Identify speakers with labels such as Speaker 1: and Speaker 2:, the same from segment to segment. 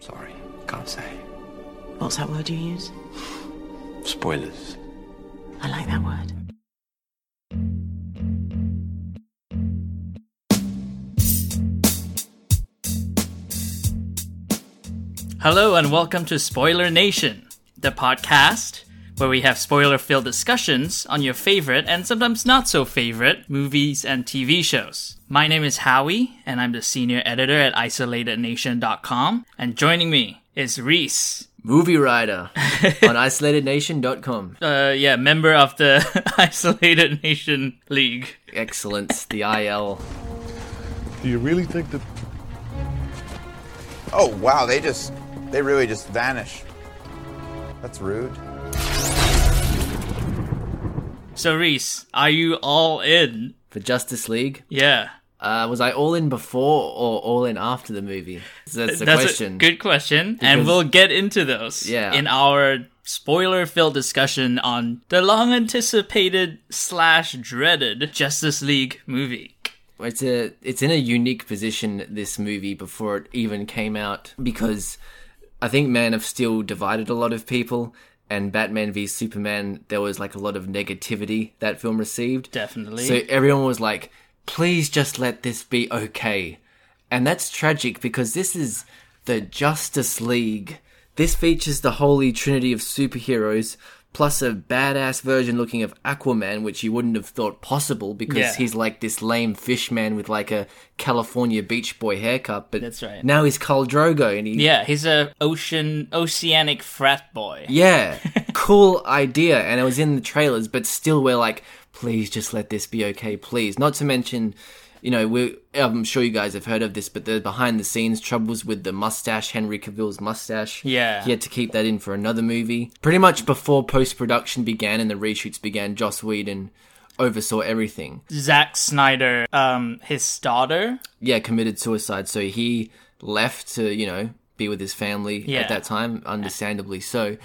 Speaker 1: Sorry, can't say.
Speaker 2: What's that word you use?
Speaker 1: Spoilers.
Speaker 2: I like that word.
Speaker 3: Hello, and welcome to Spoiler Nation, the podcast where we have spoiler filled discussions on your favorite and sometimes not so favorite movies and TV shows. My name is Howie, and I'm the senior editor at isolatednation.com. And joining me is Reese,
Speaker 4: Movie Rider on isolatednation.com.
Speaker 3: uh, yeah, member of the Isolated Nation League.
Speaker 4: Excellent. The IL.
Speaker 5: Do you really think that
Speaker 6: Oh wow, they just they really just vanish. That's rude.
Speaker 3: So, Reese, are you all in?
Speaker 4: For Justice League.
Speaker 3: Yeah.
Speaker 4: Uh, was I all in before or all in after the movie? That's the question.
Speaker 3: good question, and
Speaker 4: Because-
Speaker 3: we'll get into those
Speaker 4: Yeah.
Speaker 3: in our spoiler-filled discussion on the long-anticipated slash dreaded Justice League movie.
Speaker 4: It's a it's in a unique position this movie before it even came out because I think Man of Steel divided a lot of people and Batman v Superman there was like a lot of negativity that film received.
Speaker 3: Definitely.
Speaker 4: So everyone was like, please just let this be okay. And that's tragic because this is the Justice League. This features the holy trinity of superheroes, plus a badass version looking of Aquaman, which you wouldn't have thought possible because
Speaker 3: Yeah.
Speaker 4: he's like this lame fish man with like a California beach boy haircut. But
Speaker 3: That's right.
Speaker 4: now he's Khal Drogo and he
Speaker 3: yeah, he's a ocean oceanic frat boy.
Speaker 4: yeah, cool idea. And it was in the trailers, but still, we're like, please just let this be okay, please. Not to mention, you know, we I'm sure you guys have heard of this, but the behind the scenes troubles with the mustache, Henry Cavill's mustache.
Speaker 3: Yeah.
Speaker 4: He had to keep that in for another movie. Pretty much before post production began and the reshoots began, Joss Whedon oversaw everything.
Speaker 3: Zack Snyder, um, his daughter.
Speaker 4: Yeah, committed suicide. So he left to, you know, be with his family
Speaker 3: Yeah.
Speaker 4: at that time, understandably so.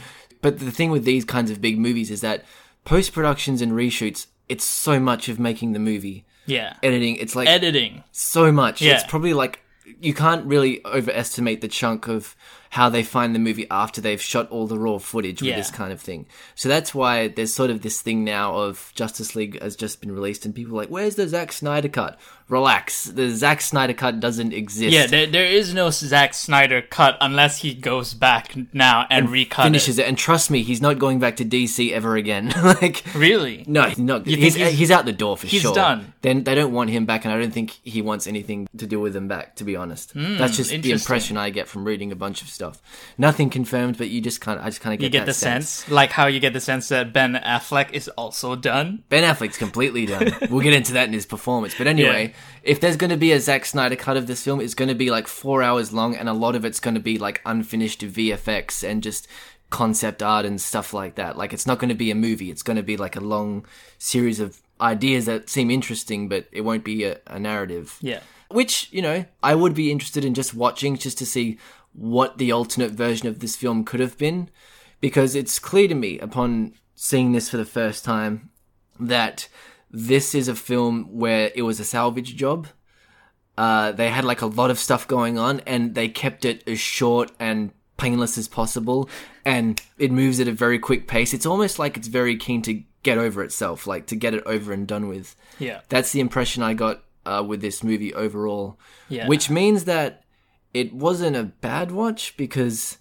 Speaker 4: But the thing with these kinds of big movies is that post productions and reshoots, it's so much of making the movie.
Speaker 3: Yeah,
Speaker 4: Editing, it's like
Speaker 3: editing.
Speaker 4: so much.
Speaker 3: Yeah.
Speaker 4: It's probably like you can't really overestimate the chunk of how they find the movie after they've shot all the raw footage
Speaker 3: Yeah.
Speaker 4: with this kind of thing. So that's why there's sort of this thing now of Justice League has just been released and people are like, where's the Zack Snyder cut? Relax. The Zack Snyder cut doesn't exist.
Speaker 3: Yeah, there, there is no Zack Snyder cut unless he goes back now and, recut
Speaker 4: Finishes
Speaker 3: it.
Speaker 4: it. and trust me, he's not going back to DC ever again. like,
Speaker 3: Really?
Speaker 4: no, he's not.
Speaker 3: You
Speaker 4: He's,
Speaker 3: think he's-
Speaker 4: he's out the door for
Speaker 3: he's
Speaker 4: sure.
Speaker 3: done.
Speaker 4: Then they don't want him back, and I don't think he wants anything to do with him back. To be honest, that's just the
Speaker 3: Hmm, interesting.
Speaker 4: impression I get from reading a bunch of stuff. Nothing confirmed, but you just kind of, I just kind of get
Speaker 3: You get
Speaker 4: that
Speaker 3: the sense. like how you get the sense that Ben Affleck is also done.
Speaker 4: Ben Affleck's completely done. we'll get into that in his performance. But anyway, if there's going to be a Zack Snyder cut of this film, it's going to be like four hours long, and a lot of it's going to be like unfinished VFX and just concept art and stuff like that. Like, it's not going to be a movie. It's going to be like a long series of ideas that seem interesting, but it won't be a, a narrative.
Speaker 3: Yeah.
Speaker 4: Which, you know, I would be interested in just watching just to see what the alternate version of this film could have been. Because it's clear to me upon seeing this for the first time that this is a film where it was a salvage job. Uh, they had like a lot of stuff going on and they kept it as short and painless as possible and it moves at a very quick pace. It's almost like it's very keen to get over itself, like to get it over and done with.
Speaker 3: Yeah.
Speaker 4: That's the impression I got uh, with this movie overall.
Speaker 3: Yeah.
Speaker 4: Which means that it wasn't a bad watch because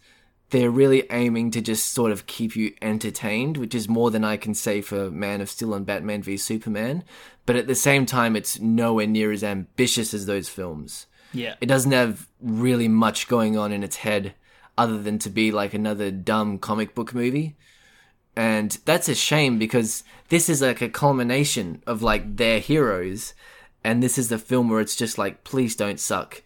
Speaker 4: they're really aiming to just sort of keep you entertained, which is more than I can say for Man of Steel and Batman v Superman. But at the same time, it's nowhere near as ambitious as those films.
Speaker 3: Yeah.
Speaker 4: It doesn't have really much going on in its head other than to be like another dumb comic book movie. And that's a shame because this is like a culmination of like their heroes. And this is the film where it's just like, please don't suck.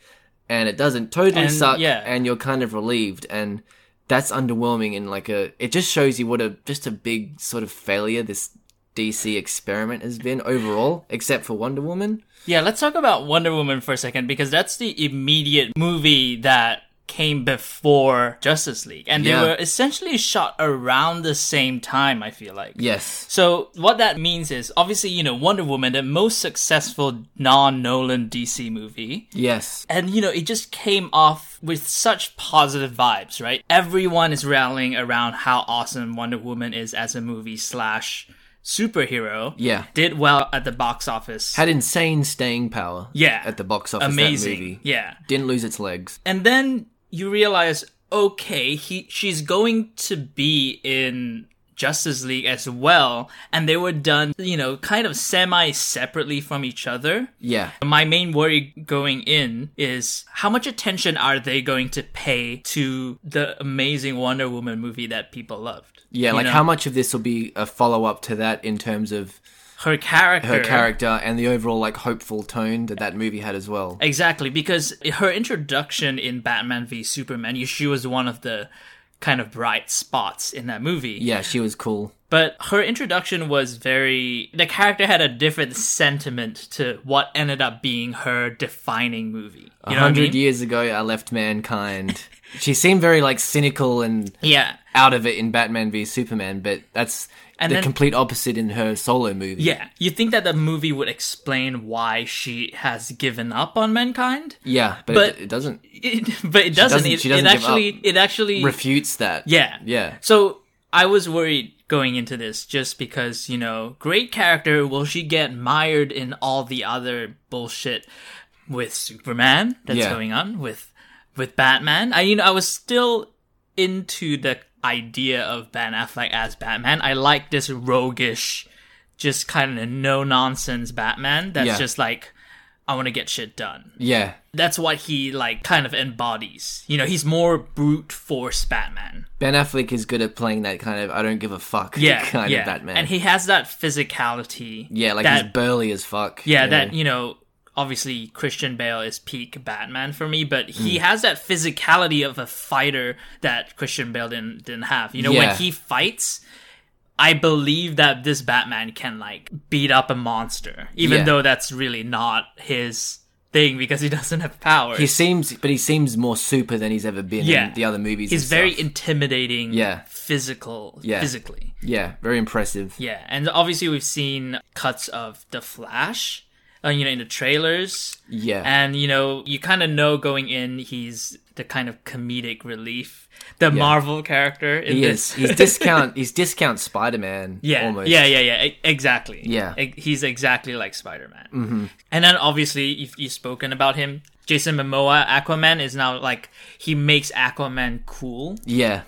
Speaker 4: And it doesn't totally
Speaker 3: And,
Speaker 4: suck.
Speaker 3: yeah.
Speaker 4: And you're kind of relieved. And that's underwhelming. And like a, it just shows you what a, just a big sort of failure this DC experiment has been overall, except for Wonder Woman.
Speaker 3: Yeah, let's talk about Wonder Woman for a second because that's the immediate movie that came before Justice League, and they
Speaker 4: Yeah.
Speaker 3: were essentially shot around the same time. I feel like
Speaker 4: Yes.
Speaker 3: So what that means is obviously you know Wonder Woman, the most successful non-Nolan DC movie.
Speaker 4: Yes.
Speaker 3: And you know, it just came off with such positive vibes, right? Everyone is rallying around how awesome Wonder Woman is as a movie slash superhero.
Speaker 4: Yeah.
Speaker 3: Did well at the box office.
Speaker 4: Had insane staying power.
Speaker 3: yeah.
Speaker 4: At the box office. that
Speaker 3: Amazing.
Speaker 4: movie.
Speaker 3: Yeah.
Speaker 4: Didn't lose its legs.
Speaker 3: And then you realize, okay, he she's going to be in Justice League as well, and they were done, you know, kind of semi separately from each other.
Speaker 4: Yeah.
Speaker 3: My main worry going in is how much attention are they going to pay to the amazing Wonder Woman movie that people loved?
Speaker 4: Yeah.
Speaker 3: You
Speaker 4: Like
Speaker 3: know,
Speaker 4: how much of this will be a follow up to that in terms of
Speaker 3: her character,
Speaker 4: her character and the overall like hopeful tone that that movie had as well.
Speaker 3: Exactly, because her introduction in Batman v Superman, she was one of the kind of bright spots in that movie.
Speaker 4: Yeah, she was cool.
Speaker 3: But her introduction was very. The character had a different sentiment to what ended up being her defining movie.
Speaker 4: A
Speaker 3: You know what I
Speaker 4: hundred
Speaker 3: mean?
Speaker 4: years ago, I left mankind. she seemed very like cynical and
Speaker 3: Yeah.
Speaker 4: out of it in Batman v Superman, but that's
Speaker 3: And
Speaker 4: the
Speaker 3: then-
Speaker 4: complete opposite in her solo movie.
Speaker 3: Yeah. You think that the movie would explain why she has given up on mankind?
Speaker 4: yeah, but,
Speaker 3: But-
Speaker 4: it, it doesn't
Speaker 3: It, but it doesn't.
Speaker 4: doesn't-
Speaker 3: it,
Speaker 4: she doesn't
Speaker 3: it
Speaker 4: give up.
Speaker 3: actually. It actually.
Speaker 4: refutes that.
Speaker 3: Yeah.
Speaker 4: yeah,
Speaker 3: So I was worried going into this just because, you know, great character, will she get mired in all the other bullshit with Superman that's
Speaker 4: Yeah.
Speaker 3: going on with with Batman? I you know, I was still into the idea of Ben Affleck as Batman. I like this roguish just kind of no nonsense Batman that's
Speaker 4: Yeah.
Speaker 3: just like I want to get shit done
Speaker 4: yeah,
Speaker 3: that's what he like kind of embodies. You know, he's more brute force Batman.
Speaker 4: Ben Affleck is good at playing that kind of I don't give a fuck
Speaker 3: Yeah,
Speaker 4: kind
Speaker 3: yeah.
Speaker 4: of Batman.
Speaker 3: and he has that physicality.
Speaker 4: yeah, like
Speaker 3: that,
Speaker 4: he's burly as fuck.
Speaker 3: yeah,
Speaker 4: you
Speaker 3: that
Speaker 4: know?
Speaker 3: you know, obviously Christian Bale is peak Batman for me, but
Speaker 4: Hmm.
Speaker 3: he has that physicality of a fighter that Christian Bale didn't didn't have. You know,
Speaker 4: Yeah.
Speaker 3: when he fights. I believe that this Batman can like beat up a monster, even
Speaker 4: Yeah.
Speaker 3: though that's really not his thing because he doesn't have powers.
Speaker 4: he seems, but he seems more super than he's ever been
Speaker 3: Yeah.
Speaker 4: in the other movies.
Speaker 3: He's
Speaker 4: and
Speaker 3: very
Speaker 4: stuff.
Speaker 3: intimidating.
Speaker 4: Yeah.
Speaker 3: Physical.
Speaker 4: Yeah.
Speaker 3: Physically.
Speaker 4: yeah, very impressive.
Speaker 3: Yeah, and obviously we've seen cuts of the Flash. Uh, you know, in the trailers.
Speaker 4: Yeah.
Speaker 3: And you know, you kind of know going in, he's the kind of comedic relief, the Marvel character in
Speaker 4: He
Speaker 3: this.
Speaker 4: is. He's discount. he's discount Spider Man.
Speaker 3: Yeah,
Speaker 4: almost.
Speaker 3: yeah, yeah, yeah. e- Exactly.
Speaker 4: Yeah.
Speaker 3: E- he's exactly like Spider Man. Mm-hmm. And then obviously, if you've spoken about him, Jason Momoa, Aquaman is now like he makes Aquaman cool.
Speaker 4: yeah.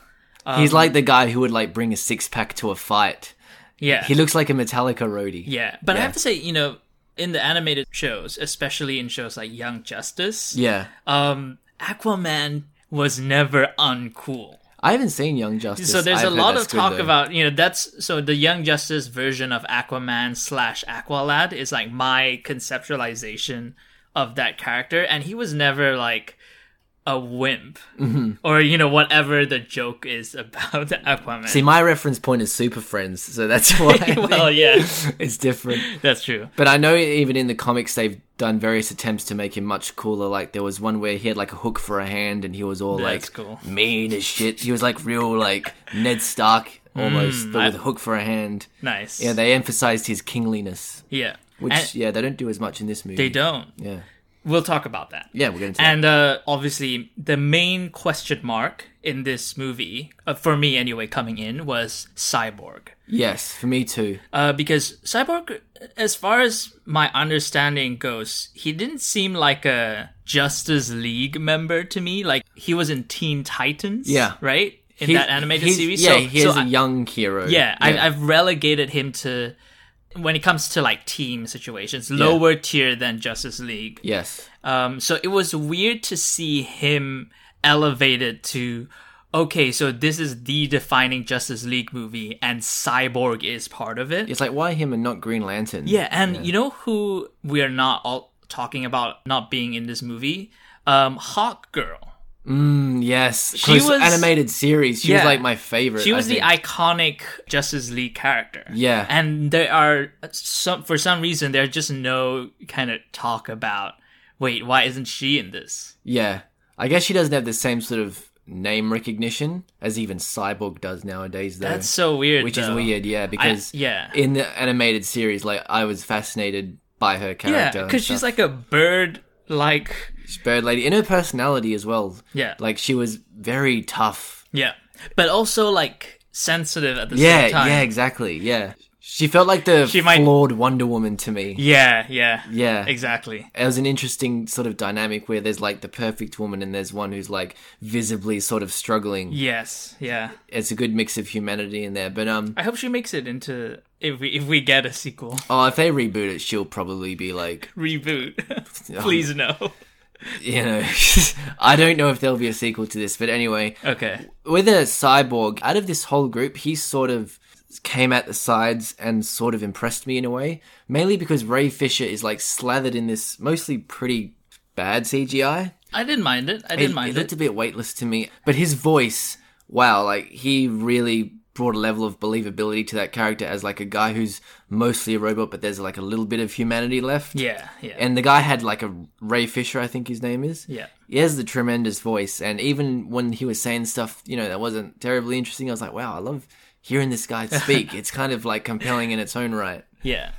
Speaker 3: Um,
Speaker 4: he's like the guy who would like bring a six pack to a fight.
Speaker 3: Yeah,
Speaker 4: He looks like a Metallica roadie.
Speaker 3: Yeah, but I
Speaker 4: Yeah.
Speaker 3: have to say, you know, in the animated shows, especially in shows like Young Justice,
Speaker 4: Yeah.
Speaker 3: um, Aquaman was never uncool.
Speaker 4: I haven't seen Young Justice.
Speaker 3: So there's
Speaker 4: I've
Speaker 3: a
Speaker 4: heard
Speaker 3: lot
Speaker 4: that's
Speaker 3: of
Speaker 4: good,
Speaker 3: talk
Speaker 4: though.
Speaker 3: about you know that's so the Young Justice version of Aquaman slash Aqualad is like my conceptualization of that character, and he was never like a wimp
Speaker 4: Mm-hmm.
Speaker 3: or you know whatever the joke is about Aquaman.
Speaker 4: See, my reference point is Super Friends, so that's why I
Speaker 3: well,
Speaker 4: think
Speaker 3: yeah,
Speaker 4: it's different.
Speaker 3: that's true.
Speaker 4: But I know even in the comics they've done various attempts to make him much cooler. Like there was one where he had like a hook for a hand, and he was all
Speaker 3: That's
Speaker 4: like
Speaker 3: cool.
Speaker 4: mean as shit. He was like real like Ned Stark almost, but with a hook for a hand.
Speaker 3: Mm, Nice.
Speaker 4: Yeah, they emphasized his kingliness,
Speaker 3: yeah.
Speaker 4: which
Speaker 3: And
Speaker 4: yeah they don't do as much in this movie.
Speaker 3: they don't.
Speaker 4: Yeah,
Speaker 3: We'll talk about that.
Speaker 4: yeah, we're going to.
Speaker 3: And uh, obviously, the main question mark in this movie, uh, for me anyway, coming in was Cyborg.
Speaker 4: yes, for me too.
Speaker 3: Uh, because Cyborg, as far as my understanding goes, he didn't seem like a Justice League member to me. Like, he was in Teen Titans.
Speaker 4: Yeah.
Speaker 3: Right? In
Speaker 4: He-
Speaker 3: that animated
Speaker 4: he's-
Speaker 3: series.
Speaker 4: yeah,
Speaker 3: so,
Speaker 4: he
Speaker 3: so
Speaker 4: is a
Speaker 3: I-
Speaker 4: young hero.
Speaker 3: yeah, I, I've relegated him to, when it comes to like team situations, lower tier than Justice League.
Speaker 4: yes,
Speaker 3: Um, so it was weird to see him elevated to, okay, so this is the defining Justice League movie, and Cyborg is part of it.
Speaker 4: it's like why him and not Green Lantern?
Speaker 3: Yeah, and you know who we are not all talking about not being in this movie? Um, Hawk Girl.
Speaker 4: Mm, yes, she
Speaker 3: was-
Speaker 4: animated series. She was
Speaker 3: Yeah.
Speaker 4: like my favorite.
Speaker 3: She
Speaker 4: I
Speaker 3: was the
Speaker 4: think.
Speaker 3: iconic Justice League character.
Speaker 4: Yeah.
Speaker 3: and there are some for some reason there's just no kind of talk about. Wait, why isn't she in this?
Speaker 4: yeah. I guess she doesn't have the same sort of name recognition as even Cyborg does nowadays. Though
Speaker 3: That's so weird,
Speaker 4: which is
Speaker 3: though.
Speaker 4: weird. Yeah, because
Speaker 3: yeah.
Speaker 4: in the animated series, like I was fascinated by her
Speaker 3: Yeah,
Speaker 4: character. and
Speaker 3: because she's like
Speaker 4: stuff.
Speaker 3: a bird, like
Speaker 4: She's Bird Lady in her personality as well.
Speaker 3: Yeah.
Speaker 4: like she was very tough.
Speaker 3: yeah, but also like sensitive at the
Speaker 4: Yeah,
Speaker 3: same time.
Speaker 4: yeah, exactly. Yeah, she felt like the
Speaker 3: She might-
Speaker 4: flawed Wonder Woman to me.
Speaker 3: yeah, yeah,
Speaker 4: Yeah.
Speaker 3: exactly.
Speaker 4: it was an interesting sort of dynamic where there's like the perfect woman and there's one who's like visibly sort of struggling.
Speaker 3: Yes, yeah.
Speaker 4: It's a good mix of humanity in there, but um,
Speaker 3: I hope she makes it into if we if we get a sequel
Speaker 4: oh, if they reboot it, she'll probably be like,
Speaker 3: reboot. Please no.
Speaker 4: you know, I don't know if there'll be a sequel to this, but anyway,
Speaker 3: Okay.
Speaker 4: with a cyborg out of this whole group, he sort of came at the sides and sort of impressed me in a way, mainly because Ray Fisher is like slathered in this mostly pretty bad CGI.
Speaker 3: I didn't mind it. I
Speaker 4: It,
Speaker 3: didn't
Speaker 4: it
Speaker 3: mind
Speaker 4: looked
Speaker 3: it.
Speaker 4: a bit weightless to me, but his voice, wow, like he really brought a level of believability to that character as like a guy who's mostly a robot, but there's like a little bit of humanity left.
Speaker 3: Yeah, yeah.
Speaker 4: And the guy had like a Ray Fisher, I think his name is.
Speaker 3: Yeah.
Speaker 4: He has the tremendous voice, and even when he was saying stuff, you know, that wasn't terribly interesting, I was like, wow, I love hearing this guy speak. it's kind of like compelling in its own right.
Speaker 3: yeah.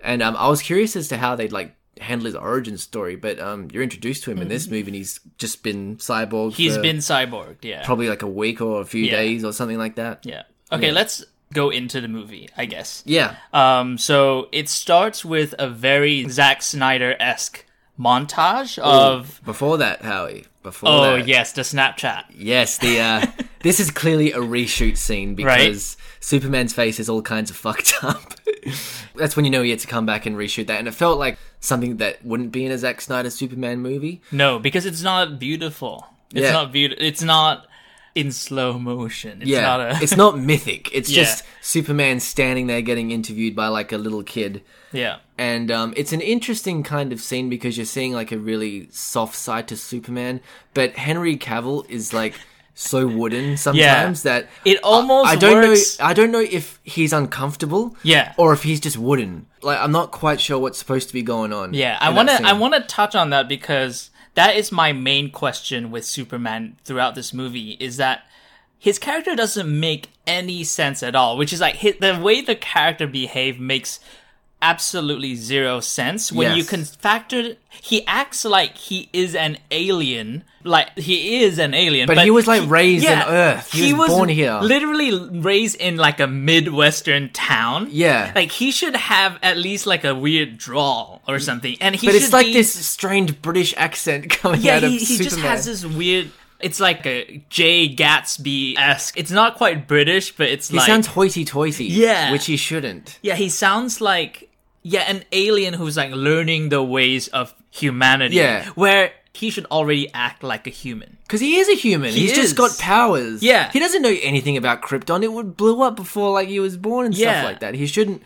Speaker 4: And um, I was curious as to how they'd like handle his origin story, but um, you're introduced to him in this movie, and he's just been cyborg.
Speaker 3: Mm-hmm. He's
Speaker 4: for
Speaker 3: been cyborged, yeah.
Speaker 4: probably like a week or a few
Speaker 3: Yeah.
Speaker 4: days or something like that.
Speaker 3: yeah. Okay, let's go into the movie, I guess.
Speaker 4: Yeah.
Speaker 3: Um, so it starts with a very Zack Snyder esque montage
Speaker 4: Oh,
Speaker 3: of
Speaker 4: Before that, Howie. Before
Speaker 3: oh
Speaker 4: that.
Speaker 3: yes, the Snapchat.
Speaker 4: Yes, the uh, this is clearly a reshoot scene because Superman's face is all kinds of fucked up. That's when you know he had to come back and reshoot that, and it felt like something that wouldn't be in a Zack Snyder Superman movie.
Speaker 3: No, because it's not beautiful. It's
Speaker 4: Yeah.
Speaker 3: not beautiful. It's not in slow motion. It's
Speaker 4: yeah,
Speaker 3: not a.
Speaker 4: it's not mythic. It's
Speaker 3: Yeah.
Speaker 4: just Superman standing there getting interviewed by like a little kid.
Speaker 3: yeah.
Speaker 4: And um, it's an interesting kind of scene because you're seeing like a really soft side to Superman, but Henry Cavill is like so wooden sometimes that
Speaker 3: It
Speaker 4: I-
Speaker 3: almost
Speaker 4: I, don't
Speaker 3: works-
Speaker 4: know I don't know if he's uncomfortable,
Speaker 3: Yeah.
Speaker 4: or if he's just wooden. Like I'm not quite sure what's supposed to be going on.
Speaker 3: Yeah, I
Speaker 4: in that
Speaker 3: want to
Speaker 4: scene.
Speaker 3: I want to touch on that because that is my main question with Superman throughout this movie is that his character doesn't make any sense at all, which is like hi the way the character behave makes absolutely zero sense when
Speaker 4: Yes.
Speaker 3: you can factor he acts like he is an alien like he is an alien
Speaker 4: But he was, like, raised on
Speaker 3: yeah,
Speaker 4: Earth. He was born here.
Speaker 3: literally raised in like a midwestern town
Speaker 4: Yeah.
Speaker 3: like he should have at least like a weird drawl or something and he
Speaker 4: but it's
Speaker 3: should
Speaker 4: like
Speaker 3: be-
Speaker 4: this strange British accent coming
Speaker 3: yeah
Speaker 4: out of
Speaker 3: he, he
Speaker 4: Superman.
Speaker 3: just has this weird it's like a Jay Gatsby-esque. It's not quite British, but it's
Speaker 4: he
Speaker 3: like
Speaker 4: sounds hoity-toity,
Speaker 3: Yeah.
Speaker 4: which he shouldn't.
Speaker 3: yeah, he sounds like yeah, an alien who's like learning the ways of humanity.
Speaker 4: Yeah.
Speaker 3: Where he should already act like a human.
Speaker 4: Because he is a human.
Speaker 3: He
Speaker 4: He's
Speaker 3: is.
Speaker 4: just got powers.
Speaker 3: Yeah.
Speaker 4: He doesn't know anything about Krypton. It would blew up before like he was born and
Speaker 3: Yeah.
Speaker 4: stuff like that. He shouldn't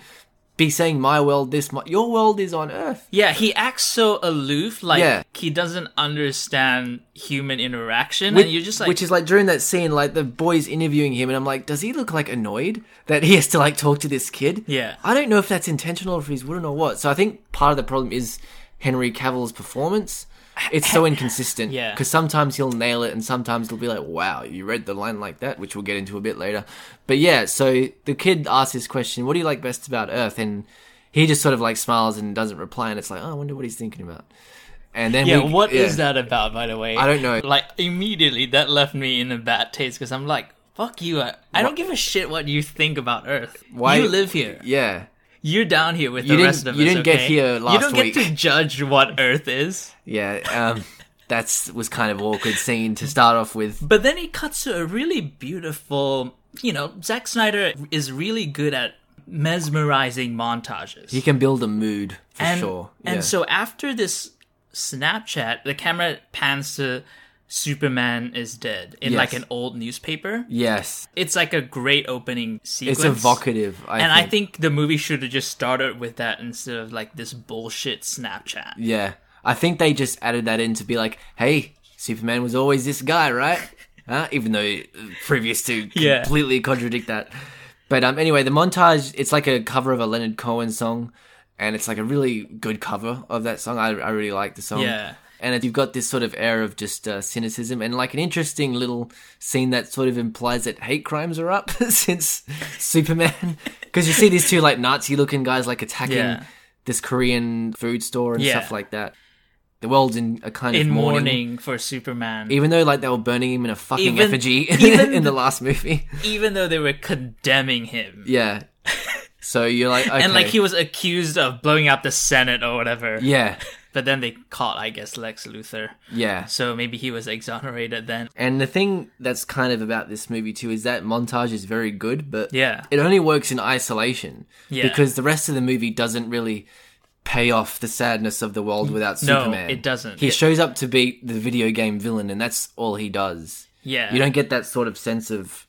Speaker 4: be saying my world this much. Your world is on Earth.
Speaker 3: Yeah, he acts so aloof, like
Speaker 4: Yeah.
Speaker 3: he doesn't understand human interaction
Speaker 4: Which-
Speaker 3: and you're just like
Speaker 4: which is like during that scene, like the boys interviewing him, and I'm like, does he look like annoyed that he has to like talk to this kid?
Speaker 3: Yeah.
Speaker 4: I don't know if that's intentional or if he's wooden or what. So I think part of the problem is Henry Cavill's performance. It's so inconsistent.
Speaker 3: Yeah.
Speaker 4: Because sometimes he'll nail it, and sometimes he'll be like, "Wow, you read the line like that," which we'll get into a bit later. But yeah, so the kid asks this question, "What do you like best about Earth?" and he just sort of like smiles and doesn't reply, and it's like, "Oh, I wonder what he's thinking about." And then
Speaker 3: yeah, what
Speaker 4: we-
Speaker 3: is that about, by the way?
Speaker 4: I don't know.
Speaker 3: Like, immediately that left me in a bad taste because I'm like, fuck you. I, I don't give a shit what you think about Earth.
Speaker 4: Why-
Speaker 3: you live here.
Speaker 4: Yeah.
Speaker 3: You're down here with
Speaker 4: You
Speaker 3: the
Speaker 4: didn't-
Speaker 3: rest of
Speaker 4: you
Speaker 3: us.
Speaker 4: didn't get
Speaker 3: okay?
Speaker 4: here
Speaker 3: You
Speaker 4: last
Speaker 3: don't get to
Speaker 4: week.
Speaker 3: judge what Earth is.
Speaker 4: Yeah, um, that's was kind of awkward scene to start off with.
Speaker 3: But then it cuts to a really beautiful, you know, Zack Snyder is really good at mesmerizing montages.
Speaker 4: He can build a mood for
Speaker 3: and,
Speaker 4: sure.
Speaker 3: And
Speaker 4: yeah.
Speaker 3: so after this Snapchat, the camera pans to Superman is dead in
Speaker 4: Yes.
Speaker 3: like an old newspaper.
Speaker 4: yes,
Speaker 3: It's like a great opening sequence.
Speaker 4: it's evocative. I
Speaker 3: and
Speaker 4: think.
Speaker 3: I think the movie should have just started with that instead of like this bullshit Snapchat.
Speaker 4: yeah, I think they just added that in to be like, hey, Superman was always this guy, right? Huh? Even though uh, previous to
Speaker 3: Yeah.
Speaker 4: completely contradict that. But um, anyway, the montage it's like a cover of a Leonard Cohen song, and it's like a really good cover of that song. I, I really like the song.
Speaker 3: Yeah.
Speaker 4: and you've got this sort of air of just uh, cynicism and like an interesting little scene that sort of implies that hate crimes are up since Superman, because you see these two like Nazi-looking guys like attacking
Speaker 3: Yeah.
Speaker 4: this Korean food store and
Speaker 3: Yeah.
Speaker 4: stuff like that. The world's in a kind
Speaker 3: in
Speaker 4: of mourning.
Speaker 3: mourning for Superman, even,
Speaker 4: Even though, like, they were burning him in a fucking
Speaker 3: Even-
Speaker 4: effigy
Speaker 3: even
Speaker 4: in the
Speaker 3: the-
Speaker 4: last movie.
Speaker 3: though they were condemning him.
Speaker 4: Yeah. So you're like, okay.
Speaker 3: And like he was accused of blowing up the Senate or whatever.
Speaker 4: Yeah.
Speaker 3: But then they caught, I guess, Lex Luthor.
Speaker 4: Yeah.
Speaker 3: So maybe he was exonerated then.
Speaker 4: And the thing that's kind of about this movie too is that montage is very good, but
Speaker 3: Yeah.
Speaker 4: it only works in isolation
Speaker 3: Yeah.
Speaker 4: because the rest of the movie doesn't really pay off the sadness of the world without
Speaker 3: No,
Speaker 4: Superman.
Speaker 3: it doesn't.
Speaker 4: He
Speaker 3: It-
Speaker 4: shows up to be the video game villain, and that's all he does.
Speaker 3: Yeah.
Speaker 4: You don't get that sort of sense of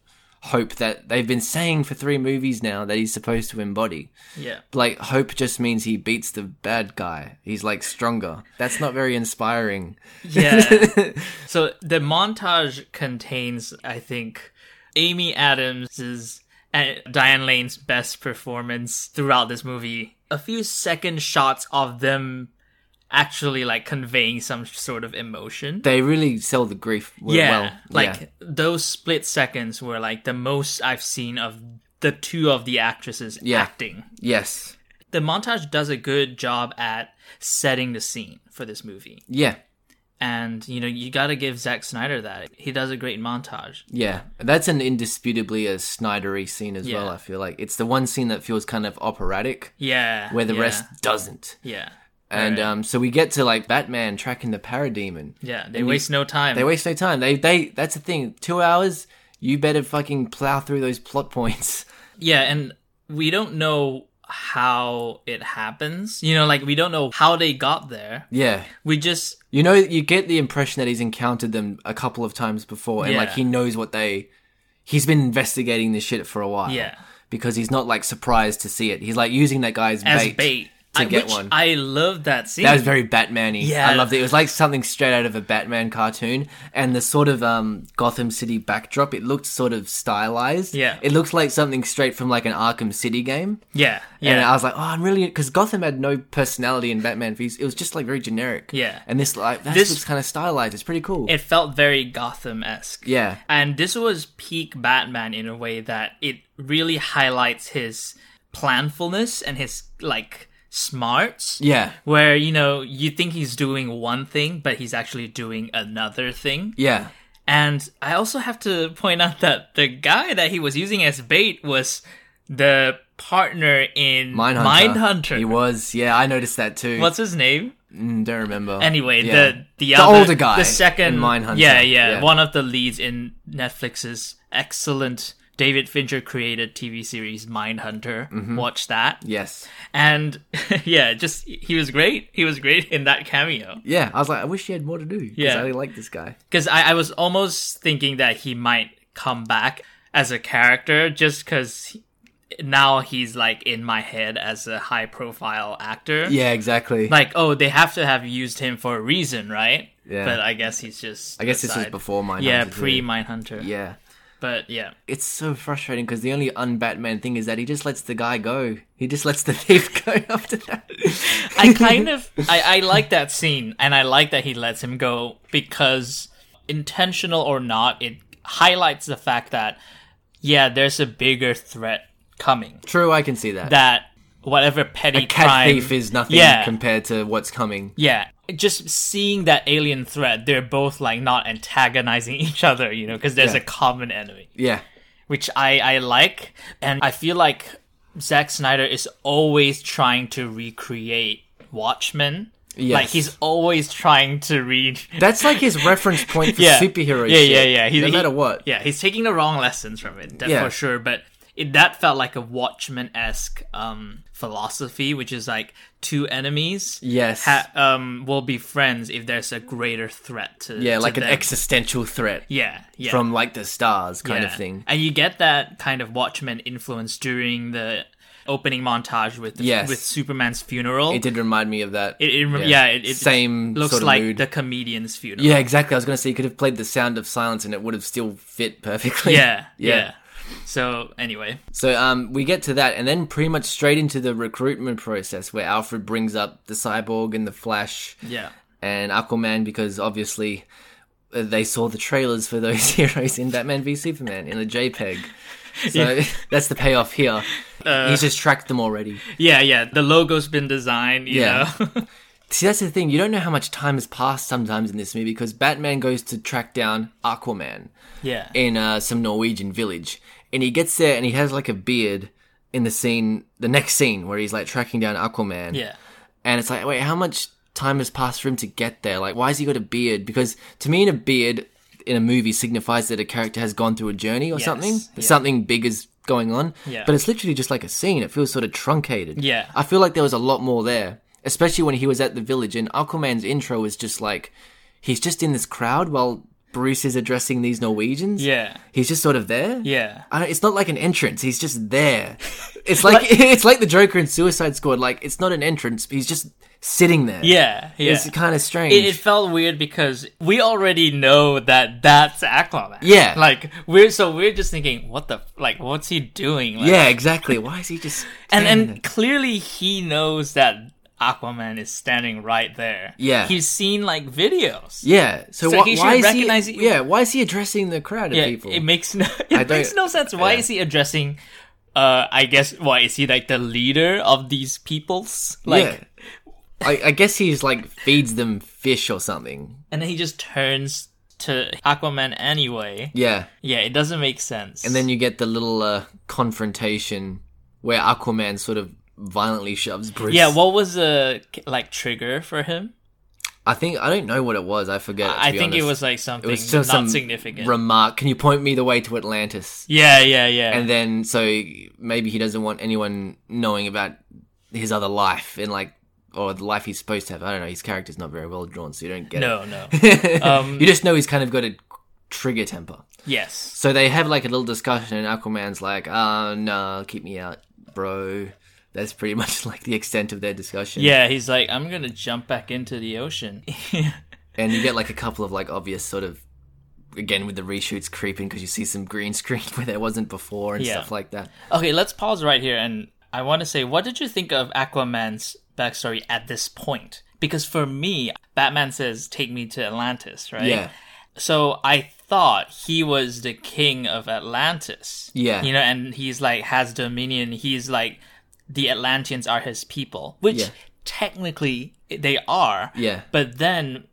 Speaker 4: hope that they've been saying for three movies now that he's supposed to embody.
Speaker 3: Yeah.
Speaker 4: Like hope just means he beats the bad guy. He's like stronger. That's not very inspiring.
Speaker 3: Yeah. so the montage contains, I think, Amy Adams's and Diane Lane's best performance throughout this movie. A few second shots of them actually like conveying some sort of emotion.
Speaker 4: They really sell the grief w-
Speaker 3: yeah.
Speaker 4: well.
Speaker 3: like
Speaker 4: Yeah.
Speaker 3: those split seconds were like the most I've seen of the two of the actresses
Speaker 4: Yeah.
Speaker 3: acting.
Speaker 4: yes.
Speaker 3: The montage does a good job at setting the scene for this movie.
Speaker 4: Yeah.
Speaker 3: And you know, you got to give Zack Snyder that. He does a great montage.
Speaker 4: Yeah. That's an indisputably a Snydery scene as well,
Speaker 3: Yeah.
Speaker 4: I feel like. It's the one scene that feels kind of operatic
Speaker 3: Yeah.
Speaker 4: where the
Speaker 3: yeah,
Speaker 4: rest doesn't.
Speaker 3: Yeah.
Speaker 4: And
Speaker 3: Right.
Speaker 4: um so we get to like Batman tracking the parademon.
Speaker 3: Yeah, they
Speaker 4: And you-
Speaker 3: waste no time.
Speaker 4: They waste no time. They they that's the thing. 2 hours, you better fucking plow through those plot points.
Speaker 3: yeah, and we don't know how it happens. You know, like we don't know how they got there.
Speaker 4: Yeah.
Speaker 3: We just
Speaker 4: You know, you get the impression that he's encountered them a couple of times before, and
Speaker 3: Yeah.
Speaker 4: like he knows what they. He's been investigating this shit for a while.
Speaker 3: Yeah.
Speaker 4: Because he's not like surprised to see it. He's like using that guy's
Speaker 3: as bait,
Speaker 4: bait. to
Speaker 3: I,
Speaker 4: get
Speaker 3: which
Speaker 4: one.
Speaker 3: I love that scene.
Speaker 4: That was very Batman-y.
Speaker 3: Yeah.
Speaker 4: I loved it. It was like something straight out of a Batman cartoon, and the sort of um, Gotham City backdrop. It looked sort of stylized.
Speaker 3: Yeah.
Speaker 4: It looked like something straight from like an Arkham City game.
Speaker 3: yeah, yeah.
Speaker 4: And I was like, oh, I'm really because Gotham had no personality in Batman V's. It was just like very generic.
Speaker 3: Yeah.
Speaker 4: And this like that
Speaker 3: This-
Speaker 4: looks kind of stylized. It's pretty cool.
Speaker 3: it felt very Gotham esque.
Speaker 4: Yeah.
Speaker 3: And this was peak Batman in a way that it really highlights his planfulness and his like smarts.
Speaker 4: Yeah.
Speaker 3: Where, you know, you think he's doing one thing, but he's actually doing another thing.
Speaker 4: Yeah.
Speaker 3: And I also have to point out that the guy that he was using as bait was the partner in
Speaker 4: Mindhunter.
Speaker 3: Mindhunter.
Speaker 4: He was. Yeah, I noticed that too.
Speaker 3: What's his name?
Speaker 4: Mm, don't remember.
Speaker 3: Anyway,
Speaker 4: Yeah.
Speaker 3: the the, other,
Speaker 4: older guy
Speaker 3: the second
Speaker 4: in Mindhunter.
Speaker 3: Yeah, yeah,
Speaker 4: Yeah.
Speaker 3: one of the leads in Netflix's excellent David Fincher created TV series Mindhunter.
Speaker 4: Mm-hmm.
Speaker 3: Watch that,
Speaker 4: Yes.
Speaker 3: and yeah, just he was great. He was great in that cameo
Speaker 4: Yeah, I was like, I wish he had more to do. 'cause
Speaker 3: Yeah.
Speaker 4: I like this guy.
Speaker 3: because I, I was almost thinking that he might come back as a character just because. Now he's like in my head as a high profile actor.
Speaker 4: Yeah, exactly.
Speaker 3: Like, oh, they have to have used him for a reason, right?
Speaker 4: Yeah.
Speaker 3: But I guess he's just.
Speaker 4: I guess this was
Speaker 3: aside.
Speaker 4: before Mindhunter.
Speaker 3: Yeah,
Speaker 4: too.
Speaker 3: pre Mindhunter.
Speaker 4: Yeah.
Speaker 3: But yeah.
Speaker 4: It's so frustrating because the only un-Batman thing is that he just lets the guy go. He just lets the thief go after that.
Speaker 3: I kind of. I, I like that scene, and I like that he lets him go because, intentional or not, it highlights the fact that, yeah, there's a bigger threat coming.
Speaker 4: True, I can see that.
Speaker 3: That whatever petty
Speaker 4: a cat
Speaker 3: crime.
Speaker 4: thief is nothing
Speaker 3: Yeah.
Speaker 4: compared to what's coming.
Speaker 3: yeah. Just seeing that alien threat, they're both like not antagonizing each other, you know, because there's
Speaker 4: Yeah.
Speaker 3: a common enemy.
Speaker 4: Yeah.
Speaker 3: which I, I like. And I feel like Zack Snyder is always trying to recreate Watchmen.
Speaker 4: Yes.
Speaker 3: Like he's always trying to read.
Speaker 4: That's like his reference point for
Speaker 3: yeah.
Speaker 4: superhero
Speaker 3: yeah,
Speaker 4: shit.
Speaker 3: Yeah, yeah, He-
Speaker 4: no
Speaker 3: he-
Speaker 4: matter what.
Speaker 3: Yeah, he's taking the wrong lessons from it, that
Speaker 4: Yeah.
Speaker 3: for sure. But it, that felt like a Watchmen esque um, philosophy, which is like two enemies.
Speaker 4: Yes.
Speaker 3: Ha- um, will be friends if there's a greater threat to
Speaker 4: Yeah,
Speaker 3: to
Speaker 4: like an
Speaker 3: them.
Speaker 4: existential threat
Speaker 3: yeah yeah
Speaker 4: from like the stars kind
Speaker 3: Yeah.
Speaker 4: of thing.
Speaker 3: And you get that kind of Watchmen influence during the opening montage with the,
Speaker 4: Yes.
Speaker 3: with Superman's funeral.
Speaker 4: It did remind me of that.
Speaker 3: It, it rem- yeah. it, it
Speaker 4: same
Speaker 3: looks
Speaker 4: sort of
Speaker 3: like
Speaker 4: mood.
Speaker 3: the comedian's funeral.
Speaker 4: yeah, exactly. I was going to say you could have played the sound of silence and it would have still fit perfectly.
Speaker 3: yeah, yeah. So anyway,
Speaker 4: So um, we get to that, and then pretty much straight into the recruitment process where Alfred brings up the cyborg and the Flash,
Speaker 3: yeah,
Speaker 4: and Aquaman because obviously uh, they saw the trailers for those heroes in Batman v Superman in a JPEG. So that's the payoff here. He's just tracked them already.
Speaker 3: Yeah, yeah. The logo's been designed, you
Speaker 4: Yeah.
Speaker 3: know.
Speaker 4: See, that's the thing. You don't know how much time has passed sometimes in this movie because Batman goes to track down Aquaman
Speaker 3: yeah.
Speaker 4: in uh, some Norwegian village, and he gets there and he has like a beard in the scene, the next scene where he's like tracking down Aquaman.
Speaker 3: yeah.
Speaker 4: And it's like, wait, how much time has passed for him to get there? Like, why has he got a beard? Because to me, in a beard in a movie signifies that a character has gone through a journey or something.
Speaker 3: yeah.
Speaker 4: Something big is going on.
Speaker 3: Yeah.
Speaker 4: But it's literally just like a scene. It feels sort of truncated.
Speaker 3: Yeah.
Speaker 4: I feel like there was a lot more there, especially when he was at the village. And Aquaman's intro is just like, he's just in this crowd while Bruce is addressing these Norwegians.
Speaker 3: Yeah.
Speaker 4: He's just sort of there.
Speaker 3: Yeah.
Speaker 4: I don't, it's not like an entrance. He's just there. It's like it's like the Joker in Suicide Squad. Like it's not an entrance. He's just sitting there.
Speaker 3: Yeah. Yeah.
Speaker 4: it's kind of strange.
Speaker 3: it, it felt weird because we already know that that's Aquaman.
Speaker 4: Yeah.
Speaker 3: like we're so we're just thinking, what the like, what's he doing? Like,
Speaker 4: yeah, exactly. Why is he just
Speaker 3: and
Speaker 4: standing
Speaker 3: and clearly he knows that Aquaman is standing right there.
Speaker 4: Yeah.
Speaker 3: he's seen like videos.
Speaker 4: there? yeah? So,
Speaker 3: so
Speaker 4: wh-
Speaker 3: he should
Speaker 4: why is
Speaker 3: recognize
Speaker 4: he?
Speaker 3: it-
Speaker 4: Yeah, why is he addressing the crowd of
Speaker 3: Yeah,
Speaker 4: people?
Speaker 3: it makes no
Speaker 4: I
Speaker 3: it
Speaker 4: don't-
Speaker 3: makes no sense. Why
Speaker 4: yeah.
Speaker 3: is he addressing? Uh, I guess why is he like the leader of these peoples? Like,
Speaker 4: yeah. I, I guess he's like feeds them fish or something.
Speaker 3: and then he just turns to Aquaman anyway.
Speaker 4: Yeah,
Speaker 3: Yeah, it doesn't make sense.
Speaker 4: and then you get the little uh, confrontation where Aquaman sort of violently shoves Bruce.
Speaker 3: Yeah, what was the like trigger for him?
Speaker 4: I think I don't know what it was. I forget. to
Speaker 3: I
Speaker 4: be
Speaker 3: think it
Speaker 4: honest.
Speaker 3: was like something
Speaker 4: it was still
Speaker 3: not
Speaker 4: some
Speaker 3: significant.
Speaker 4: remark. Can you point me the way to Atlantis?
Speaker 3: yeah, yeah, yeah.
Speaker 4: And then, so maybe he doesn't want anyone knowing about his other life and like, or the life he's supposed to have. I don't know. His character's not very well drawn, so you don't get
Speaker 3: no, um, no.
Speaker 4: it. you just know he's kind of got a trigger temper.
Speaker 3: yes.
Speaker 4: So they have like a little discussion, and Aquaman's like, "Ah, no, keep me out, bro." That's pretty much like the extent of their discussion.
Speaker 3: Yeah, he's like, I'm gonna jump back into the ocean.
Speaker 4: and you get like a couple of like obvious sort of again with the reshoots creeping because you see some green screen where there wasn't before and
Speaker 3: Yeah.
Speaker 4: stuff like that.
Speaker 3: okay, let's pause right here, and I want to say, what did you think of Aquaman's backstory at this point? Because for me, Batman says, "Take me to Atlantis," right?
Speaker 4: Yeah.
Speaker 3: So I thought he was the king of Atlantis.
Speaker 4: Yeah.
Speaker 3: You know, and he's like has dominion. He's like the Atlanteans are his people, which
Speaker 4: Yeah.
Speaker 3: technically they are.
Speaker 4: Yeah.
Speaker 3: But then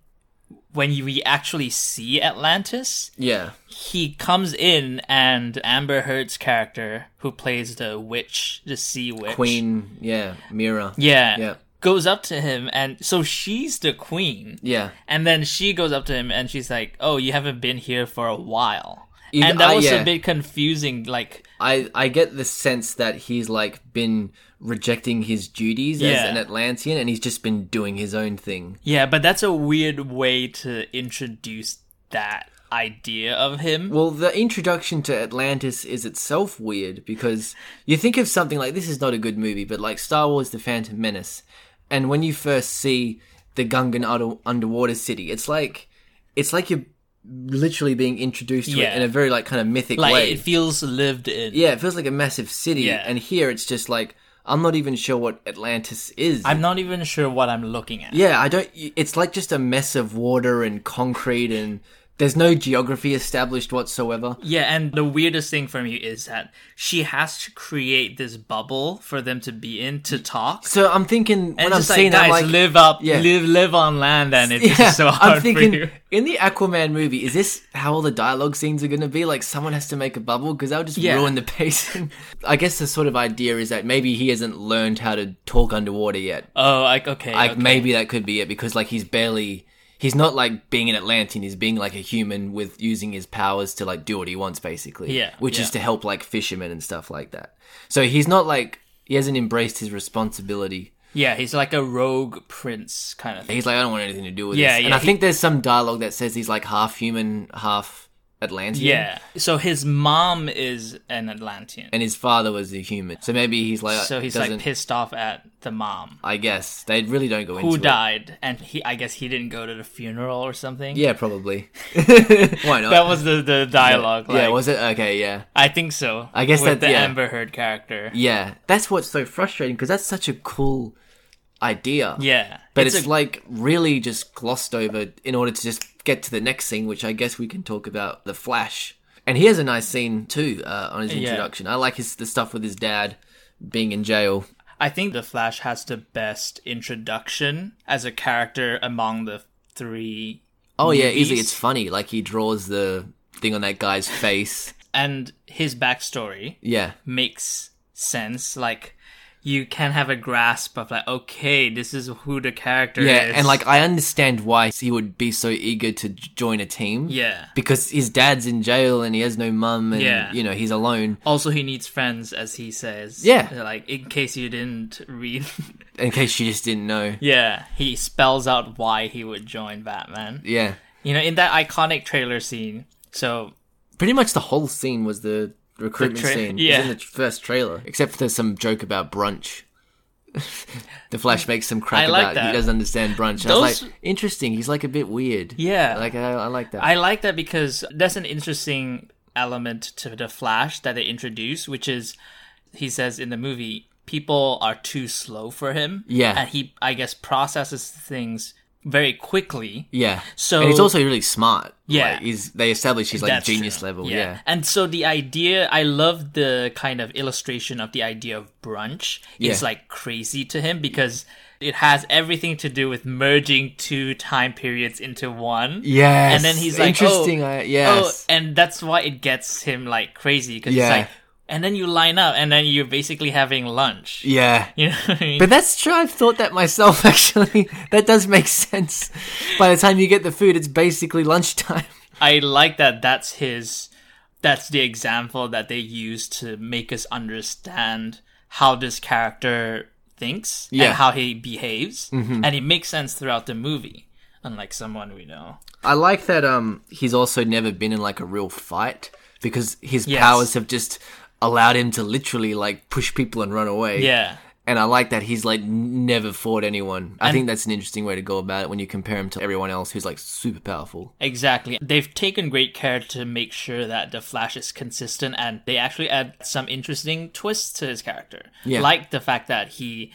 Speaker 3: when you- we actually see Atlantis,
Speaker 4: Yeah.
Speaker 3: he comes in and Amber Heard's character, who plays the witch, the sea witch.
Speaker 4: Queen, yeah, Mira.
Speaker 3: Yeah.
Speaker 4: Yeah.
Speaker 3: Goes up to him and so she's the queen.
Speaker 4: Yeah.
Speaker 3: And then she goes up to him and she's like, "Oh, you haven't been here for a while."
Speaker 4: You-
Speaker 3: and that
Speaker 4: I-
Speaker 3: was
Speaker 4: yeah.
Speaker 3: a bit confusing. Like,
Speaker 4: I I get the sense that he's like been rejecting his duties
Speaker 3: Yeah.
Speaker 4: as an Atlantean and he's just been doing his own thing.
Speaker 3: yeah, but that's a weird way to introduce that idea of him.
Speaker 4: Well, the introduction to Atlantis is itself weird because you think of something like this is not a good movie, but like Star Wars: The Phantom Menace, and when you first see the Gungan under- underwater city, it's like it's like you're literally being introduced to
Speaker 3: Yeah.
Speaker 4: it in a very like kind of mythic
Speaker 3: like,
Speaker 4: way.
Speaker 3: it feels lived in.
Speaker 4: yeah, it feels like a massive city,
Speaker 3: Yeah.
Speaker 4: and here it's just like I'm not even sure what Atlantis is.
Speaker 3: I'm not even sure what I'm looking at.
Speaker 4: Yeah, I don't. It's like just a mess of water and concrete, and there's no geography established whatsoever.
Speaker 3: Yeah, and the weirdest thing for me is that she has to create this bubble for them to be in to talk.
Speaker 4: So I'm thinking when
Speaker 3: and
Speaker 4: I'm
Speaker 3: it's just
Speaker 4: seeing
Speaker 3: like,
Speaker 4: that,
Speaker 3: guys,
Speaker 4: I'm like,
Speaker 3: live up,
Speaker 4: yeah.
Speaker 3: live, live on land, and it's
Speaker 4: Yeah,
Speaker 3: just so hard
Speaker 4: I'm
Speaker 3: for you.
Speaker 4: thinking in the Aquaman movie, is this how all the dialogue scenes are going to be? Like someone has to make a bubble because that would just
Speaker 3: Yeah.
Speaker 4: ruin the pacing. I guess the sort of idea is that maybe he hasn't learned how to talk underwater yet.
Speaker 3: Oh, like okay,
Speaker 4: Like
Speaker 3: okay.
Speaker 4: maybe that could be it because like he's barely. He's not like being an Atlantean. He's being like a human with using his powers to like do what he wants, basically.
Speaker 3: Yeah,
Speaker 4: Which is
Speaker 3: yeah.
Speaker 4: to help like fishermen and stuff like that. So he's not like he hasn't embraced his responsibility.
Speaker 3: yeah, he's like a rogue prince kind of thing.
Speaker 4: He's like, I don't want anything to do with
Speaker 3: Yeah,
Speaker 4: this. And
Speaker 3: yeah,
Speaker 4: I
Speaker 3: he-
Speaker 4: think there's some dialogue that says he's like half human, half Atlantean.
Speaker 3: Yeah. So his mom is an Atlantean.
Speaker 4: And his father was a human. So maybe he's like,
Speaker 3: so he's
Speaker 4: doesn't,
Speaker 3: like pissed off at the mom
Speaker 4: I guess. They really don't go into
Speaker 3: who
Speaker 4: it.
Speaker 3: died, and he I guess he didn't go to the funeral or something.
Speaker 4: Yeah, probably. Why not?
Speaker 3: That was the the dialogue.
Speaker 4: yeah,
Speaker 3: like,
Speaker 4: was it? Okay, yeah.
Speaker 3: I think so.
Speaker 4: I guess
Speaker 3: with
Speaker 4: that-
Speaker 3: the
Speaker 4: yeah.
Speaker 3: Amber Heard character.
Speaker 4: Yeah. That's what's so frustrating because that's such a cool idea.
Speaker 3: Yeah.
Speaker 4: But it's,
Speaker 3: a-
Speaker 4: like really just glossed over in order to just get to the next scene, which I guess we can talk about the Flash. And he has a nice scene too uh, on his
Speaker 3: Yeah.
Speaker 4: introduction. I like his the stuff with his dad being in jail.
Speaker 3: I think the Flash has the best introduction as a character among the three.
Speaker 4: Oh yeah, easily
Speaker 3: movies.
Speaker 4: it's funny. Like he draws the thing on that guy's face.
Speaker 3: and his backstory
Speaker 4: Yeah,
Speaker 3: makes sense. Like you can have a grasp of like, okay, this is who the character
Speaker 4: yeah,
Speaker 3: is.
Speaker 4: and like I understand why he would be so eager to j- join a team.
Speaker 3: Yeah.
Speaker 4: because his dad's in jail and he has no mum, and
Speaker 3: Yeah.
Speaker 4: you know he's alone.
Speaker 3: also he needs friends, as he says.
Speaker 4: Yeah.
Speaker 3: Like in case you didn't read.
Speaker 4: In case you just didn't know.
Speaker 3: yeah, he spells out why he would join Batman.
Speaker 4: Yeah,
Speaker 3: You know, in that iconic trailer scene. So
Speaker 4: pretty much the whole scene was the recruitment
Speaker 3: The tra-
Speaker 4: scene.
Speaker 3: yeah.
Speaker 4: it was in the tr- first trailer, except for there's some joke about brunch. the Flash makes some
Speaker 3: I
Speaker 4: crack
Speaker 3: like
Speaker 4: about
Speaker 3: that.
Speaker 4: he doesn't understand brunch. I was
Speaker 3: Those-
Speaker 4: like, interesting. He's like a bit weird.
Speaker 3: Yeah.
Speaker 4: like I, I like that.
Speaker 3: I like that because that's an interesting element to the Flash that they introduce, which is he says in the movie, people are too slow for him.
Speaker 4: Yeah.
Speaker 3: And he, I guess, processes things very quickly.
Speaker 4: yeah.
Speaker 3: So-
Speaker 4: and he's also really smart.
Speaker 3: Yeah.
Speaker 4: like, he's they establish he's like
Speaker 3: That's
Speaker 4: genius
Speaker 3: true.
Speaker 4: level. Yeah.
Speaker 3: And so the idea, I love the kind of illustration of the idea of brunch. It's
Speaker 4: Yeah.
Speaker 3: like crazy to him because it has everything to do with merging two time periods into one.
Speaker 4: Yes.
Speaker 3: And then he's like,
Speaker 4: interesting.
Speaker 3: oh,
Speaker 4: I, yes.
Speaker 3: Oh, and that's why it gets him like crazy because
Speaker 4: Yeah.
Speaker 3: it's like, and then you line up and then you're basically having lunch.
Speaker 4: yeah.
Speaker 3: You know what I mean?
Speaker 4: But that's true. I've thought that myself. Actually, that does make sense. By the time you get the food, it's basically lunchtime.
Speaker 3: I like that that's his that's the example that they use to make us understand how this character thinks
Speaker 4: Yeah. Mm-hmm.
Speaker 3: and how he behaves and it makes sense throughout the movie unlike someone we know.
Speaker 4: I like that um he's also never been in like a real fight because his
Speaker 3: Yes.
Speaker 4: powers have just allowed him to literally like push people and run away.
Speaker 3: Yeah.
Speaker 4: And I like that he's like n- never fought anyone. I think that's an interesting way to go about it when you compare him to everyone else who's like super powerful.
Speaker 3: Exactly. They've taken great care to make sure that the Flash is consistent and they actually add some interesting twists to his character.
Speaker 4: Yeah.
Speaker 3: Like the fact that he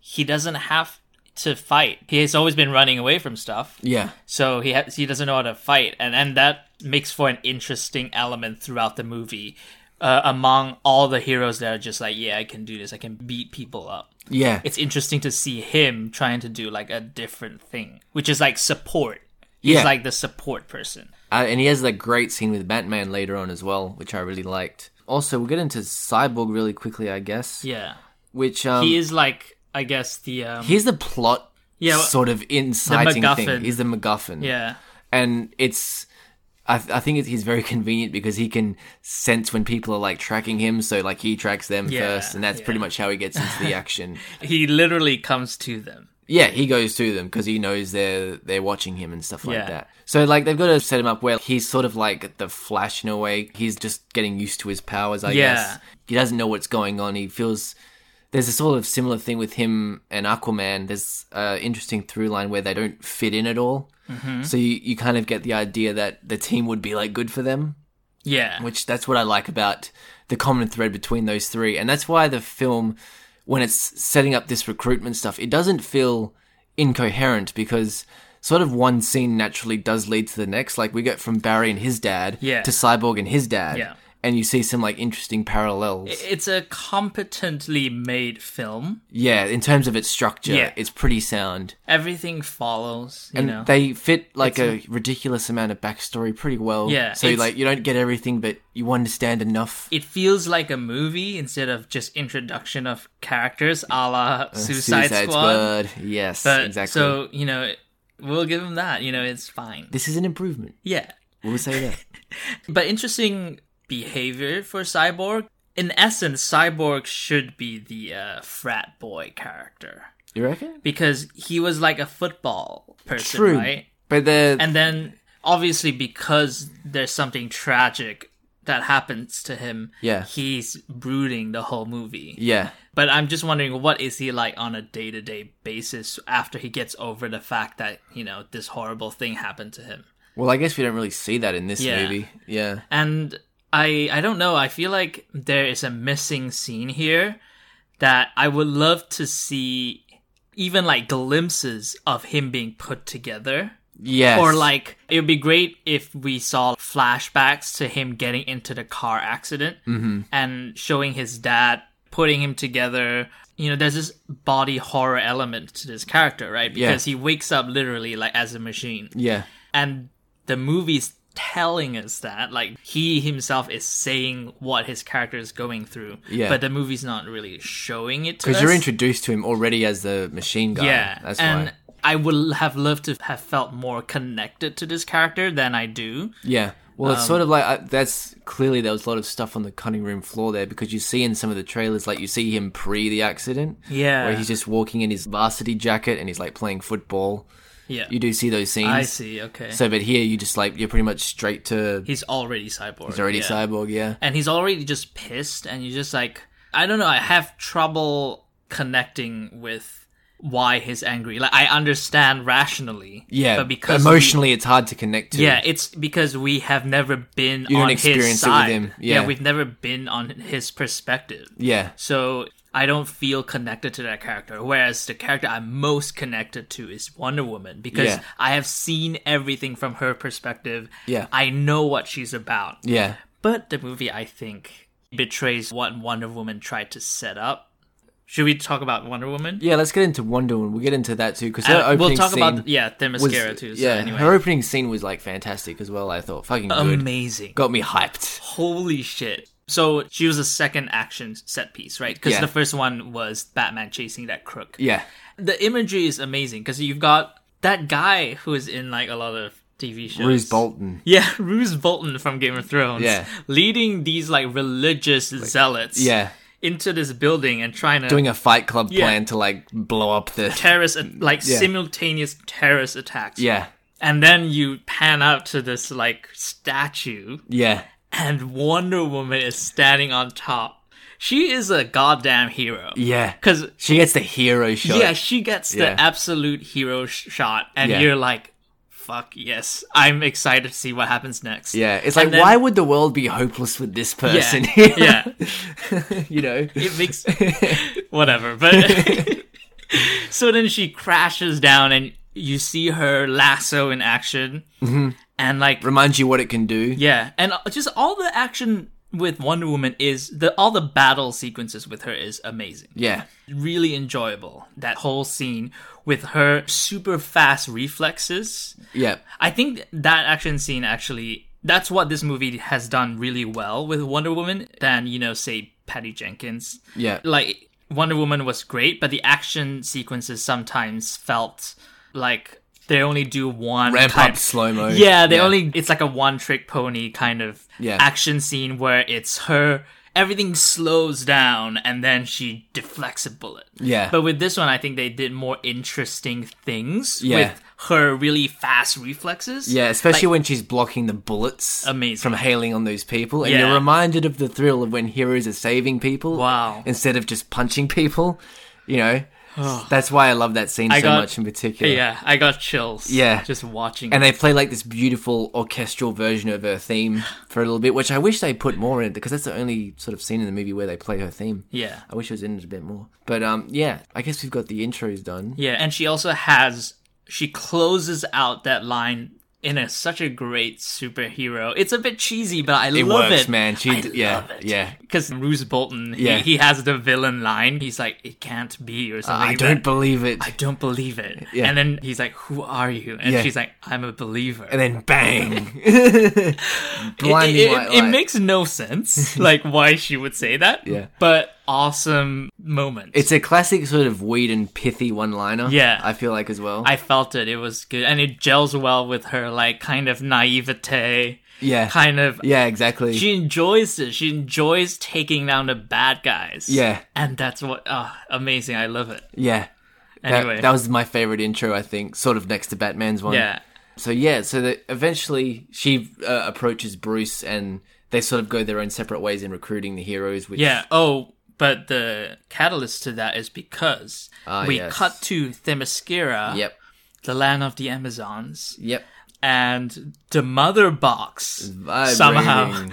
Speaker 3: he doesn't have to fight. He has always been running away from stuff.
Speaker 4: Yeah.
Speaker 3: So he ha- he doesn't know how to fight, and and that makes for an interesting element throughout the movie. Uh, among all the heroes that are just like, yeah, I can do this. I can beat people up.
Speaker 4: Yeah.
Speaker 3: It's interesting to see him trying to do like a different thing, which is like support.
Speaker 4: Yeah.
Speaker 3: He's like the support person.
Speaker 4: Uh, and he has that great scene with Batman later on as well, which I really liked. Also, we'll get into Cyborg really quickly, I guess.
Speaker 3: Yeah.
Speaker 4: Which um
Speaker 3: he is like, I guess the um,
Speaker 4: he's the plot
Speaker 3: Yeah, well,
Speaker 4: sort of inciting
Speaker 3: MacGuffin.
Speaker 4: thing. He's the MacGuffin.
Speaker 3: yeah.
Speaker 4: and it's I, I think it's, he's very convenient because he can sense when people are like tracking him, so like he tracks them
Speaker 3: Yeah,
Speaker 4: first, and that's pretty much how he gets into the action.
Speaker 3: He literally comes to them.
Speaker 4: yeah, he goes to them because he knows they're they're watching him and stuff like
Speaker 3: Yeah.
Speaker 4: that. So like they've got to set him up where he's sort of like the Flash in a way. He's just getting used to his powers, I
Speaker 3: Yeah.
Speaker 4: guess. He doesn't know what's going on. He feels there's a sort of similar thing with him and Aquaman. There's an interesting through line where they don't fit in at all.
Speaker 3: Mm-hmm.
Speaker 4: So you, you kind of get the idea that the team would be like good for them,
Speaker 3: Yeah.
Speaker 4: which that's what I like about the common thread between those three. And that's why the film, when it's setting up this recruitment stuff, it doesn't feel incoherent because sort of one scene naturally does lead to the next. Like we get from Barry and his dad
Speaker 3: Yeah.
Speaker 4: to Cyborg and his dad.
Speaker 3: Yeah.
Speaker 4: And you see some like interesting parallels.
Speaker 3: It's a competently made film.
Speaker 4: yeah, in terms of its structure,
Speaker 3: Yeah.
Speaker 4: it's pretty sound.
Speaker 3: Everything follows, you
Speaker 4: and
Speaker 3: know.
Speaker 4: they fit like a ridiculous amount of backstory pretty well.
Speaker 3: Yeah,
Speaker 4: So
Speaker 3: it's-
Speaker 4: like you don't get everything, but you understand enough.
Speaker 3: it feels like a movie instead of just introduction of characters a la Suicide, Squad.
Speaker 4: Yes,
Speaker 3: But,
Speaker 4: Uh, exactly.
Speaker 3: So, you know, it- we'll give him that. You know, it's fine.
Speaker 4: this is an improvement.
Speaker 3: Yeah.
Speaker 4: We'll say that.
Speaker 3: But interesting behavior for Cyborg. In essence, Cyborg should be the uh, frat boy character
Speaker 4: You reckon?
Speaker 3: because he was like a football person,
Speaker 4: True.
Speaker 3: right?
Speaker 4: But the
Speaker 3: And then, obviously, because there's something tragic that happens to him,
Speaker 4: Yeah.
Speaker 3: he's brooding the whole movie.
Speaker 4: yeah,
Speaker 3: But I'm just wondering, what is he like on a day to day basis after he gets over the fact that, you know, this horrible thing happened to him?
Speaker 4: well, I guess we don't really see that in this
Speaker 3: Yeah.
Speaker 4: movie. Yeah,
Speaker 3: And I, I don't know, I feel like there is a missing scene here that I would love to see even like glimpses of him being put together.
Speaker 4: Yes.
Speaker 3: Or like it would be great if we saw flashbacks to him getting into the car accident
Speaker 4: Mm-hmm.
Speaker 3: and showing his dad putting him together. You know, there's this body horror element to this character, right?
Speaker 4: Yeah.
Speaker 3: Because he wakes up literally like as a machine.
Speaker 4: Yeah.
Speaker 3: And the movie's telling us that like he himself is saying what his character is going through
Speaker 4: Yeah.
Speaker 3: but the movie's not really showing it to
Speaker 4: Because you're
Speaker 3: us.
Speaker 4: introduced to him already as the machine guy.
Speaker 3: Yeah,
Speaker 4: That's
Speaker 3: and
Speaker 4: why.
Speaker 3: I would have loved to have felt more connected to this character than I do.
Speaker 4: Yeah. Well,
Speaker 3: um,
Speaker 4: it's sort of like I, that's clearly there was a lot of stuff on the cutting room floor there because you see in some of the trailers, like you see him pre the accident.
Speaker 3: Yeah.
Speaker 4: Where he's just walking in his varsity jacket and he's like playing football.
Speaker 3: Yeah,
Speaker 4: You do see those scenes.
Speaker 3: I see. Okay,
Speaker 4: So, but here you just like, you're pretty much straight to.
Speaker 3: he's already cyborg.
Speaker 4: He's already
Speaker 3: yeah.
Speaker 4: cyborg, yeah.
Speaker 3: and he's already just pissed, and you're just like, I don't know. I have trouble connecting with why he's angry. Like I understand rationally,
Speaker 4: Yeah.
Speaker 3: but because we-
Speaker 4: emotionally, it's hard to connect to.
Speaker 3: yeah, it's because we have never been
Speaker 4: You don't
Speaker 3: on his
Speaker 4: experience it with
Speaker 3: side.
Speaker 4: him, yeah.
Speaker 3: we've never been on his perspective.
Speaker 4: Yeah.
Speaker 3: So I don't feel connected to that character. Whereas the character I'm most connected to is Wonder Woman because
Speaker 4: Yeah.
Speaker 3: I have seen everything from her perspective.
Speaker 4: Yeah.
Speaker 3: I know what she's about.
Speaker 4: Yeah.
Speaker 3: But the movie, I think, betrays what Wonder Woman tried to set up. Should we talk about Wonder Woman?
Speaker 4: Yeah, let's get into Wonder Woman. We'll get into that too because her
Speaker 3: Uh,
Speaker 4: opening
Speaker 3: we'll talk
Speaker 4: scene
Speaker 3: about yeah, Themyscira too. So
Speaker 4: yeah,
Speaker 3: anyway,
Speaker 4: her opening scene was like fantastic as well. I thought fucking good,
Speaker 3: amazing.
Speaker 4: got me hyped.
Speaker 3: Holy shit. So she was a second action set piece, right? Because
Speaker 4: Yeah.
Speaker 3: the first one was Batman chasing that crook.
Speaker 4: Yeah,
Speaker 3: The imagery is amazing because you've got that guy who is in like a lot of TV shows.
Speaker 4: Bruce Bolton.
Speaker 3: Yeah, Ruse Bolton from Game of Thrones.
Speaker 4: Yeah.
Speaker 3: Leading these like religious zealots
Speaker 4: Yeah,
Speaker 3: into this building and trying to
Speaker 4: doing a Fight Club
Speaker 3: Yeah.
Speaker 4: plan to like blow up the.
Speaker 3: terrorist like
Speaker 4: Yeah.
Speaker 3: simultaneous terrorist attacks.
Speaker 4: Yeah,
Speaker 3: And then you pan out to this like statue
Speaker 4: yeah,
Speaker 3: and Wonder Woman is standing on top. She is a goddamn hero.
Speaker 4: yeah.
Speaker 3: Because,
Speaker 4: she gets the hero shot.
Speaker 3: yeah, she gets the
Speaker 4: Yeah.
Speaker 3: absolute hero sh- shot, and
Speaker 4: Yeah.
Speaker 3: you're like, fuck yes, I'm excited to see what happens next.
Speaker 4: yeah. It's like
Speaker 3: And then-
Speaker 4: why would the world be hopeless with this person?
Speaker 3: Yeah, yeah.
Speaker 4: you know.
Speaker 3: It makes. whatever, but. so then she crashes down, and you see her lasso in action,
Speaker 4: Mm-hmm.
Speaker 3: and like,
Speaker 4: Reminds you what it can do.
Speaker 3: Yeah, and just all the action with Wonder Woman is the all the battle sequences with her is amazing.
Speaker 4: Yeah,
Speaker 3: Really enjoyable that whole scene with her super fast reflexes.
Speaker 4: yeah,
Speaker 3: I think that action scene actually that's what this movie has done really well with Wonder Woman than, you know, say Patty Jenkins.
Speaker 4: Yeah.
Speaker 3: Like Wonder Woman was great, but the action sequences sometimes felt like they only do one
Speaker 4: Ramp
Speaker 3: type-
Speaker 4: up slow-mo.
Speaker 3: Yeah, they
Speaker 4: Yeah.
Speaker 3: only it's like a one trick pony kind of
Speaker 4: Yeah.
Speaker 3: action scene where it's her everything slows down and then she deflects a bullet.
Speaker 4: Yeah.
Speaker 3: But with this one I think they did more interesting things
Speaker 4: Yeah.
Speaker 3: with her really fast reflexes.
Speaker 4: yeah. Especially
Speaker 3: Like,
Speaker 4: when she's blocking the bullets
Speaker 3: Amazing.
Speaker 4: from hailing on those people, and
Speaker 3: Yeah.
Speaker 4: you're reminded of the thrill of when heroes are saving people.
Speaker 3: Wow.
Speaker 4: Instead of just punching people, you know. That's why I love that scene
Speaker 3: I
Speaker 4: so
Speaker 3: got-
Speaker 4: much in particular.
Speaker 3: yeah, I got chills.
Speaker 4: Yeah.
Speaker 3: Just watching it.
Speaker 4: And they play like this beautiful orchestral version of her theme for a little bit, which I wish they put more in it because that's the only sort of scene in the movie where they play her theme.
Speaker 3: Yeah.
Speaker 4: I wish it was in it a bit more. But um, yeah, I guess we've got the intros done.
Speaker 3: Yeah, and she also has she closes out that line in a such a great superhero. It's a bit cheesy, but I
Speaker 4: It
Speaker 3: love
Speaker 4: works,
Speaker 3: it.
Speaker 4: man. She,
Speaker 3: I
Speaker 4: d- yeah,
Speaker 3: love it.
Speaker 4: yeah.
Speaker 3: Because Ruse Bolton, he,
Speaker 4: Yeah.
Speaker 3: he has the villain line. He's like, "It can't be," or something.
Speaker 4: I
Speaker 3: like
Speaker 4: don't
Speaker 3: that.
Speaker 4: believe it.
Speaker 3: I don't believe it.
Speaker 4: Yeah.
Speaker 3: And then he's like, "Who are you?" And
Speaker 4: Yeah.
Speaker 3: she's like, "I'm a believer."
Speaker 4: And then bang,
Speaker 3: It-
Speaker 4: blinding
Speaker 3: it, it-
Speaker 4: white
Speaker 3: it
Speaker 4: light.
Speaker 3: makes no sense, like why she would say that.
Speaker 4: Yeah.
Speaker 3: But awesome moment.
Speaker 4: It's a classic sort of weed and pithy one-liner.
Speaker 3: Yeah.
Speaker 4: I feel like as well.
Speaker 3: I felt it. It was good, and it gels well with her like kind of naivete.
Speaker 4: yeah,
Speaker 3: Kind of
Speaker 4: yeah, exactly.
Speaker 3: she enjoys it. She enjoys taking down the bad guys.
Speaker 4: Yeah.
Speaker 3: And that's what oh, amazing. I love it.
Speaker 4: yeah, That-
Speaker 3: Anyway.
Speaker 4: that, was my favorite intro. I think sort of next to Batman's one.
Speaker 3: yeah.
Speaker 4: So yeah, so that eventually she uh, approaches Bruce and they sort of go their own separate ways in recruiting the heroes. Which
Speaker 3: Yeah. Oh, but the catalyst to that is because
Speaker 4: Ah,
Speaker 3: we
Speaker 4: yes.
Speaker 3: cut to Themyscira,
Speaker 4: Yep.
Speaker 3: the land of the Amazons,
Speaker 4: Yep.
Speaker 3: and the mother box
Speaker 4: Vibrating,
Speaker 3: somehow.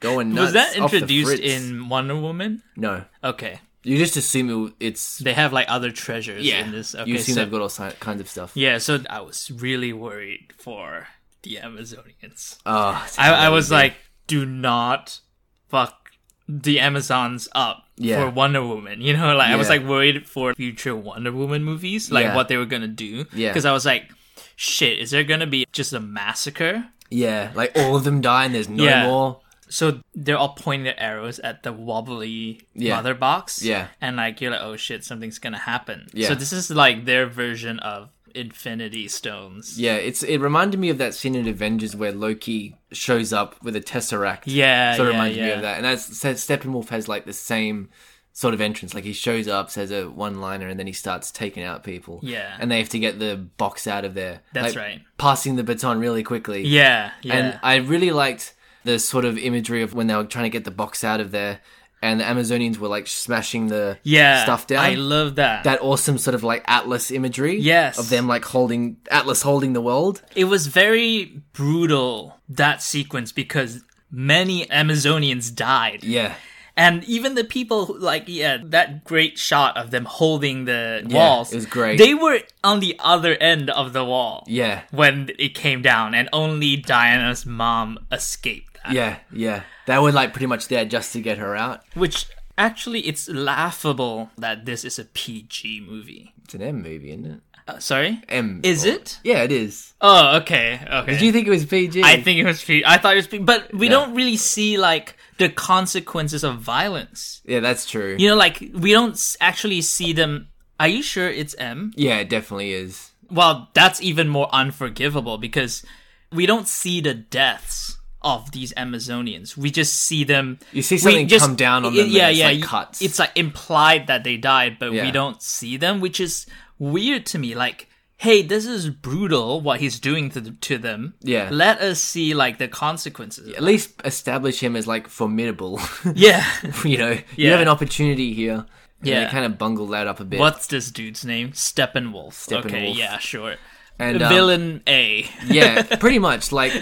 Speaker 4: going nuts.
Speaker 3: was that
Speaker 4: off the
Speaker 3: introduced
Speaker 4: fritz.
Speaker 3: in Wonder Woman?
Speaker 4: No.
Speaker 3: Okay.
Speaker 4: You just assume it- it's
Speaker 3: They have like other treasures in this. Okay,
Speaker 4: you assume
Speaker 3: so-
Speaker 4: they've got all si- kinds of stuff.
Speaker 3: yeah, so I was really worried for the Amazonians.
Speaker 4: Ah,
Speaker 3: I, I was like, do not fuck the Amazons up
Speaker 4: Yeah.
Speaker 3: for Wonder Woman. You know, like I was
Speaker 4: Yeah.
Speaker 3: like worried for future Wonder Woman movies, like
Speaker 4: Yeah.
Speaker 3: what they were gonna do.
Speaker 4: Yeah.
Speaker 3: Because I was like, shit, is there gonna be just a massacre?
Speaker 4: yeah, like all of them die and there's no
Speaker 3: Yeah.
Speaker 4: more.
Speaker 3: So they're all pointing their arrows at the wobbly
Speaker 4: Yeah.
Speaker 3: mother box.
Speaker 4: Yeah.
Speaker 3: And like you're like, oh shit, something's gonna happen.
Speaker 4: Yeah.
Speaker 3: So this is like their version of Infinity Stones.
Speaker 4: Yeah, it's it reminded me of that scene in Avengers where Loki shows up with a tesseract.
Speaker 3: Yeah,
Speaker 4: so it
Speaker 3: yeah,
Speaker 4: reminded me
Speaker 3: yeah.
Speaker 4: of that. And that's says Steppenwolf has like the same sort of entrance. Like he shows up, says a one liner, and then he starts taking out people.
Speaker 3: Yeah.
Speaker 4: and they have to get the box out of there.
Speaker 3: That's
Speaker 4: Like,
Speaker 3: right.
Speaker 4: Passing the baton really quickly.
Speaker 3: Yeah. Yeah.
Speaker 4: And I really liked the sort of imagery of when they were trying to get the box out of there, and the Amazonians were like smashing the
Speaker 3: yeah.
Speaker 4: stuff down.
Speaker 3: I love that.
Speaker 4: that awesome sort of like Atlas imagery,
Speaker 3: Yes.
Speaker 4: of them like holding Atlas holding the world.
Speaker 3: it was very brutal that sequence because many Amazonians died.
Speaker 4: Yeah,
Speaker 3: And even the people who, like yeah, that great shot of them holding the
Speaker 4: Yeah,
Speaker 3: walls.
Speaker 4: it was great.
Speaker 3: They were on the other end of the wall.
Speaker 4: Yeah.
Speaker 3: When it came down and only Diana's mom escaped that.
Speaker 4: yeah, yeah. They were like pretty much there just to get her out.
Speaker 3: Which actually it's laughable that this is a PG movie.
Speaker 4: It's an M movie, isn't it?
Speaker 3: Uh, sorry?
Speaker 4: M.
Speaker 3: Is
Speaker 4: or-
Speaker 3: it?
Speaker 4: Yeah, it is.
Speaker 3: Oh, okay. Okay.
Speaker 4: Eh. Did you think it was PG?
Speaker 3: I think it was P. I thought it was P. But we
Speaker 4: No.
Speaker 3: don't really see like the consequences of violence.
Speaker 4: Yeah, that's true.
Speaker 3: You know, like we don't s- actually see them. Are you sure it's M?
Speaker 4: Yeah, it definitely is.
Speaker 3: Well, that's even more unforgivable because we don't see the deaths of these Amazonians. We just see them.
Speaker 4: You see
Speaker 3: we
Speaker 4: something come down on them and it's, like,
Speaker 3: you-
Speaker 4: cuts.
Speaker 3: It's like implied that they died, but we
Speaker 4: Yeah.
Speaker 3: don't see them, which is weird to me. Like, hey, this is brutal what he's doing to, th- to them.
Speaker 4: Yeah.
Speaker 3: Let us see like the consequences.
Speaker 4: At least establish him as like formidable.
Speaker 3: Yeah.
Speaker 4: you know, you
Speaker 3: Yeah.
Speaker 4: have an opportunity here. And
Speaker 3: Yeah.
Speaker 4: they kind of bungled that up a bit.
Speaker 3: What's this dude's name? Steppenwolf. Okay,
Speaker 4: Steppenwolf.
Speaker 3: yeah, sure.
Speaker 4: And, um,
Speaker 3: Villain A.
Speaker 4: yeah, pretty much. Like,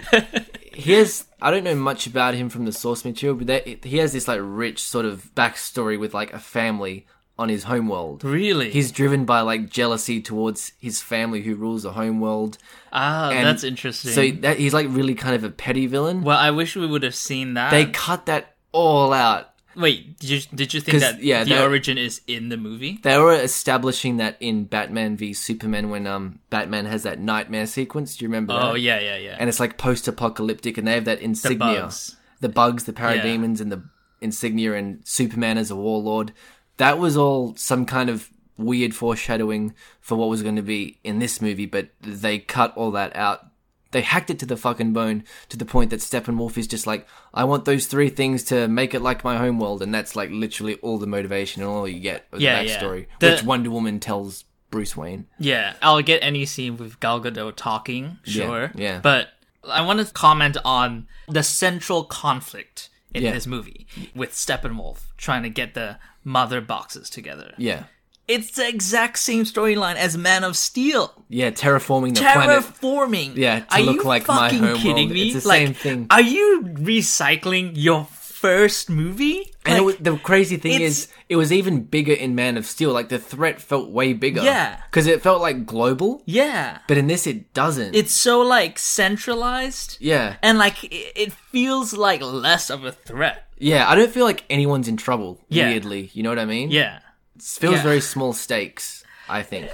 Speaker 4: he has. I don't know much about him from the source material, but that, he has this like rich sort of backstory with like a family on his homeworld.
Speaker 3: Really?
Speaker 4: He's driven by like jealousy towards his family who rules the homeworld.
Speaker 3: Ah,
Speaker 4: And
Speaker 3: that's interesting.
Speaker 4: So that he's like really kind of a petty villain.
Speaker 3: well, I wish we would have seen that.
Speaker 4: they cut that all out.
Speaker 3: Wait, did you, did you think
Speaker 4: 'Cause,
Speaker 3: that
Speaker 4: yeah,
Speaker 3: the
Speaker 4: that-
Speaker 3: origin is in the movie?
Speaker 4: They were establishing that in Batman v Superman when um Batman has that nightmare sequence. Do you remember?
Speaker 3: Oh,
Speaker 4: that?
Speaker 3: yeah, yeah, yeah.
Speaker 4: and it's like post-apocalyptic, and they have that insignia, the
Speaker 3: bugs.
Speaker 4: bugs, the, parademons, and the insignia, and Superman as a warlord. That was all some kind of weird foreshadowing for what was going to be in this movie, but they cut all that out. They hacked it to the fucking bone to the point that Steppenwolf is just like, I want those three things to make it like my homeworld, and that's like literally all the motivation and all you get with
Speaker 3: Yeah,
Speaker 4: the
Speaker 3: yeah.
Speaker 4: backstory,
Speaker 3: The-
Speaker 4: which Wonder Woman tells Bruce Wayne.
Speaker 3: yeah, I'll get any scene with Gal Gadot talking, sure.
Speaker 4: yeah.
Speaker 3: But I want to comment on the central conflict in
Speaker 4: Yeah.
Speaker 3: this movie with Steppenwolf trying to get the mother boxes together.
Speaker 4: Yeah.
Speaker 3: It's the exact same storyline as Man of Steel.
Speaker 4: Yeah, terraforming the planet.
Speaker 3: terraforming.
Speaker 4: Yeah, to
Speaker 3: are
Speaker 4: look
Speaker 3: you
Speaker 4: like my
Speaker 3: fucking
Speaker 4: homeworld.
Speaker 3: kidding me?
Speaker 4: It's the
Speaker 3: Like,
Speaker 4: same thing.
Speaker 3: Are you recycling your first movie?
Speaker 4: And it
Speaker 3: Like,
Speaker 4: was, the crazy thing
Speaker 3: it's-
Speaker 4: is, it was even bigger in Man of Steel. Like the threat felt way bigger.
Speaker 3: Yeah.
Speaker 4: because it felt like global,
Speaker 3: yeah,
Speaker 4: but in this it doesn't.
Speaker 3: it's so like centralized.
Speaker 4: yeah,
Speaker 3: and like it, it feels like less of a threat.
Speaker 4: yeah. I don't feel like anyone's in trouble.
Speaker 3: Yeah.
Speaker 4: Weirdly, you know what I mean?
Speaker 3: Yeah,
Speaker 4: it feels
Speaker 3: Yeah.
Speaker 4: very small stakes. I think.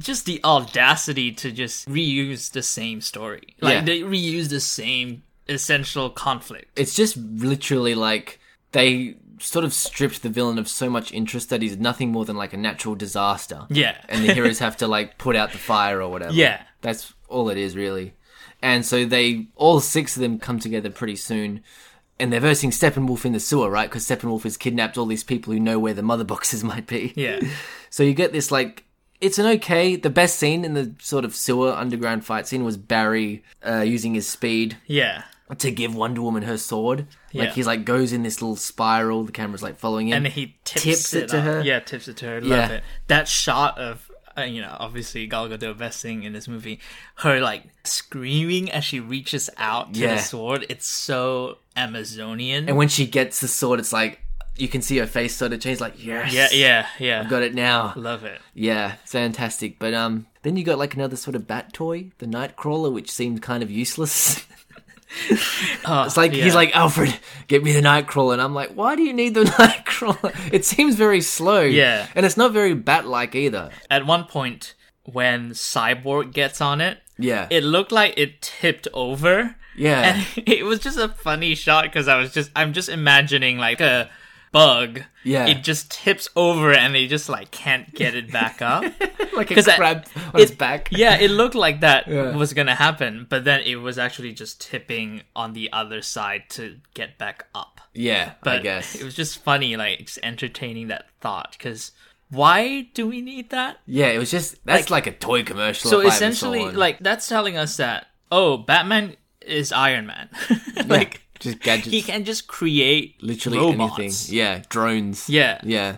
Speaker 3: just the audacity to just reuse the same story. Like
Speaker 4: Yeah.
Speaker 3: they reuse the same essential conflict.
Speaker 4: it's just literally like they sort of stripped the villain of so much interest that he's nothing more than like a natural disaster.
Speaker 3: Yeah.
Speaker 4: And the heroes have to like put out the fire or whatever.
Speaker 3: Yeah.
Speaker 4: That's all it is really. And so they all six of them come together pretty soon. And they're versing Steppenwolf in the sewer, right? Because Steppenwolf has kidnapped all these people who know where the mother boxes might be.
Speaker 3: yeah,
Speaker 4: So you get this like it's an okay. The best scene in the sort of sewer underground fight scene was Barry uh, using his speed
Speaker 3: yeah.
Speaker 4: to give Wonder Woman her sword.
Speaker 3: Yeah.
Speaker 4: Like he's like goes in this little spiral. The camera's like following him,
Speaker 3: and he tips,
Speaker 4: Tips
Speaker 3: it,
Speaker 4: it to
Speaker 3: up.
Speaker 4: her?
Speaker 3: Yeah, tips it to her. Love
Speaker 4: Yeah.
Speaker 3: it. That shot of uh, you know, obviously Gal Gadot best thing in this movie. Her like screaming as she reaches out to
Speaker 4: Yeah.
Speaker 3: the sword. It's so Amazonian.
Speaker 4: And when she gets the sword, it's like you can see her face sort of change, like yes,
Speaker 3: Yeah, yeah, yeah.
Speaker 4: got it now.
Speaker 3: Love it.
Speaker 4: Yeah, fantastic. But um, then you got like another sort of bat toy, the Nightcrawler, which seemed kind of useless. it's like
Speaker 3: Oh, yeah.
Speaker 4: he's like Alfred, get me the Nightcrawler, and I'm like, why do you need the Nightcrawler? It seems very slow.
Speaker 3: Yeah.
Speaker 4: and it's not very bat-like either.
Speaker 3: At one point, when Cyborg gets on it,
Speaker 4: Yeah,
Speaker 3: it looked like it tipped over.
Speaker 4: yeah,
Speaker 3: And it was just a funny shot because I was just I'm just imagining like a bug.
Speaker 4: Yeah.
Speaker 3: It just tips over and they just like can't get it back up.
Speaker 4: like a
Speaker 3: 'cause I-
Speaker 4: crab on its
Speaker 3: it-
Speaker 4: back.
Speaker 3: yeah, it looked like that
Speaker 4: Yeah.
Speaker 3: was gonna happen, but then it was actually just tipping on the other side to get back up.
Speaker 4: yeah,
Speaker 3: But
Speaker 4: I guess.
Speaker 3: it was just funny, like just entertaining that thought because why do we need that?
Speaker 4: Yeah, it was just that's like, a toy commercial.
Speaker 3: so
Speaker 4: if I ever saw
Speaker 3: essentially
Speaker 4: one.
Speaker 3: like that's telling us that oh batman is iron man like
Speaker 4: just gadgets.
Speaker 3: he can just create
Speaker 4: literally
Speaker 3: robots.
Speaker 4: anything. Yeah, drones.
Speaker 3: Yeah.
Speaker 4: yeah.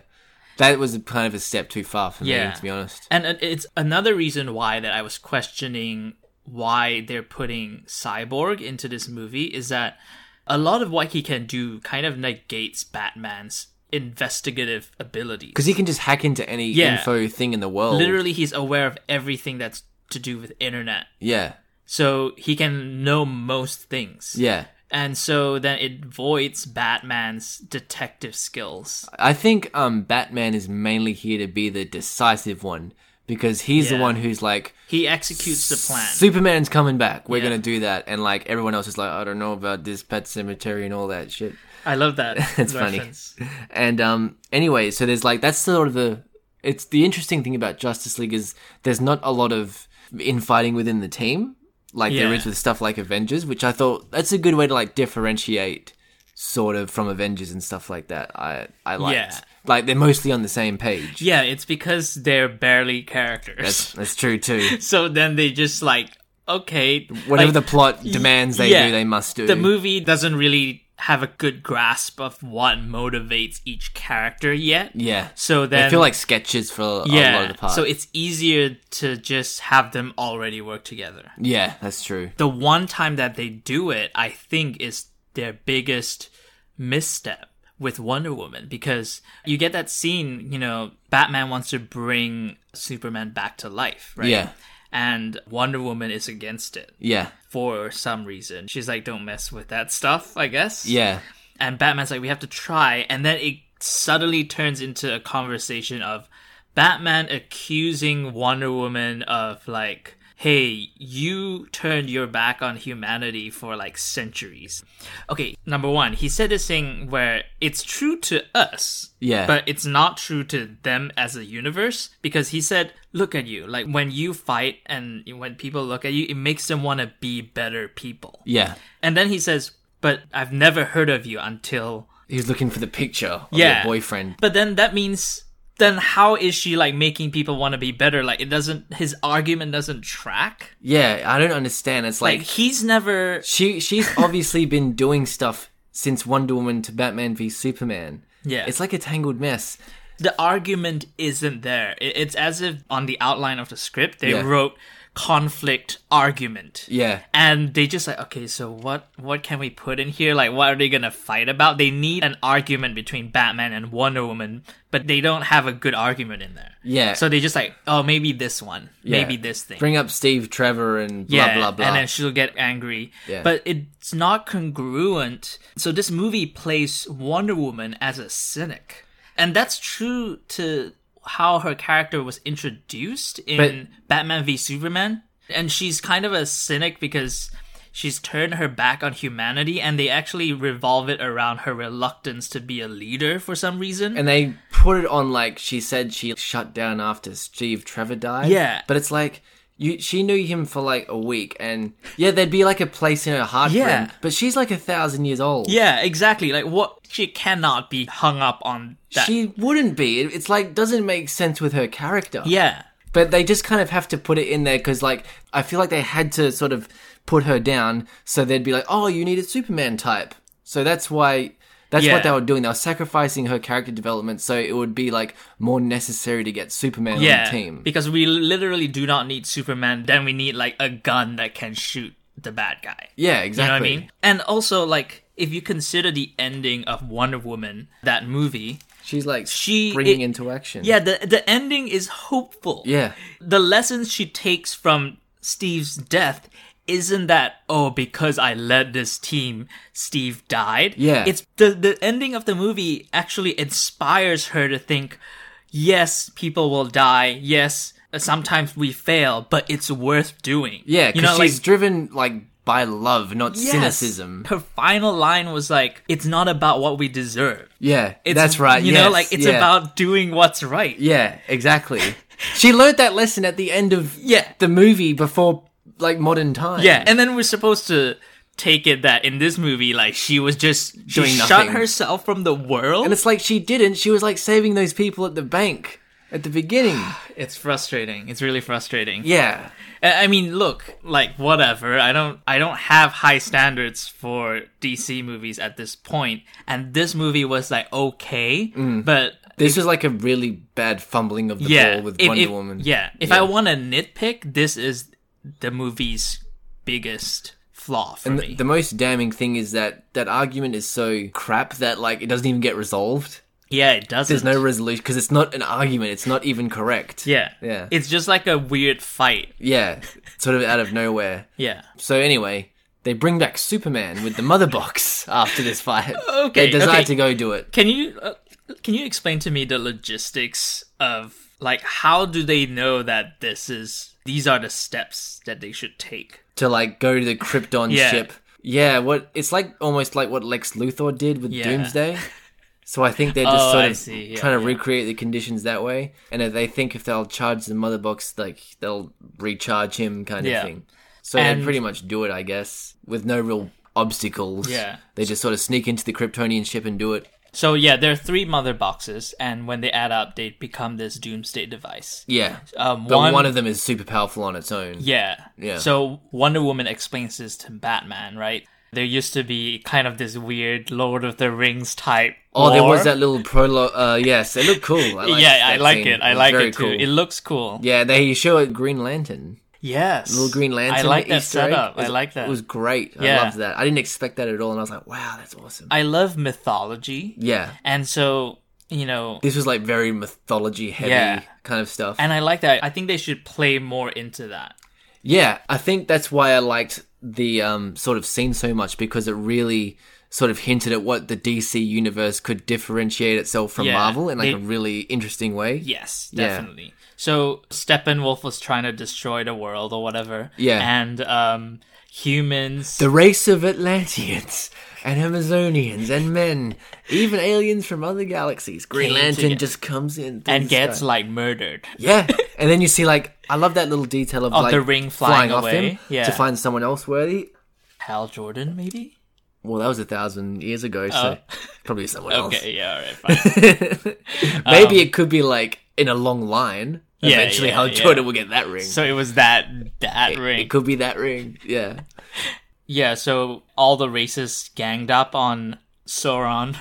Speaker 4: That was a kind of a step too far for
Speaker 3: Yeah.
Speaker 4: me, to be honest.
Speaker 3: and it- it's another reason why that i was questioning why they're putting cyborg into this movie is that a lot of what he can do kind of negates batman's investigative ability
Speaker 4: Because he can just hack into any
Speaker 3: Yeah.
Speaker 4: info thing in the world.
Speaker 3: literally he's aware of everything that's to do with internet
Speaker 4: Yeah,
Speaker 3: so he can know most things
Speaker 4: yeah.
Speaker 3: and so then it voids Batman's detective skills.
Speaker 4: I think um, Batman is mainly here to be the decisive one because he's
Speaker 3: Yeah.
Speaker 4: the one who's like,
Speaker 3: He executes the plan.
Speaker 4: Superman's coming back. We're
Speaker 3: Yeah.
Speaker 4: gonna do that, and like everyone else is like, I don't know about this Pet Cemetery and all that shit.
Speaker 3: I love that.
Speaker 4: It's funny.
Speaker 3: reference.
Speaker 4: And um, anyway, so there's like that's sort of the it's the interesting thing about Justice League is there's not a lot of infighting within the team like there
Speaker 3: Yeah.
Speaker 4: is with stuff like Avengers, which I thought that's a good way to like differentiate sort of from Avengers and stuff like that. I I liked
Speaker 3: Yeah.
Speaker 4: like they're mostly on the same page.
Speaker 3: Yeah, it's because they're barely characters.
Speaker 4: That's that's true too.
Speaker 3: so then they just like okay,
Speaker 4: Whatever
Speaker 3: like,
Speaker 4: the plot demands, they
Speaker 3: yeah,
Speaker 4: do they must do.
Speaker 3: The movie doesn't really have a good grasp of what motivates each character yet.
Speaker 4: yeah.
Speaker 3: So
Speaker 4: they
Speaker 3: then
Speaker 4: feel like sketches for a
Speaker 3: yeah,
Speaker 4: lot of the parts.
Speaker 3: so it's easier to just have them already work together.
Speaker 4: yeah, that's true.
Speaker 3: the one time that they do it, I think, is their biggest misstep with Wonder Woman because you get that scene, you know, Batman wants to bring Superman back to life, right?
Speaker 4: Yeah.
Speaker 3: And Wonder Woman is against it
Speaker 4: Yeah,
Speaker 3: for some reason. She's like, don't mess with that stuff, I guess.
Speaker 4: yeah,
Speaker 3: And Batman's like, we have to try. And then it subtly turns into a conversation of Batman accusing Wonder Woman of, like, hey, you turned your back on humanity for, like, centuries. Okay, number one, he said this thing where it's true to us.
Speaker 4: Yeah.
Speaker 3: But it's not true to them as a universe because he said, look at you. Like, when you fight and when people look at you, it makes them want to be better people.
Speaker 4: yeah.
Speaker 3: And then he says, "But I've never heard of you until
Speaker 4: He's looking for the picture of
Speaker 3: yeah,
Speaker 4: your boyfriend.
Speaker 3: But then that means then how is she like making people want to be better? Like it doesn't. His argument doesn't track.
Speaker 4: Yeah, I don't understand. It's like,
Speaker 3: Like he's never.
Speaker 4: she she's obviously been doing stuff since Wonder Woman to Batman v Superman.
Speaker 3: Yeah.
Speaker 4: It's like a tangled mess.
Speaker 3: The argument isn't there. It, it's as if on the outline of the script they
Speaker 4: Yeah.
Speaker 3: wrote conflict argument.
Speaker 4: Yeah.
Speaker 3: And they just like okay, so what what can we put in here? Like what are they gonna fight about? They need an argument between Batman and Wonder Woman, but they don't have a good argument in there.
Speaker 4: Yeah.
Speaker 3: So they just like, oh, maybe this one,
Speaker 4: Yeah.
Speaker 3: maybe this thing.
Speaker 4: Bring up Steve Trevor and blah
Speaker 3: yeah,
Speaker 4: blah blah.
Speaker 3: and then she'll get angry.
Speaker 4: Yeah.
Speaker 3: But it's not congruent. So this movie plays Wonder Woman as a cynic, and that's true to how her character was introduced in Batman v Superman. And she's kind of a cynic because she's turned her back on humanity, and they actually revolve it around her reluctance to be a leader for some reason.
Speaker 4: and they put it on like she said she shut down after Steve Trevor died.
Speaker 3: Yeah.
Speaker 4: But it's like you, she knew him for like a week, and yeah, there'd be like a place in her heart for
Speaker 3: Yeah.
Speaker 4: him. But she's like a thousand years old.
Speaker 3: yeah, exactly. Like what she cannot be hung up on that.
Speaker 4: she wouldn't be. It- It's like doesn't make sense with her character.
Speaker 3: yeah.
Speaker 4: but they just kind of have to put it in there because like i feel like they had to sort of put her down so they'd be like oh you need a superman type so that's why that's
Speaker 3: Yeah.
Speaker 4: what they were doing they were sacrificing her character development so it would be like more necessary to get superman on
Speaker 3: yeah,
Speaker 4: the team
Speaker 3: Because we literally do not need Superman, then we need like a gun that can shoot the bad guy. You
Speaker 4: yeah
Speaker 3: know what I
Speaker 4: exactly
Speaker 3: mean? And also like if you consider the ending of Wonder Woman, that movie,
Speaker 4: She's like
Speaker 3: She-
Speaker 4: springing
Speaker 3: it-
Speaker 4: into action.
Speaker 3: yeah, the the ending is hopeful.
Speaker 4: Yeah.
Speaker 3: The lessons she takes from Steve's death isn't that oh because I led this team Steve died.
Speaker 4: Yeah.
Speaker 3: It's the the ending of the movie actually inspires her to think yes, people will die. Yes, sometimes we fail, but it's worth doing.
Speaker 4: Yeah,
Speaker 3: You
Speaker 4: because
Speaker 3: know
Speaker 4: she's
Speaker 3: like
Speaker 4: driven like by love, not
Speaker 3: yes.
Speaker 4: cynicism.
Speaker 3: Her final line was like it's not about what we deserve.
Speaker 4: Yeah,
Speaker 3: It's,
Speaker 4: that's right.
Speaker 3: You know,
Speaker 4: yes,
Speaker 3: like it's
Speaker 4: yeah.
Speaker 3: about doing what's right.
Speaker 4: Yeah, exactly. she learned that lesson at the end of
Speaker 3: Yeah.
Speaker 4: the movie before like modern time.
Speaker 3: Yeah, and then we're supposed to take it that in this movie, like she was just she
Speaker 4: Doing
Speaker 3: shut
Speaker 4: nothing.
Speaker 3: herself from the world.
Speaker 4: and it's like she didn't. She was like saving those people at the bank at the beginning.
Speaker 3: it's frustrating. It's really frustrating.
Speaker 4: Yeah,
Speaker 3: I I mean, look, like whatever. I don't I don't have high standards for DC movies at this point, and this movie was like okay, but
Speaker 4: this was like a really bad fumbling of Mm. the
Speaker 3: yeah,
Speaker 4: ball with
Speaker 3: if-
Speaker 4: Wonder
Speaker 3: if-
Speaker 4: Woman.
Speaker 3: Yeah, if I want to nitpick, this is the movie's biggest flaw for
Speaker 4: And
Speaker 3: me.
Speaker 4: the, the most damning thing is that that argument is so crap that like it doesn't even get resolved.
Speaker 3: yeah, it doesn't.
Speaker 4: There's no resolution because it's not an argument. It's not even correct.
Speaker 3: yeah,
Speaker 4: Yeah.
Speaker 3: It's just like a weird fight.
Speaker 4: Yeah, sort of out of nowhere.
Speaker 3: Yeah.
Speaker 4: So anyway, they bring back Superman with the mother box after this fight.
Speaker 3: Okay,
Speaker 4: they decide
Speaker 3: okay.
Speaker 4: to go do it.
Speaker 3: Can you uh, can you explain to me the logistics of like how do they know that this is these are the steps that they should take?
Speaker 4: to like go to the Krypton
Speaker 3: Yeah.
Speaker 4: ship. Yeah, what it's like almost like what Lex Luthor did with
Speaker 3: Yeah.
Speaker 4: Doomsday. So I think they're just
Speaker 3: Oh,
Speaker 4: sort
Speaker 3: I
Speaker 4: of
Speaker 3: see. Yeah,
Speaker 4: trying to
Speaker 3: yeah.
Speaker 4: recreate the conditions that way, and if they think if they'll charge the mother box, like they'll recharge him, kind
Speaker 3: Yeah.
Speaker 4: of thing. So
Speaker 3: And-
Speaker 4: they pretty much do it, I guess, with no real obstacles.
Speaker 3: Yeah.
Speaker 4: they just sort of sneak into the Kryptonian ship and do it.
Speaker 3: So yeah, there are three mother boxes, and when they add up, they become this doomsday device.
Speaker 4: Yeah,
Speaker 3: Um,
Speaker 4: but
Speaker 3: one-
Speaker 4: one... of them is super powerful on its own.
Speaker 3: Yeah.
Speaker 4: Yeah.
Speaker 3: So Wonder Woman explains this to Batman, right? There used to be kind of this weird Lord of the Rings type.
Speaker 4: Oh, there was
Speaker 3: war.
Speaker 4: that little prologue. Uh, yes, it looked cool. I liked
Speaker 3: yeah, I
Speaker 4: that
Speaker 3: like
Speaker 4: scene.
Speaker 3: it. I
Speaker 4: was
Speaker 3: like
Speaker 4: very
Speaker 3: it too.
Speaker 4: cool.
Speaker 3: It looks cool.
Speaker 4: Yeah, they show a Green Lantern.
Speaker 3: Yes.
Speaker 4: Little Green Lantern.
Speaker 3: I like that
Speaker 4: Easter egg.
Speaker 3: setup.
Speaker 4: It was-
Speaker 3: I like that.
Speaker 4: It was great.
Speaker 3: Yeah.
Speaker 4: I loved that. I didn't expect that at all, and I was like, wow, that's awesome.
Speaker 3: I love mythology.
Speaker 4: yeah.
Speaker 3: And so, you know,
Speaker 4: This was like very mythology heavy
Speaker 3: Yeah.
Speaker 4: kind of stuff.
Speaker 3: and I like that. I think they should play more into that.
Speaker 4: yeah, I think that's why I liked the um, sort of scene so much because it really sort of hinted at what the DC universe could differentiate itself from
Speaker 3: Yeah.
Speaker 4: Marvel in like
Speaker 3: They-
Speaker 4: a really interesting way.
Speaker 3: Yes,
Speaker 4: Yeah.
Speaker 3: definitely. So Steppenwolf was trying to destroy the world or whatever.
Speaker 4: Yeah.
Speaker 3: And um humans
Speaker 4: The race of Atlanteans and Amazonians and men, even aliens from other galaxies. Green
Speaker 3: Came
Speaker 4: Lantern
Speaker 3: together.
Speaker 4: just comes in through
Speaker 3: and
Speaker 4: the
Speaker 3: gets
Speaker 4: sky.
Speaker 3: like murdered.
Speaker 4: Yeah, and then you see like I love that little detail of
Speaker 3: Of
Speaker 4: like
Speaker 3: the ring flying away.
Speaker 4: off him
Speaker 3: Yeah.
Speaker 4: to find someone else worthy.
Speaker 3: Hal Jordan, maybe?
Speaker 4: Well, that was a thousand years ago, so probably someone
Speaker 3: Oh. Okay, yeah, alright, fine.
Speaker 4: else. Maybe it could be like in a long line.
Speaker 3: Yeah,
Speaker 4: Eventually,
Speaker 3: yeah,
Speaker 4: how
Speaker 3: yeah.
Speaker 4: Jordan will get that ring.
Speaker 3: so it was that that ring.
Speaker 4: It could be that ring. Yeah,
Speaker 3: Yeah, so all the racists ganged up on Sauron.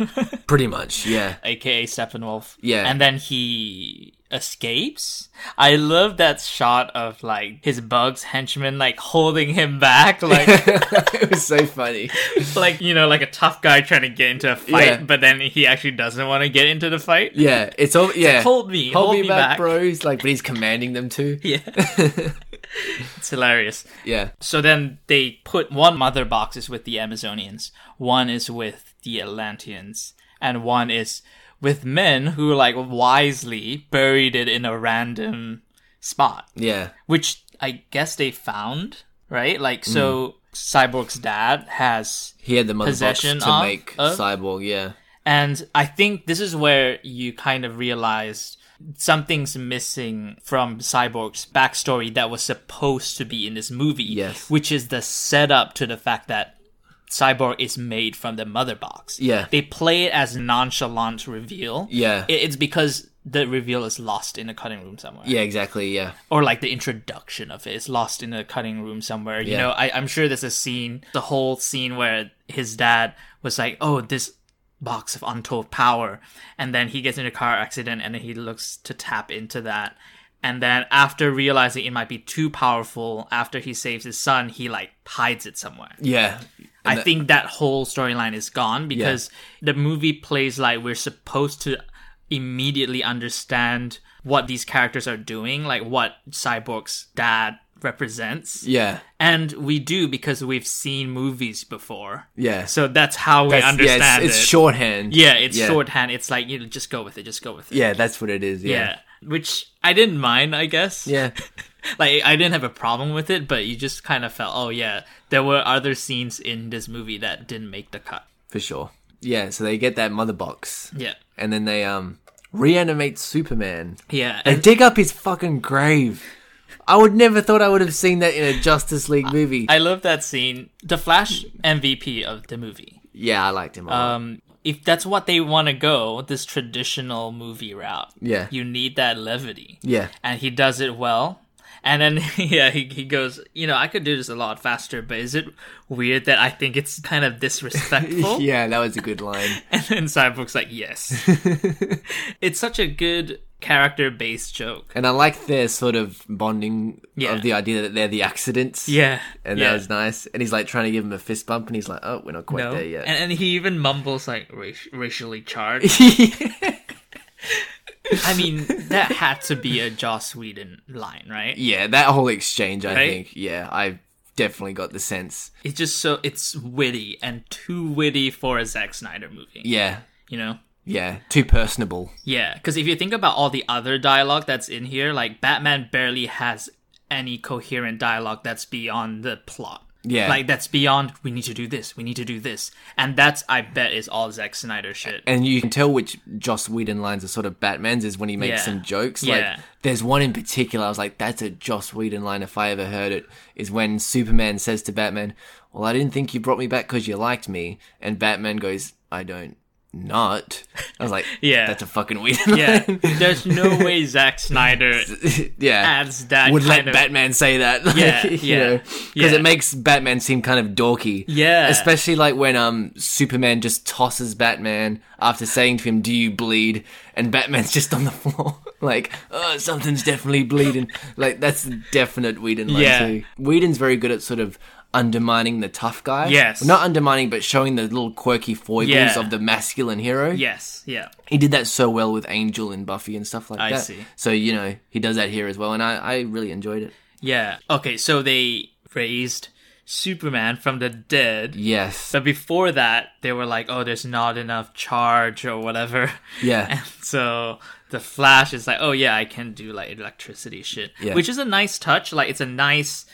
Speaker 4: pretty much. Yeah,
Speaker 3: aka Steppenwolf.
Speaker 4: Yeah.
Speaker 3: And then he escapes. I love that shot of like his bugs henchman like holding him back, like
Speaker 4: it was so funny.
Speaker 3: like you know, like a tough guy trying to get into a fight,
Speaker 4: Yeah.
Speaker 3: but then he actually doesn't want to get into the fight.
Speaker 4: Yeah, it's all. Yeah,
Speaker 3: Hold me,
Speaker 4: hold,
Speaker 3: hold
Speaker 4: me,
Speaker 3: me
Speaker 4: back,
Speaker 3: back.
Speaker 4: bro. He's like, but he's commanding them to.
Speaker 3: Yeah. it's hilarious.
Speaker 4: Yeah,
Speaker 3: So then they put one mother box is with the Amazonians, one is with the Atlanteans, and one is with men who like wisely buried it in a random spot.
Speaker 4: yeah,
Speaker 3: which I guess they found, right? Like, so
Speaker 4: Hmm.
Speaker 3: Cyborg's dad has,
Speaker 4: He had the mother box
Speaker 3: Possession
Speaker 4: to
Speaker 3: of-
Speaker 4: make
Speaker 3: of?
Speaker 4: cyborg. Yeah,
Speaker 3: and I think this is where you kind of realized something's missing from Cyborg's backstory that was supposed to be in this movie,
Speaker 4: Yes.
Speaker 3: which is the setup to the fact that. Cyborg is made from the mother box.
Speaker 4: Yeah.
Speaker 3: They play it as nonchalant reveal.
Speaker 4: Yeah.
Speaker 3: It- It's because the reveal is lost in a cutting room somewhere.
Speaker 4: yeah, exactly. Yeah.
Speaker 3: or like the introduction of it is lost in a cutting room somewhere. You
Speaker 4: Yeah.
Speaker 3: know, I, I'm sure there's a scene, the whole scene where his dad was like, "Oh, this box of untold power," and then he gets in a car accident and then he looks to tap into that, And then after realizing it might be too powerful, after he saves his son, he like hides it somewhere.
Speaker 4: Yeah.
Speaker 3: I think that whole storyline is gone because the movie plays like we're supposed to immediately understand what these characters are doing, like what Cyborg's dad represents.
Speaker 4: Yeah.
Speaker 3: And we do because we've seen movies before.
Speaker 4: Yeah.
Speaker 3: So that's how we
Speaker 4: That's-
Speaker 3: understand
Speaker 4: yeah, it's,
Speaker 3: it.
Speaker 4: it's shorthand.
Speaker 3: Yeah, it's
Speaker 4: yeah.
Speaker 3: shorthand. It's like you know, just go with it, just go with it.
Speaker 4: Yeah, that's what it is. Yeah.
Speaker 3: Yeah. Which I didn't mind, I guess.
Speaker 4: Yeah.
Speaker 3: like I didn't have a problem with it, but you just kind of felt, oh yeah, there were other scenes in this movie that didn't make the cut.
Speaker 4: for sure. Yeah, so they get that mother box.
Speaker 3: Yeah,
Speaker 4: And then they um reanimate Superman.
Speaker 3: yeah,
Speaker 4: They
Speaker 3: and
Speaker 4: dig up his fucking grave. I would never thought I would have seen that in a Justice League movie.
Speaker 3: I love that scene. The Flash MVP of the movie.
Speaker 4: yeah, I liked him. A lot.
Speaker 3: Um, if that's what they want to go, this traditional movie route.
Speaker 4: Yeah.
Speaker 3: you need that levity.
Speaker 4: yeah.
Speaker 3: and he does it well. And then yeah, he, he goes, you know, I could do this a lot faster, but is it weird that I think it's kind of disrespectful?
Speaker 4: Yeah, that was a good line.
Speaker 3: And then Cyborg's like, yes. it's such a good character based joke.
Speaker 4: And I like their sort of bonding
Speaker 3: Yeah.
Speaker 4: of the idea that they're the accidents.
Speaker 3: Yeah.
Speaker 4: And
Speaker 3: yeah.
Speaker 4: that was nice. And he's like trying to give him a fist bump and he's like, oh, we're not quite
Speaker 3: No.
Speaker 4: there yet.
Speaker 3: And, and he even mumbles like rac- racially charged. I mean, that had to be a Joss Whedon line, right?
Speaker 4: yeah, that whole exchange, I
Speaker 3: Right?
Speaker 4: think. Yeah, I definitely got the sense.
Speaker 3: It's just so it's witty and too witty for a Zack Snyder movie.
Speaker 4: Yeah.
Speaker 3: You know?
Speaker 4: Yeah. Too personable.
Speaker 3: Yeah, because if you think about all the other dialogue that's in here, like Batman barely has any coherent dialogue that's beyond the plot.
Speaker 4: Yeah.
Speaker 3: Like that's beyond we need to do this, we need to do this. And that's I bet is all Zack Snyder shit.
Speaker 4: and you can tell which Joss Whedon lines are sort of Batman's is when he makes
Speaker 3: Yeah.
Speaker 4: some jokes.
Speaker 3: Yeah.
Speaker 4: Like there's one in particular, I was like, that's a Joss Whedon line if I ever heard it. Is when Superman says to Batman, "Well, I didn't think you brought me back because you liked me," and Batman goes, "I don't not." I was like,
Speaker 3: Yeah.
Speaker 4: that's a fucking Whedon."
Speaker 3: yeah. There's no way Zack Snyder
Speaker 4: line. yeah.
Speaker 3: adds that
Speaker 4: would let
Speaker 3: kind of-
Speaker 4: Batman say that, like,
Speaker 3: Yeah, yeah,
Speaker 4: because
Speaker 3: yeah.
Speaker 4: it makes Batman seem kind of dorky.
Speaker 3: Yeah.
Speaker 4: especially like when um Superman just tosses Batman after saying to him, "Do you bleed?" and Batman's just on the floor, like, "Oh, something's definitely bleeding." like that's a definite Whedon. Line
Speaker 3: Yeah.
Speaker 4: too. Whedon's very good at sort of undermining the tough guy.
Speaker 3: Yes.
Speaker 4: not undermining, but showing the little quirky foibles
Speaker 3: Yeah.
Speaker 4: of the masculine hero.
Speaker 3: Yes, yeah.
Speaker 4: He did that so well with Angel and Buffy and stuff like
Speaker 3: I
Speaker 4: that.
Speaker 3: see.
Speaker 4: So, you know, he does that here as well, and I, I really enjoyed it.
Speaker 3: Yeah. Okay, so they raised Superman from the dead.
Speaker 4: Yes.
Speaker 3: So before that, they were like, "Oh, there's not enough charge or whatever."
Speaker 4: Yeah.
Speaker 3: And so the Flash is like, "Oh yeah, I can do like electricity shit,"
Speaker 4: Yeah.
Speaker 3: which is a nice touch. Like it's a nice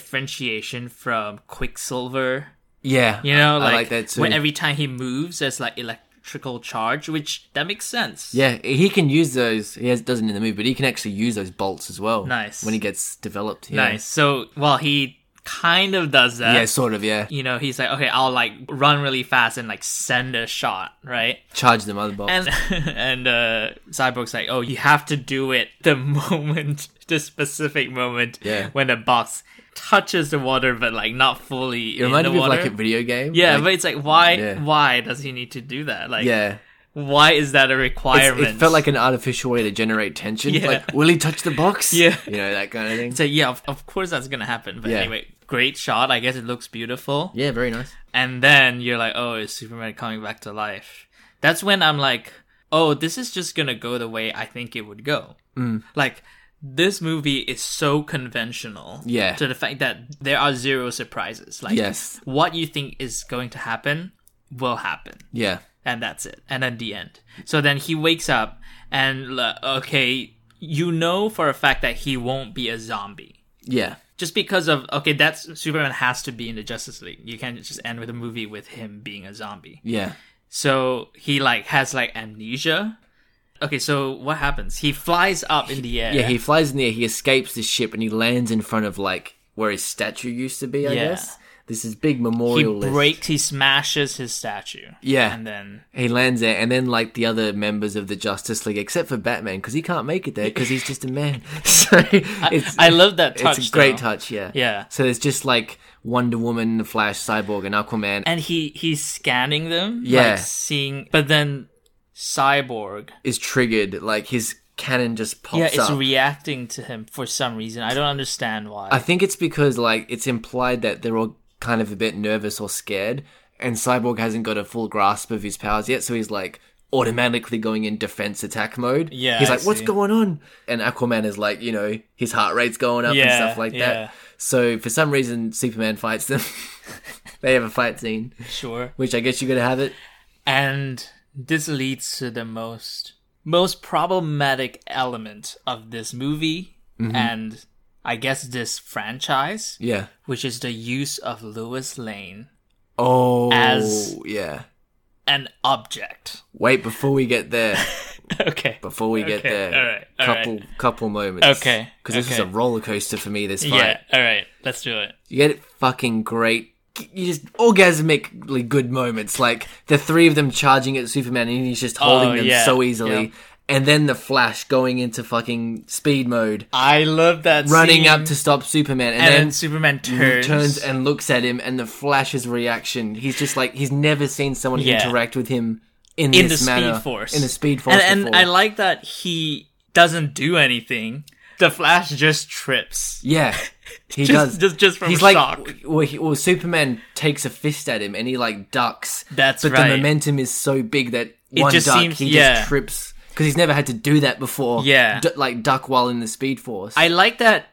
Speaker 3: differentiation from Quicksilver.
Speaker 4: Yeah.
Speaker 3: You know,
Speaker 4: I-
Speaker 3: like,
Speaker 4: I like that too.
Speaker 3: when every time he moves, there's like electrical charge, which that makes sense.
Speaker 4: yeah, he can use those. He has, doesn't in the movie, but he can actually use those bolts as well.
Speaker 3: Nice.
Speaker 4: When he gets developed. Yeah.
Speaker 3: Nice. So while he kind of does that,
Speaker 4: Yeah, sort of, yeah.
Speaker 3: you know, he's like, "Okay, I'll like run really fast and like send a shot," right?
Speaker 4: Charge the mother box.
Speaker 3: And and uh, Cyborg's like, oh, you have to do it the moment, the specific moment
Speaker 4: Yeah.
Speaker 3: when the box touches the water, but like not fully
Speaker 4: it
Speaker 3: in
Speaker 4: reminded
Speaker 3: the
Speaker 4: me of
Speaker 3: water.
Speaker 4: like a video game.
Speaker 3: yeah,
Speaker 4: like,
Speaker 3: but it's like, why?
Speaker 4: Yeah.
Speaker 3: Why does he need to do that? Like,
Speaker 4: yeah.
Speaker 3: why is that a
Speaker 4: It's-
Speaker 3: requirement?
Speaker 4: it felt like an artificial way to generate tension.
Speaker 3: Yeah.
Speaker 4: Like, will he touch the box?
Speaker 3: Yeah.
Speaker 4: You know, that kind of thing.
Speaker 3: so yeah, of, of course that's gonna happen. But
Speaker 4: Yeah.
Speaker 3: anyway, great shot. I guess it looks beautiful.
Speaker 4: yeah, very nice.
Speaker 3: And then you're like, oh, is Superman coming back to life? That's when I'm like, oh, this is just gonna go the way I think it would go. Mm. Like, this movie is so conventional.
Speaker 4: Yeah.
Speaker 3: To the fact that there are zero surprises. Like,
Speaker 4: Yes.
Speaker 3: what you think is going to happen will happen.
Speaker 4: Yeah.
Speaker 3: And that's it. And then the end. So then he wakes up and, like, okay, you know for a fact that he won't be a zombie
Speaker 4: Yeah.
Speaker 3: just because of okay, that's Superman has to be in the Justice League. You can't just end with a movie with him being a zombie.
Speaker 4: Yeah.
Speaker 3: So he like has like amnesia. Okay, so what happens? He flies up in the air.
Speaker 4: Yeah, he flies in the air, he escapes the ship, and he lands in front of like where his statue used to be, I
Speaker 3: Yeah.
Speaker 4: guess. This is big
Speaker 3: he
Speaker 4: memorial list.
Speaker 3: breaks. He smashes his statue.
Speaker 4: Yeah.
Speaker 3: and then
Speaker 4: He lands there, and then like the other members of the Justice League, except for Batman, because he can't make it there because he's just a man. so it's,
Speaker 3: I love that touch.
Speaker 4: it's a great
Speaker 3: though.
Speaker 4: touch, yeah.
Speaker 3: Yeah.
Speaker 4: So there's just like Wonder Woman, The Flash, Cyborg, and Aquaman.
Speaker 3: And he he's scanning them.
Speaker 4: Yeah.
Speaker 3: like, seeing. But then Cyborg
Speaker 4: is triggered, like his cannon just pops
Speaker 3: yeah, it's
Speaker 4: up.
Speaker 3: reacting to him for some reason. I don't understand why.
Speaker 4: I think it's because like it's implied that they're all kind of a bit nervous or scared, and Cyborg hasn't got a full grasp of his powers yet, so he's like automatically going in defense attack mode.
Speaker 3: Yeah,
Speaker 4: he's
Speaker 3: I
Speaker 4: like, "What's
Speaker 3: see.
Speaker 4: going on?" And Aquaman is like, you know, his heart rate's going up and
Speaker 3: Yeah,
Speaker 4: stuff like
Speaker 3: yeah.
Speaker 4: that. So for some reason, Superman fights them. they have a fight scene,
Speaker 3: sure.
Speaker 4: which I guess you gotta have it.
Speaker 3: And this leads to the most most problematic element of this movie and I guess this franchise,
Speaker 4: Mm-hmm. Yeah.
Speaker 3: which is the use of Lewis Lane
Speaker 4: Oh,
Speaker 3: As-
Speaker 4: yeah.
Speaker 3: an object.
Speaker 4: Wait before we get there.
Speaker 3: Okay.
Speaker 4: Before we get
Speaker 3: Okay,
Speaker 4: there,
Speaker 3: all right, all
Speaker 4: couple couple moments.
Speaker 3: Okay,
Speaker 4: because this is
Speaker 3: okay.
Speaker 4: a roller coaster for me. This fight.
Speaker 3: Yeah, all right. Let's do it.
Speaker 4: You get it fucking great. You just orgasmically good moments, like the three of them charging at Superman, and he's just holding
Speaker 3: Oh,
Speaker 4: them
Speaker 3: yeah,
Speaker 4: so easily.
Speaker 3: yeah.
Speaker 4: And then the Flash going into fucking speed mode,
Speaker 3: I love that
Speaker 4: running
Speaker 3: scene.
Speaker 4: up to stop Superman, and,
Speaker 3: and
Speaker 4: then
Speaker 3: then Superman turns.
Speaker 4: turns and looks at him. And the Flash's reaction, he's just like he's never seen someone
Speaker 3: Yeah.
Speaker 4: interact with him in,
Speaker 3: in the
Speaker 4: this manner
Speaker 3: Speed Force.
Speaker 4: in the Speed Force.
Speaker 3: And, and
Speaker 4: before.
Speaker 3: I like that he doesn't do anything. The Flash just trips.
Speaker 4: Yeah, he
Speaker 3: Just-
Speaker 4: does.
Speaker 3: just- just from
Speaker 4: he's like,
Speaker 3: shock.
Speaker 4: Well, he, well, Superman takes a fist at him and he like ducks.
Speaker 3: That's
Speaker 4: but
Speaker 3: right.
Speaker 4: the momentum is so big that one
Speaker 3: just
Speaker 4: duck
Speaker 3: seems-
Speaker 4: he
Speaker 3: yeah.
Speaker 4: just trips because he's never had to do that before.
Speaker 3: Yeah.
Speaker 4: Du- like duck while in the Speed Force.
Speaker 3: I like that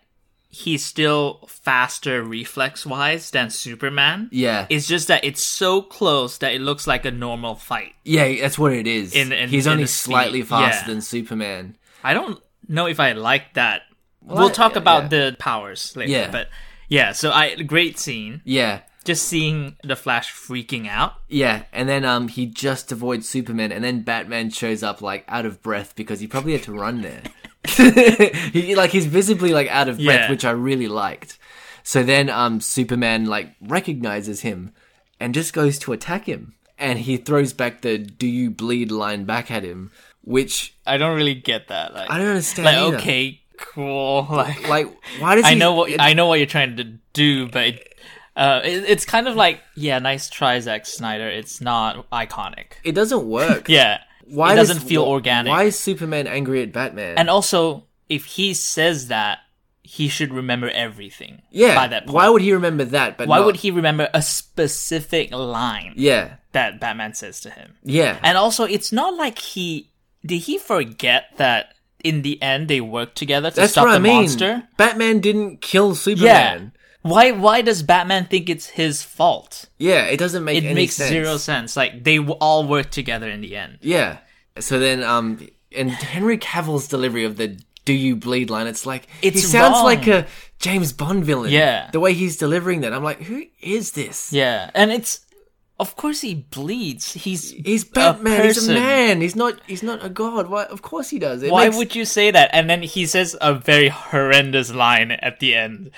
Speaker 3: he's still faster reflex wise than Superman.
Speaker 4: yeah,
Speaker 3: It's just that it's so close that it looks like a normal fight.
Speaker 4: yeah, that's what it is.
Speaker 3: In- in-
Speaker 4: he's
Speaker 3: in
Speaker 4: only
Speaker 3: the speed,
Speaker 4: slightly faster
Speaker 3: yeah.
Speaker 4: than Superman.
Speaker 3: I don't know if I like that. We'll,
Speaker 4: I-
Speaker 3: talk
Speaker 4: yeah,
Speaker 3: about
Speaker 4: yeah.
Speaker 3: the powers later.
Speaker 4: Yeah.
Speaker 3: But yeah, so I great scene.
Speaker 4: Yeah,
Speaker 3: Just seeing the Flash freaking out.
Speaker 4: yeah, and then um, he just avoids Superman, and then Batman shows up like out of breath because he probably had to run there. he like he's visibly like out of breath,
Speaker 3: Yeah.
Speaker 4: which I really liked. So then um Superman like recognizes him and just goes to attack him. And he throws back the do you bleed line back at him, which
Speaker 3: I don't really get that. Like,
Speaker 4: I don't understand.
Speaker 3: like
Speaker 4: either.
Speaker 3: okay, cool. Like,
Speaker 4: Like why does
Speaker 3: I
Speaker 4: he
Speaker 3: know what
Speaker 4: it-
Speaker 3: I know what you're trying to do, but it, uh, it, it's kind of like yeah, nice try, Zack Snyder. It's not iconic.
Speaker 4: it doesn't work.
Speaker 3: Yeah,
Speaker 4: Why
Speaker 3: it doesn't
Speaker 4: does-
Speaker 3: feel
Speaker 4: wh-
Speaker 3: organic.
Speaker 4: Why is Superman angry at Batman?
Speaker 3: and also, if he says that, he should remember everything.
Speaker 4: yeah,
Speaker 3: by that point.
Speaker 4: why would he remember that? But
Speaker 3: Why
Speaker 4: not-
Speaker 3: would he remember a specific line
Speaker 4: Yeah,
Speaker 3: that Batman says to him?
Speaker 4: yeah.
Speaker 3: And also, it's not like he did he forget that in the end they worked together to
Speaker 4: That's
Speaker 3: stop
Speaker 4: what
Speaker 3: the
Speaker 4: I mean.
Speaker 3: monster.
Speaker 4: Batman didn't kill
Speaker 3: Yeah.
Speaker 4: Superman.
Speaker 3: Why? Why does Batman think it's his fault?
Speaker 4: Yeah, it doesn't make
Speaker 3: it
Speaker 4: any
Speaker 3: makes
Speaker 4: sense.
Speaker 3: zero sense. Like they w- all work together in the end.
Speaker 4: Yeah. So then, um, and Henry Cavill's delivery of the "Do you bleed?" line, it's like
Speaker 3: It's
Speaker 4: he sounds
Speaker 3: wrong.
Speaker 4: like a James Bond villain.
Speaker 3: Yeah.
Speaker 4: the way he's delivering that, I'm like, who is this?
Speaker 3: Yeah, and it's of course he bleeds. He's
Speaker 4: He's Batman. he's a
Speaker 3: person.
Speaker 4: man. He's not. He's not a god. Why? Of course he does. It
Speaker 3: Why
Speaker 4: makes-
Speaker 3: would you say that? And then he says a very horrendous line at the end.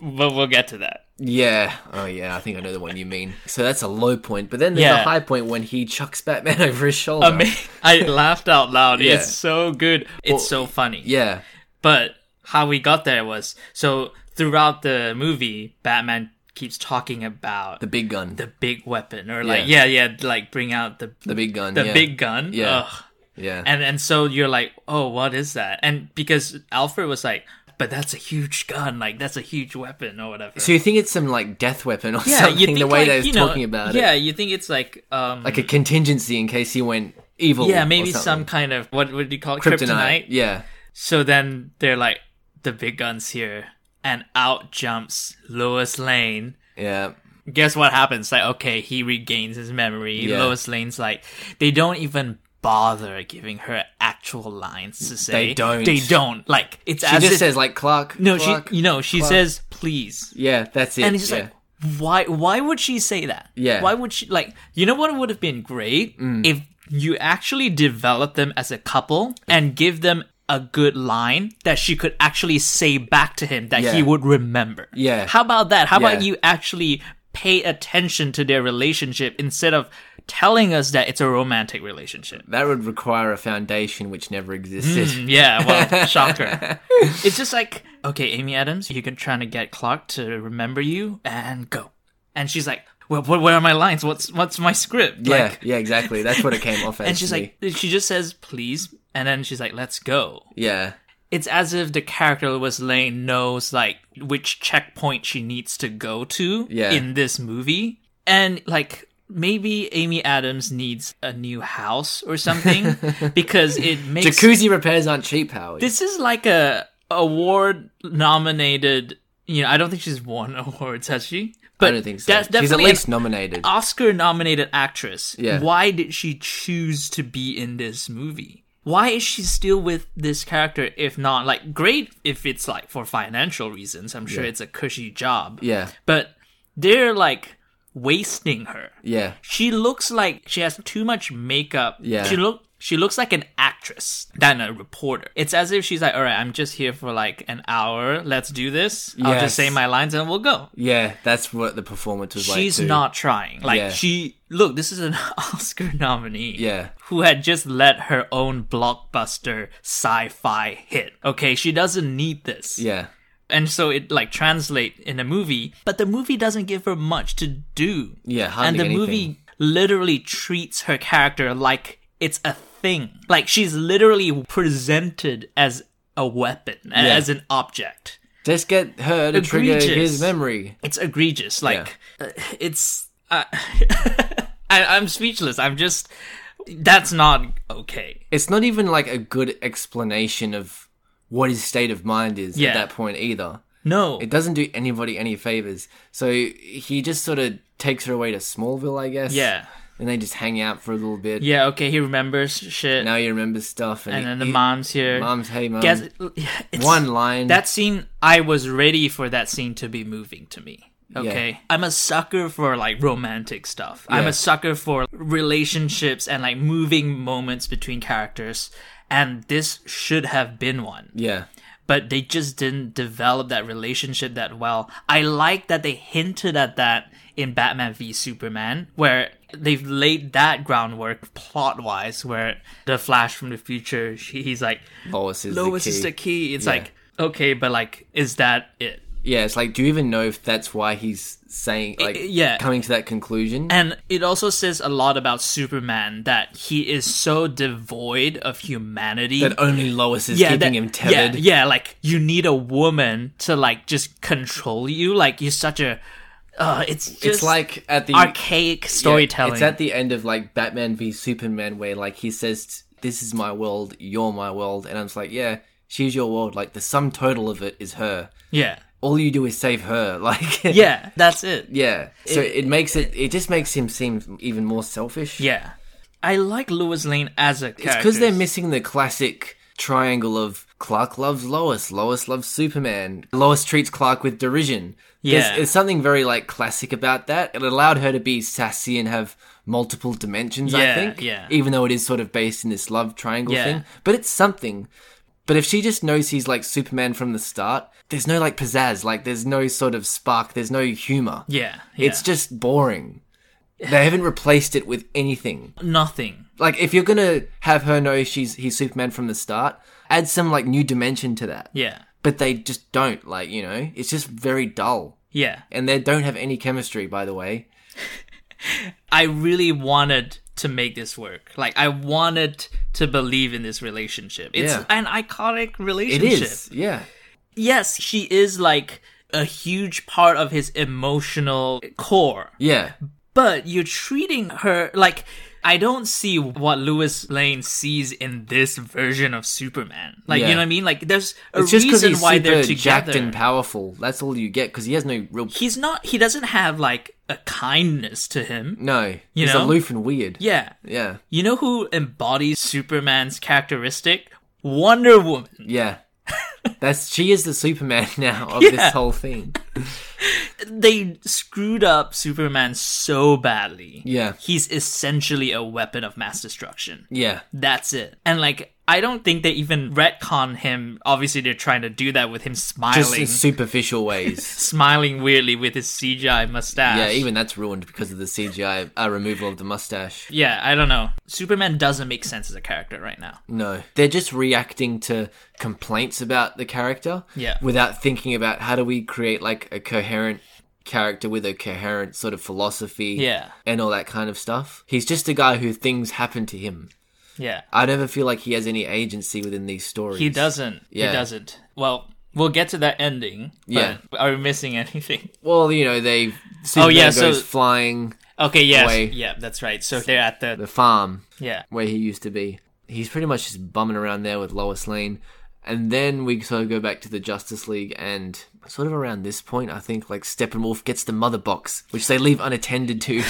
Speaker 3: But we'll get to that.
Speaker 4: Yeah. Oh yeah. I think I know the one you mean. So that's a low point. But then there's
Speaker 3: Yeah.
Speaker 4: a high point when he chucks Batman over his shoulder.
Speaker 3: I mean, I laughed out loud.
Speaker 4: Yeah.
Speaker 3: It's so good. It's so funny.
Speaker 4: yeah.
Speaker 3: But how we got there was so throughout the movie, Batman keeps talking about
Speaker 4: The big gun.
Speaker 3: the big weapon or like yeah
Speaker 4: Yeah.
Speaker 3: yeah, like bring out the
Speaker 4: The big gun.
Speaker 3: the
Speaker 4: yeah.
Speaker 3: big gun.
Speaker 4: Yeah.
Speaker 3: Ugh.
Speaker 4: Yeah.
Speaker 3: And and so you're like, oh, what is that? And because Alfred was like, but that's a huge gun, like that's a huge weapon or whatever.
Speaker 4: So you think it's some like death weapon or something? the way they was talking about
Speaker 3: yeah,
Speaker 4: it,
Speaker 3: you think it's like, um,
Speaker 4: like a contingency in case he went evil.
Speaker 3: yeah,
Speaker 4: or
Speaker 3: maybe some
Speaker 4: something.
Speaker 3: kind of what would you call it?
Speaker 4: kryptonite.
Speaker 3: Kryptonite.
Speaker 4: Yeah,
Speaker 3: So then they're like, the big guns here, and out jumps Lois Lane.
Speaker 4: yeah,
Speaker 3: Guess what happens? Like, okay, he regains his memory.
Speaker 4: Yeah.
Speaker 3: Lois Lane's like, they don't even bother giving her actual lines to say.
Speaker 4: don't.
Speaker 3: They don't. Like, it's
Speaker 4: she
Speaker 3: as
Speaker 4: just
Speaker 3: if-
Speaker 4: says like Clark.
Speaker 3: No,
Speaker 4: Clark.
Speaker 3: she you know, she
Speaker 4: Clark.
Speaker 3: says please.
Speaker 4: Yeah, that's it.
Speaker 3: And it's just
Speaker 4: yeah.
Speaker 3: like why why would she say that?
Speaker 4: Yeah. Mm.
Speaker 3: Why would she like you know what would have been great if you actually develop them as a couple and give them a good line that she could actually say back to him that he
Speaker 4: Yeah.
Speaker 3: would remember.
Speaker 4: Yeah.
Speaker 3: How about that? How about
Speaker 4: Yeah.
Speaker 3: you actually pay attention to their relationship instead of telling us that it's a romantic relationship?
Speaker 4: that would require a foundation which never existed.
Speaker 3: Yeah, well, shocker. It's just like, okay, Amy Adams, you can trying to get Clark to remember you and go. And she's like, well, what, what are my lines? What's what's my script?
Speaker 4: yeah,
Speaker 3: Like,
Speaker 4: yeah, exactly. That's what it came off as.
Speaker 3: and she's
Speaker 4: to me.
Speaker 3: like, she just says, please, and then she's like, "Let's go."
Speaker 4: Yeah.
Speaker 3: It's as if the character was Lane knows like which checkpoint she needs to go to
Speaker 4: Yeah.
Speaker 3: in this movie, and like maybe Amy Adams needs a new house or something because it makes
Speaker 4: Jacuzzi repairs aren't cheap, Howie.
Speaker 3: this is like a award nominated. You know, I don't think she's won awards, has she? But
Speaker 4: I don't think so.
Speaker 3: That's
Speaker 4: She's at
Speaker 3: definitely an
Speaker 4: least nominated.
Speaker 3: Oscar nominated actress.
Speaker 4: Yeah.
Speaker 3: Why did she choose to be in this movie? Why is she still with this character if not like great if it's like for financial reasons? I'm sure it's a cushy job.
Speaker 4: Yeah.
Speaker 3: But they're like wasting her.
Speaker 4: Yeah.
Speaker 3: She looks like she has too much makeup.
Speaker 4: Yeah.
Speaker 3: She look she looks like an actress than a reporter. It's as if she's like, all right, I'm just here for like an hour. Let's do this. I'll
Speaker 4: Yes.
Speaker 3: just say my lines and we'll go.
Speaker 4: Yeah, that's what the performance was like.
Speaker 3: She's
Speaker 4: too.
Speaker 3: not trying. Like
Speaker 4: Yeah.
Speaker 3: she look, this is an Oscar nominee.
Speaker 4: Yeah.
Speaker 3: Who had just let her own blockbuster sci-fi hit. Okay, she doesn't need this.
Speaker 4: Yeah.
Speaker 3: And so it like translate in a movie, but the movie doesn't give her much to do.
Speaker 4: Yeah,
Speaker 3: And
Speaker 4: hardly
Speaker 3: the
Speaker 4: anything.
Speaker 3: movie literally treats her character like it's a thing. Like she's literally presented as a weapon, a-
Speaker 4: Yeah.
Speaker 3: as an object.
Speaker 4: Just get her to trigger
Speaker 3: Egregious.
Speaker 4: his memory.
Speaker 3: it's egregious. Like uh, it's uh, I, I'm speechless. I'm just that's not okay.
Speaker 4: It's not even like a good explanation of what his state of mind is
Speaker 3: Yeah.
Speaker 4: at that point either.
Speaker 3: No,
Speaker 4: It doesn't do anybody any favors. So he just sort of takes her away to Smallville, I guess.
Speaker 3: Yeah.
Speaker 4: And they just hang out for a little bit.
Speaker 3: yeah, okay. He remembers shit,
Speaker 4: Now he remembers stuff. And,
Speaker 3: and
Speaker 4: he-
Speaker 3: then the
Speaker 4: he-
Speaker 3: mom's here.
Speaker 4: Mom's, hey, mom.
Speaker 3: Guess- yeah, it's-
Speaker 4: Um, One line.
Speaker 3: That scene, I was ready for that scene to be moving to me. Okay, I'm a sucker for like romantic stuff. I'm
Speaker 4: Yeah.
Speaker 3: a sucker for relationships and like moving moments between characters. And this should have been one.
Speaker 4: Yeah.
Speaker 3: but they just didn't develop that relationship that well. I like that they hinted at that in Batman v Superman, where they've laid that groundwork plot wise, where the Flash from the future, she, he's like,
Speaker 4: Lois is
Speaker 3: Lois
Speaker 4: the key.
Speaker 3: is the key. It's
Speaker 4: Yeah.
Speaker 3: like, okay, but like, is that it?
Speaker 4: Yeah, it's like, do you even know if that's why he's saying, like,
Speaker 3: yeah.
Speaker 4: coming to that conclusion?
Speaker 3: And it also says a lot about Superman that he is so devoid of humanity
Speaker 4: that only Lois is keeping
Speaker 3: that-
Speaker 4: him tethered.
Speaker 3: Yeah, yeah, like you need a woman to like just control you. Like you're such a. Uh, it's just
Speaker 4: It's like at the
Speaker 3: archaic storytelling.
Speaker 4: Yeah, it's at the end of like Batman v Superman where like he says, "This is my world, you're my world," and I'm just like, "Yeah, she's your world. Like the sum total of it is her.
Speaker 3: yeah,
Speaker 4: All you do is save her." Like
Speaker 3: yeah, that's it.
Speaker 4: yeah. So it, makes it it just makes him seem even more selfish.
Speaker 3: Yeah, I like Lewis Lane as a.
Speaker 4: it's because they're missing the classic triangle of Clark loves Lois, Lois loves Superman, Lois treats Clark with derision. There's-
Speaker 3: Yeah.
Speaker 4: there's, something very like classic about that. It allowed her to be sassy and have multiple dimensions. I
Speaker 3: Yeah,
Speaker 4: think,
Speaker 3: yeah.
Speaker 4: even though it is sort of based in this love triangle
Speaker 3: Yeah.
Speaker 4: thing, but it's something. But if she just knows he's like Superman from the start, there's no like pizzazz, like there's no sort of spark, there's no humor.
Speaker 3: Yeah,
Speaker 4: It's just boring. They haven't replaced it with anything
Speaker 3: nothing.
Speaker 4: like if you're gonna have her know she's he's Superman from the start, add some like new dimension to that.
Speaker 3: Yeah,
Speaker 4: But they just don't, like, you know, it's just very dull.
Speaker 3: yeah.
Speaker 4: And they don't have any chemistry, by the way.
Speaker 3: I really wanted to make this work. Like I wanted to believe in this relationship. It's
Speaker 4: Yeah.
Speaker 3: an iconic
Speaker 4: It
Speaker 3: relationship.
Speaker 4: is. Yeah.
Speaker 3: Yes, she is like a huge part of his emotional core.
Speaker 4: Yeah.
Speaker 3: but you're treating her like I don't see what Lewis Lane sees in this version of Superman. Like
Speaker 4: Yeah.
Speaker 3: you know what I mean? Like there's a
Speaker 4: It's just because
Speaker 3: reason
Speaker 4: he's
Speaker 3: why
Speaker 4: super
Speaker 3: they're
Speaker 4: jacked
Speaker 3: together.
Speaker 4: and powerful. That's all you get because he has no real.
Speaker 3: he's not. He doesn't have like a kindness to him.
Speaker 4: No.
Speaker 3: You
Speaker 4: he's
Speaker 3: know?
Speaker 4: aloof and weird.
Speaker 3: Yeah.
Speaker 4: Yeah.
Speaker 3: You know who embodies Superman's characteristic? Wonder Woman.
Speaker 4: Yeah. That's she is the Superman now of
Speaker 3: Yeah.
Speaker 4: this whole thing.
Speaker 3: They screwed up Superman so badly.
Speaker 4: Yeah.
Speaker 3: He's essentially a weapon of mass destruction.
Speaker 4: Yeah.
Speaker 3: That's it. And like, I don't think they even retcon him. Obviously, they're trying to do that with him
Speaker 4: Just
Speaker 3: smiling,
Speaker 4: in superficial ways.
Speaker 3: smiling weirdly with his CGI mustache.
Speaker 4: yeah, even that's ruined because of the CGI uh, removal of the mustache.
Speaker 3: Yeah, I don't know. Superman doesn't make sense as a character right now.
Speaker 4: No. They're just reacting to complaints about the character
Speaker 3: Yeah.
Speaker 4: without thinking about how do we create like a coherent character with a coherent sort of philosophy
Speaker 3: Yeah.
Speaker 4: and all that kind of stuff. He's just a guy who things happen to him.
Speaker 3: Yeah.
Speaker 4: I never feel like he has any agency within these stories.
Speaker 3: He doesn't.
Speaker 4: Yeah.
Speaker 3: He doesn't. Well, we'll get to that ending. but
Speaker 4: Yeah.
Speaker 3: Are we missing anything?
Speaker 4: Well, you know, they Superman
Speaker 3: Oh, yeah, so-
Speaker 4: goes flying
Speaker 3: Okay, yes.
Speaker 4: Away.
Speaker 3: Yeah, that's right. So they're at the.
Speaker 4: the farm
Speaker 3: Yeah.
Speaker 4: where he used to be. He's pretty much just bumming around there with Lois Lane. And then we sort of go back to the Justice League, and sort of around this point, I think like Steppenwolf gets the mother box, which they leave unattended to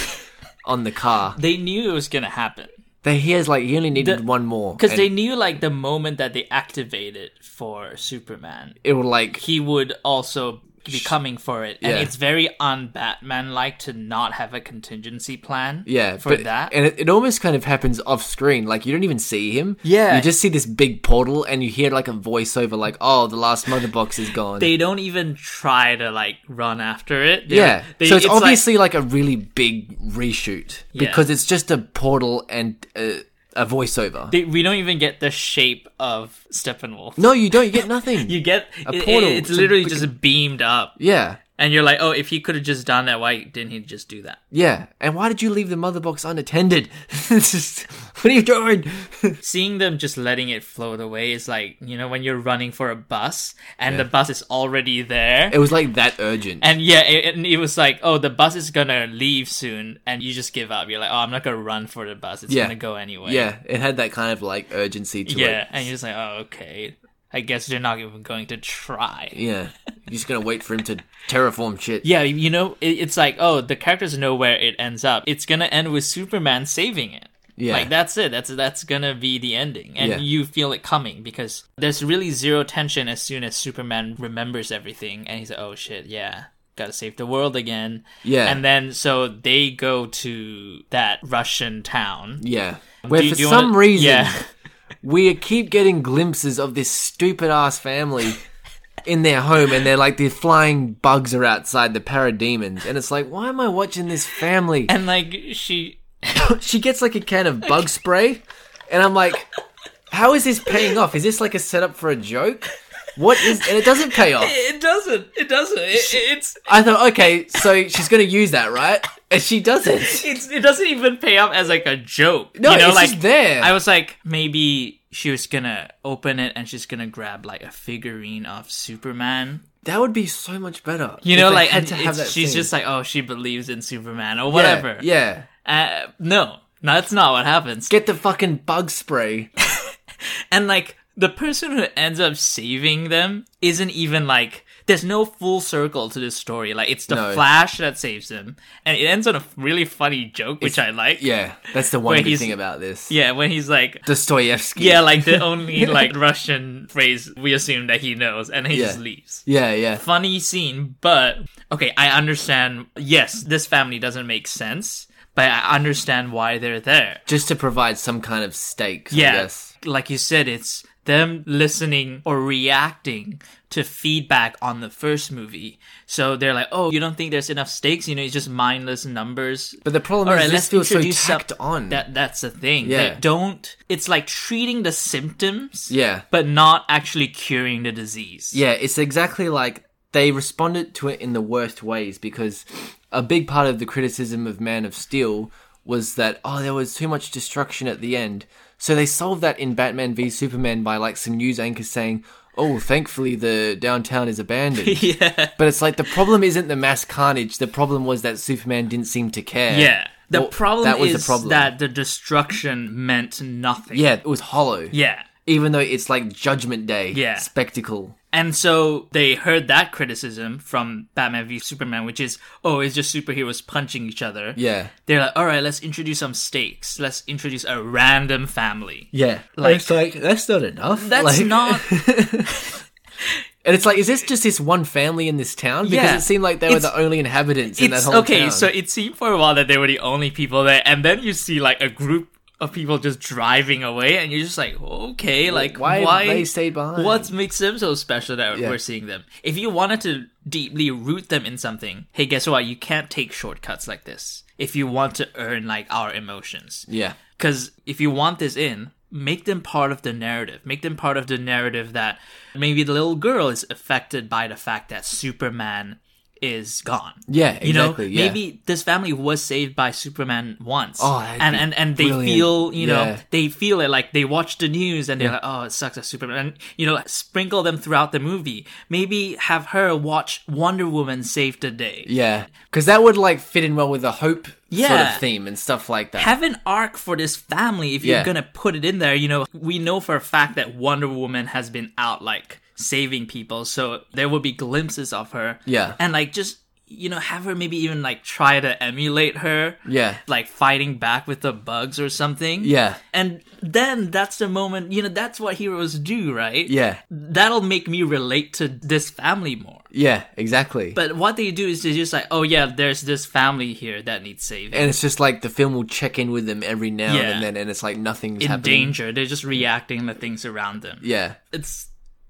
Speaker 4: on the car.
Speaker 3: They knew it was going to happen.
Speaker 4: They he has like he only needed
Speaker 3: The-
Speaker 4: one more
Speaker 3: Because
Speaker 4: and
Speaker 3: they knew, like, the moment that they activated for Superman,
Speaker 4: it will like
Speaker 3: he would also be coming for it. And
Speaker 4: Yeah.
Speaker 3: it's very un Batman like to not have a contingency plan
Speaker 4: yeah
Speaker 3: for
Speaker 4: but-
Speaker 3: that.
Speaker 4: and it, it almost kind of happens off screen. Like you don't even see him.
Speaker 3: Yeah.
Speaker 4: you just see this big portal, and you hear like a voiceover like, "Oh, the last mother box is gone."
Speaker 3: they don't even try to, like, run after it. They-
Speaker 4: Yeah.
Speaker 3: they-
Speaker 4: so it's,
Speaker 3: like-
Speaker 4: obviously like, a really big reshoot
Speaker 3: Yeah.
Speaker 4: because it's just a portal and a, a voiceover.
Speaker 3: they- we don't even get the shape of Steppenwolf.
Speaker 4: no, you don't. You get nothing.
Speaker 3: You get
Speaker 4: A
Speaker 3: it-
Speaker 4: portal.
Speaker 3: it- it's
Speaker 4: It's a
Speaker 3: literally
Speaker 4: big-
Speaker 3: just beamed up,
Speaker 4: yeah.
Speaker 3: and you're like, oh, if he could have just done that, why didn't he just do that?
Speaker 4: Yeah. And why did you leave the mother box unattended? it's just, what are you doing?
Speaker 3: Seeing them just letting it float away is like, you know, when you're running for a bus and the bus is already there.
Speaker 4: it was like that urgent.
Speaker 3: and yeah, it, and it was like, oh, the bus is gonna leave soon, and you just give up. You're like, oh, I'm not gonna run for the bus; it's
Speaker 4: Yeah.
Speaker 3: gonna go anyway.
Speaker 4: yeah. It had that kind of like urgency to
Speaker 3: yeah.
Speaker 4: it.
Speaker 3: And you're just like, oh, okay. I guess they're not even going to try.
Speaker 4: Yeah. You're just going to wait for him to terraform shit.
Speaker 3: Yeah, you know, it, it's like, oh, the characters know where it ends up. It's gonna end with Superman saving it.
Speaker 4: Yeah.
Speaker 3: Like that's it. That's that's gonna be the ending, and
Speaker 4: Yeah.
Speaker 3: you feel it coming because there's really zero tension as soon as Superman remembers everything, and he's like, "Oh shit, yeah, gotta save the world again."
Speaker 4: Yeah.
Speaker 3: and then so they go to that Russian town.
Speaker 4: Yeah. Where
Speaker 3: Do you-
Speaker 4: for
Speaker 3: do you wanna-
Speaker 4: some reason
Speaker 3: yeah,
Speaker 4: we keep getting glimpses of this stupid ass family in their home and they're like the flying bugs are outside the parademons and it's like why am i watching this family
Speaker 3: and like she,
Speaker 4: she gets like a can of bug spray and i'm like how is this paying off is this like a setup for a joke what is and it doesn't pay off
Speaker 3: it doesn't, it doesn't, it, it's
Speaker 4: i thought okay so she's gonna use that right and she doesn't
Speaker 3: it's it doesn't even pay off as like a joke.
Speaker 4: No,
Speaker 3: you know,
Speaker 4: it's
Speaker 3: like
Speaker 4: just there.
Speaker 3: I was like, maybe she was gonna open it and she's gonna grab like a figurine of Superman.
Speaker 4: that would be so much better
Speaker 3: You
Speaker 4: if
Speaker 3: know,
Speaker 4: they
Speaker 3: like
Speaker 4: had
Speaker 3: and
Speaker 4: to have
Speaker 3: it's-
Speaker 4: that
Speaker 3: she's
Speaker 4: scene.
Speaker 3: just like, oh, she believes in Superman or
Speaker 4: Yeah,
Speaker 3: whatever.
Speaker 4: yeah
Speaker 3: Uh, no, no, that's not what happens.
Speaker 4: get the fucking bug spray
Speaker 3: and like the person who ends up saving them isn't even like there's no full circle to this story. Like it's the
Speaker 4: No.
Speaker 3: Flash that saves them, and it ends on a really funny joke, which I like.
Speaker 4: yeah that's the one
Speaker 3: Wait,
Speaker 4: good
Speaker 3: he's-
Speaker 4: thing about this
Speaker 3: yeah, when he's like,
Speaker 4: Dostoevsky.
Speaker 3: Yeah, like the only like Russian phrase we assume that he knows, and he
Speaker 4: Yeah.
Speaker 3: just leaves.
Speaker 4: yeah, yeah,
Speaker 3: Funny scene, but okay, I understand. Yes, this family doesn't make sense, but I understand why they're there.
Speaker 4: just to provide some kind of stakes.
Speaker 3: Yeah,
Speaker 4: I guess.
Speaker 3: like you said, it's them listening or reacting to feedback on the first movie. So they're like, "Oh, you don't think there's enough stakes? You know, it's just mindless numbers."
Speaker 4: But the problem
Speaker 3: All
Speaker 4: is
Speaker 3: right,
Speaker 4: this
Speaker 3: let's
Speaker 4: feels so
Speaker 3: introduce some-
Speaker 4: tacked on.
Speaker 3: That that's the thing.
Speaker 4: Yeah.
Speaker 3: They don't. It's like treating the symptoms.
Speaker 4: Yeah.
Speaker 3: But not actually curing the disease.
Speaker 4: yeah, it's exactly like they responded to it in the worst ways because a big part of the criticism of Man of Steel was that oh, there was too much destruction at the end. So they solved that in Batman v Superman by like some news anchors saying. Oh, thankfully the downtown is abandoned. yeah. But it's like the problem isn't the mass carnage. The problem was that Superman didn't seem to care.
Speaker 3: Yeah. The
Speaker 4: Well,
Speaker 3: problem
Speaker 4: that was the
Speaker 3: is
Speaker 4: problem.
Speaker 3: that the destruction meant nothing.
Speaker 4: Yeah, it was hollow.
Speaker 3: Yeah.
Speaker 4: Even though it's like Judgment Day
Speaker 3: Yeah.
Speaker 4: spectacle.
Speaker 3: And so they heard that criticism from Batman v Superman, which is, oh, it's just superheroes punching each other.
Speaker 4: Yeah.
Speaker 3: They're like, all right, let's introduce some stakes. Let's introduce a random family.
Speaker 4: Yeah.
Speaker 3: Like-
Speaker 4: Like, it's like, that's not enough.
Speaker 3: That's
Speaker 4: Like-
Speaker 3: not.
Speaker 4: And it's like, is this just this one family in this town? Because
Speaker 3: Yeah.
Speaker 4: it seemed like they were
Speaker 3: It's-
Speaker 4: the only inhabitants in that
Speaker 3: It's
Speaker 4: whole
Speaker 3: okay.
Speaker 4: town.
Speaker 3: So it seemed for a while that they were the only people there, and then you see like a group of people just driving away, and you're just like, okay, like
Speaker 4: why
Speaker 3: why,
Speaker 4: they stayed behind?
Speaker 3: What makes them so special that
Speaker 4: Yeah.
Speaker 3: we're seeing them? If you wanted to deeply root them in something, hey, guess what? You can't take shortcuts like this if you want to earn like our emotions.
Speaker 4: yeah.
Speaker 3: Because if you want this in, make them part of the narrative. Make them part of the narrative that maybe the little girl is affected by the fact that Superman is gone.
Speaker 4: Yeah,
Speaker 3: you know,
Speaker 4: exactly, yeah.
Speaker 3: maybe this family was saved by Superman once.
Speaker 4: Oh, that'd
Speaker 3: and
Speaker 4: be
Speaker 3: and and they
Speaker 4: brilliant.
Speaker 3: feel, you know,
Speaker 4: Yeah.
Speaker 3: they feel it like they watch the news and they're like, oh, it sucks that Superman. And, you know, sprinkle them throughout the movie. Maybe have her watch Wonder Woman save the day.
Speaker 4: Yeah, because that would like fit in well with the hope sort
Speaker 3: Yeah.
Speaker 4: of theme and stuff like that.
Speaker 3: have an arc for this family if you're
Speaker 4: Yeah.
Speaker 3: gonna put it in there. You know, we know for a fact that Wonder Woman has been out like saving people, so there will be glimpses of her.
Speaker 4: Yeah.
Speaker 3: and like just you know have her maybe even like try to emulate her.
Speaker 4: Yeah.
Speaker 3: like fighting back with the bugs or something.
Speaker 4: Yeah.
Speaker 3: and then that's the moment. You know, that's what heroes do, right?
Speaker 4: yeah,
Speaker 3: that'll make me relate to this family more.
Speaker 4: yeah, exactly.
Speaker 3: But what they do is they just like, oh yeah, there's this family here that needs saving.
Speaker 4: and it's just like the film will check in with them every now
Speaker 3: Yeah.
Speaker 4: and then, and it's like nothing's
Speaker 3: in
Speaker 4: happening.
Speaker 3: danger. They're just reacting to things around them.
Speaker 4: Yeah,
Speaker 3: It's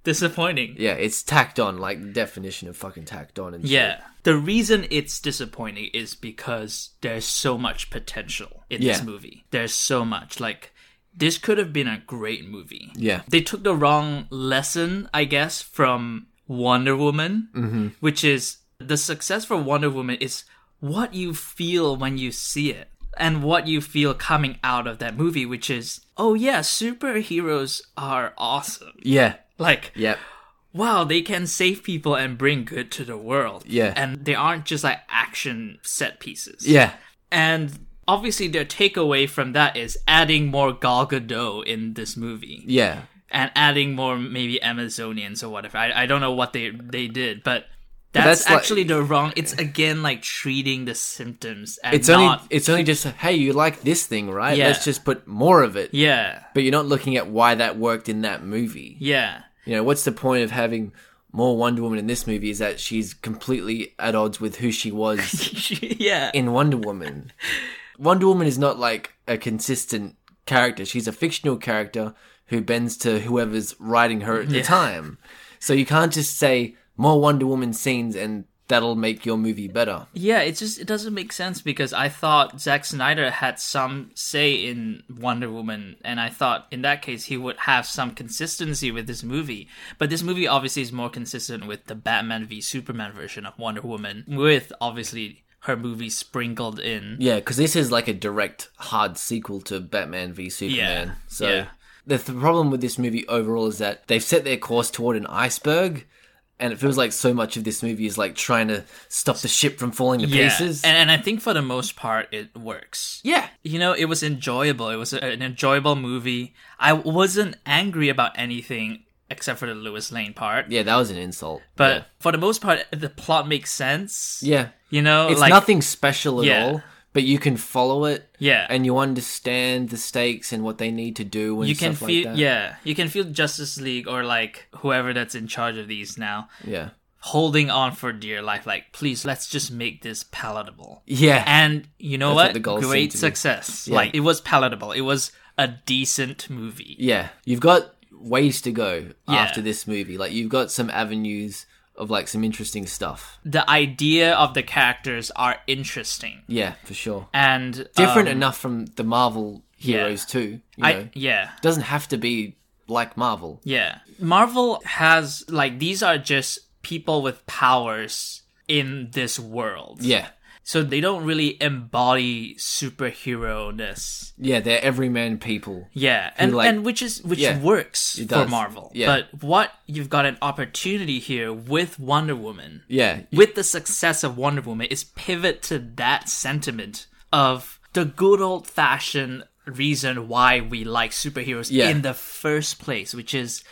Speaker 3: disappointing. Yeah.
Speaker 4: yeah, it's tacked on, like the definition of fucking tacked on. And shit.
Speaker 3: The reason it's disappointing is because there's so much potential in this
Speaker 4: Yeah.
Speaker 3: movie. There's so much. Like, this could have been a great movie.
Speaker 4: Yeah.
Speaker 3: They took the wrong lesson, I guess, from Wonder Woman,
Speaker 4: Mm-hmm.
Speaker 3: which is the success for Wonder Woman is what you feel when you see it and what you feel coming out of that movie, which is, oh, yeah, superheroes are awesome.
Speaker 4: yeah,
Speaker 3: Like,
Speaker 4: yeah,
Speaker 3: wow, they can save people and bring good to the world.
Speaker 4: Yeah.
Speaker 3: And they aren't just like action set pieces.
Speaker 4: yeah,
Speaker 3: And obviously their takeaway from that is adding more Gal Gadot in this movie.
Speaker 4: yeah,
Speaker 3: And adding more maybe Amazonians or whatever. I, I don't know what they they did, but that's,
Speaker 4: that's like-
Speaker 3: actually the wrong it's again like treating the symptoms and
Speaker 4: It's only
Speaker 3: not
Speaker 4: it's only just hey, you like this thing, right?
Speaker 3: Yeah.
Speaker 4: Let's just put more of it.
Speaker 3: Yeah.
Speaker 4: But you're not looking at why that worked in that movie.
Speaker 3: Yeah.
Speaker 4: You know, what's the point of having more Wonder Woman in this movie is that she's completely at odds with who she was
Speaker 3: yeah.
Speaker 4: in Wonder Woman. Wonder Woman is not like a consistent character. She's a fictional character who bends to whoever's writing her at the time. So you can't just say more Wonder Woman scenes and that'll make your movie better.
Speaker 3: Yeah, it just it doesn't make sense because I thought Zack Snyder had some say in Wonder Woman, and I thought in that case he would have some consistency with this movie. But this movie obviously is more consistent with the Batman v Superman version of Wonder Woman, with obviously her movie sprinkled in.
Speaker 4: Yeah, because this is like a direct hard sequel to Batman v Superman.
Speaker 3: Yeah,
Speaker 4: So
Speaker 3: yeah.
Speaker 4: the th- problem with this movie overall is that they've set their course toward an iceberg, and it feels like so much of this movie is like trying to stop the ship from falling to pieces.
Speaker 3: and, and I think for the most part it works.
Speaker 4: yeah,
Speaker 3: you know, it was enjoyable. It was a- an enjoyable movie. I wasn't angry about anything except for the Lewis Lane part.
Speaker 4: yeah, that was an insult.
Speaker 3: But for the most part, the plot makes sense.
Speaker 4: yeah,
Speaker 3: You know,
Speaker 4: it's
Speaker 3: Oh, like
Speaker 4: nothing special at
Speaker 3: Yeah.
Speaker 4: all. But you can follow it,
Speaker 3: Yeah.
Speaker 4: and you understand the stakes and what they need to do, and
Speaker 3: you can
Speaker 4: stuff
Speaker 3: feel,
Speaker 4: like that.
Speaker 3: yeah, you can feel Justice League or like whoever that's in charge of these now
Speaker 4: yeah,
Speaker 3: holding on for dear life. Like, please, let's just make this palatable.
Speaker 4: yeah,
Speaker 3: And you know
Speaker 4: That's
Speaker 3: what?
Speaker 4: what the goals seem
Speaker 3: Great
Speaker 4: to be.
Speaker 3: success.
Speaker 4: Yeah.
Speaker 3: Like, it was palatable. It was a decent movie.
Speaker 4: Yeah, you've got ways to go
Speaker 3: Yeah.
Speaker 4: after this movie. Like you've got some avenues of like some interesting stuff.
Speaker 3: The idea of the characters are interesting
Speaker 4: Yeah, for sure.
Speaker 3: and
Speaker 4: Different
Speaker 3: um,
Speaker 4: enough from the Marvel
Speaker 3: yeah.
Speaker 4: heroes too. You know,
Speaker 3: I yeah.
Speaker 4: doesn't have to be like Marvel.
Speaker 3: Yeah. Marvel has, like, these are just people with powers in this world.
Speaker 4: Yeah,
Speaker 3: So they don't really embody superhero ness.
Speaker 4: yeah, they're everyman people.
Speaker 3: Yeah. And,
Speaker 4: like-
Speaker 3: and which is, which
Speaker 4: Yeah.
Speaker 3: works
Speaker 4: It
Speaker 3: for
Speaker 4: does.
Speaker 3: Marvel.
Speaker 4: Yeah.
Speaker 3: But what, you've got an opportunity here with Wonder Woman.
Speaker 4: Yeah,
Speaker 3: With the success of Wonder Woman is pivot to that sentiment of the good old fashioned reason why we like superheroes
Speaker 4: Yeah.
Speaker 3: in the first place, which is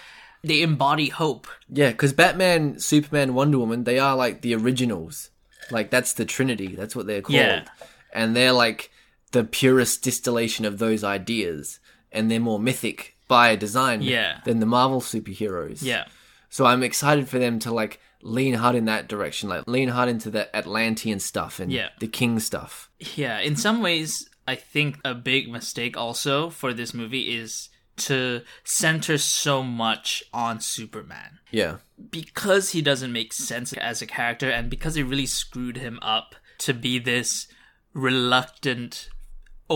Speaker 3: they embody hope.
Speaker 4: yeah, because Batman, Superman, Wonder Woman, they are like the originals. Like that's the Trinity. That's what they're called.
Speaker 3: Yeah.
Speaker 4: And they're like the purest distillation of those ideas, and they're more mythic by design
Speaker 3: Yeah.
Speaker 4: than the Marvel superheroes.
Speaker 3: Yeah.
Speaker 4: So I'm excited for them to like lean hard in that direction, like lean hard into the Atlantean stuff and
Speaker 3: Yeah.
Speaker 4: the King stuff.
Speaker 3: Yeah, in some ways, I think a big mistake also for this movie is to center so much on Superman.
Speaker 4: Yeah,
Speaker 3: Because he doesn't make sense as a character and because they really screwed him up to be this reluctant,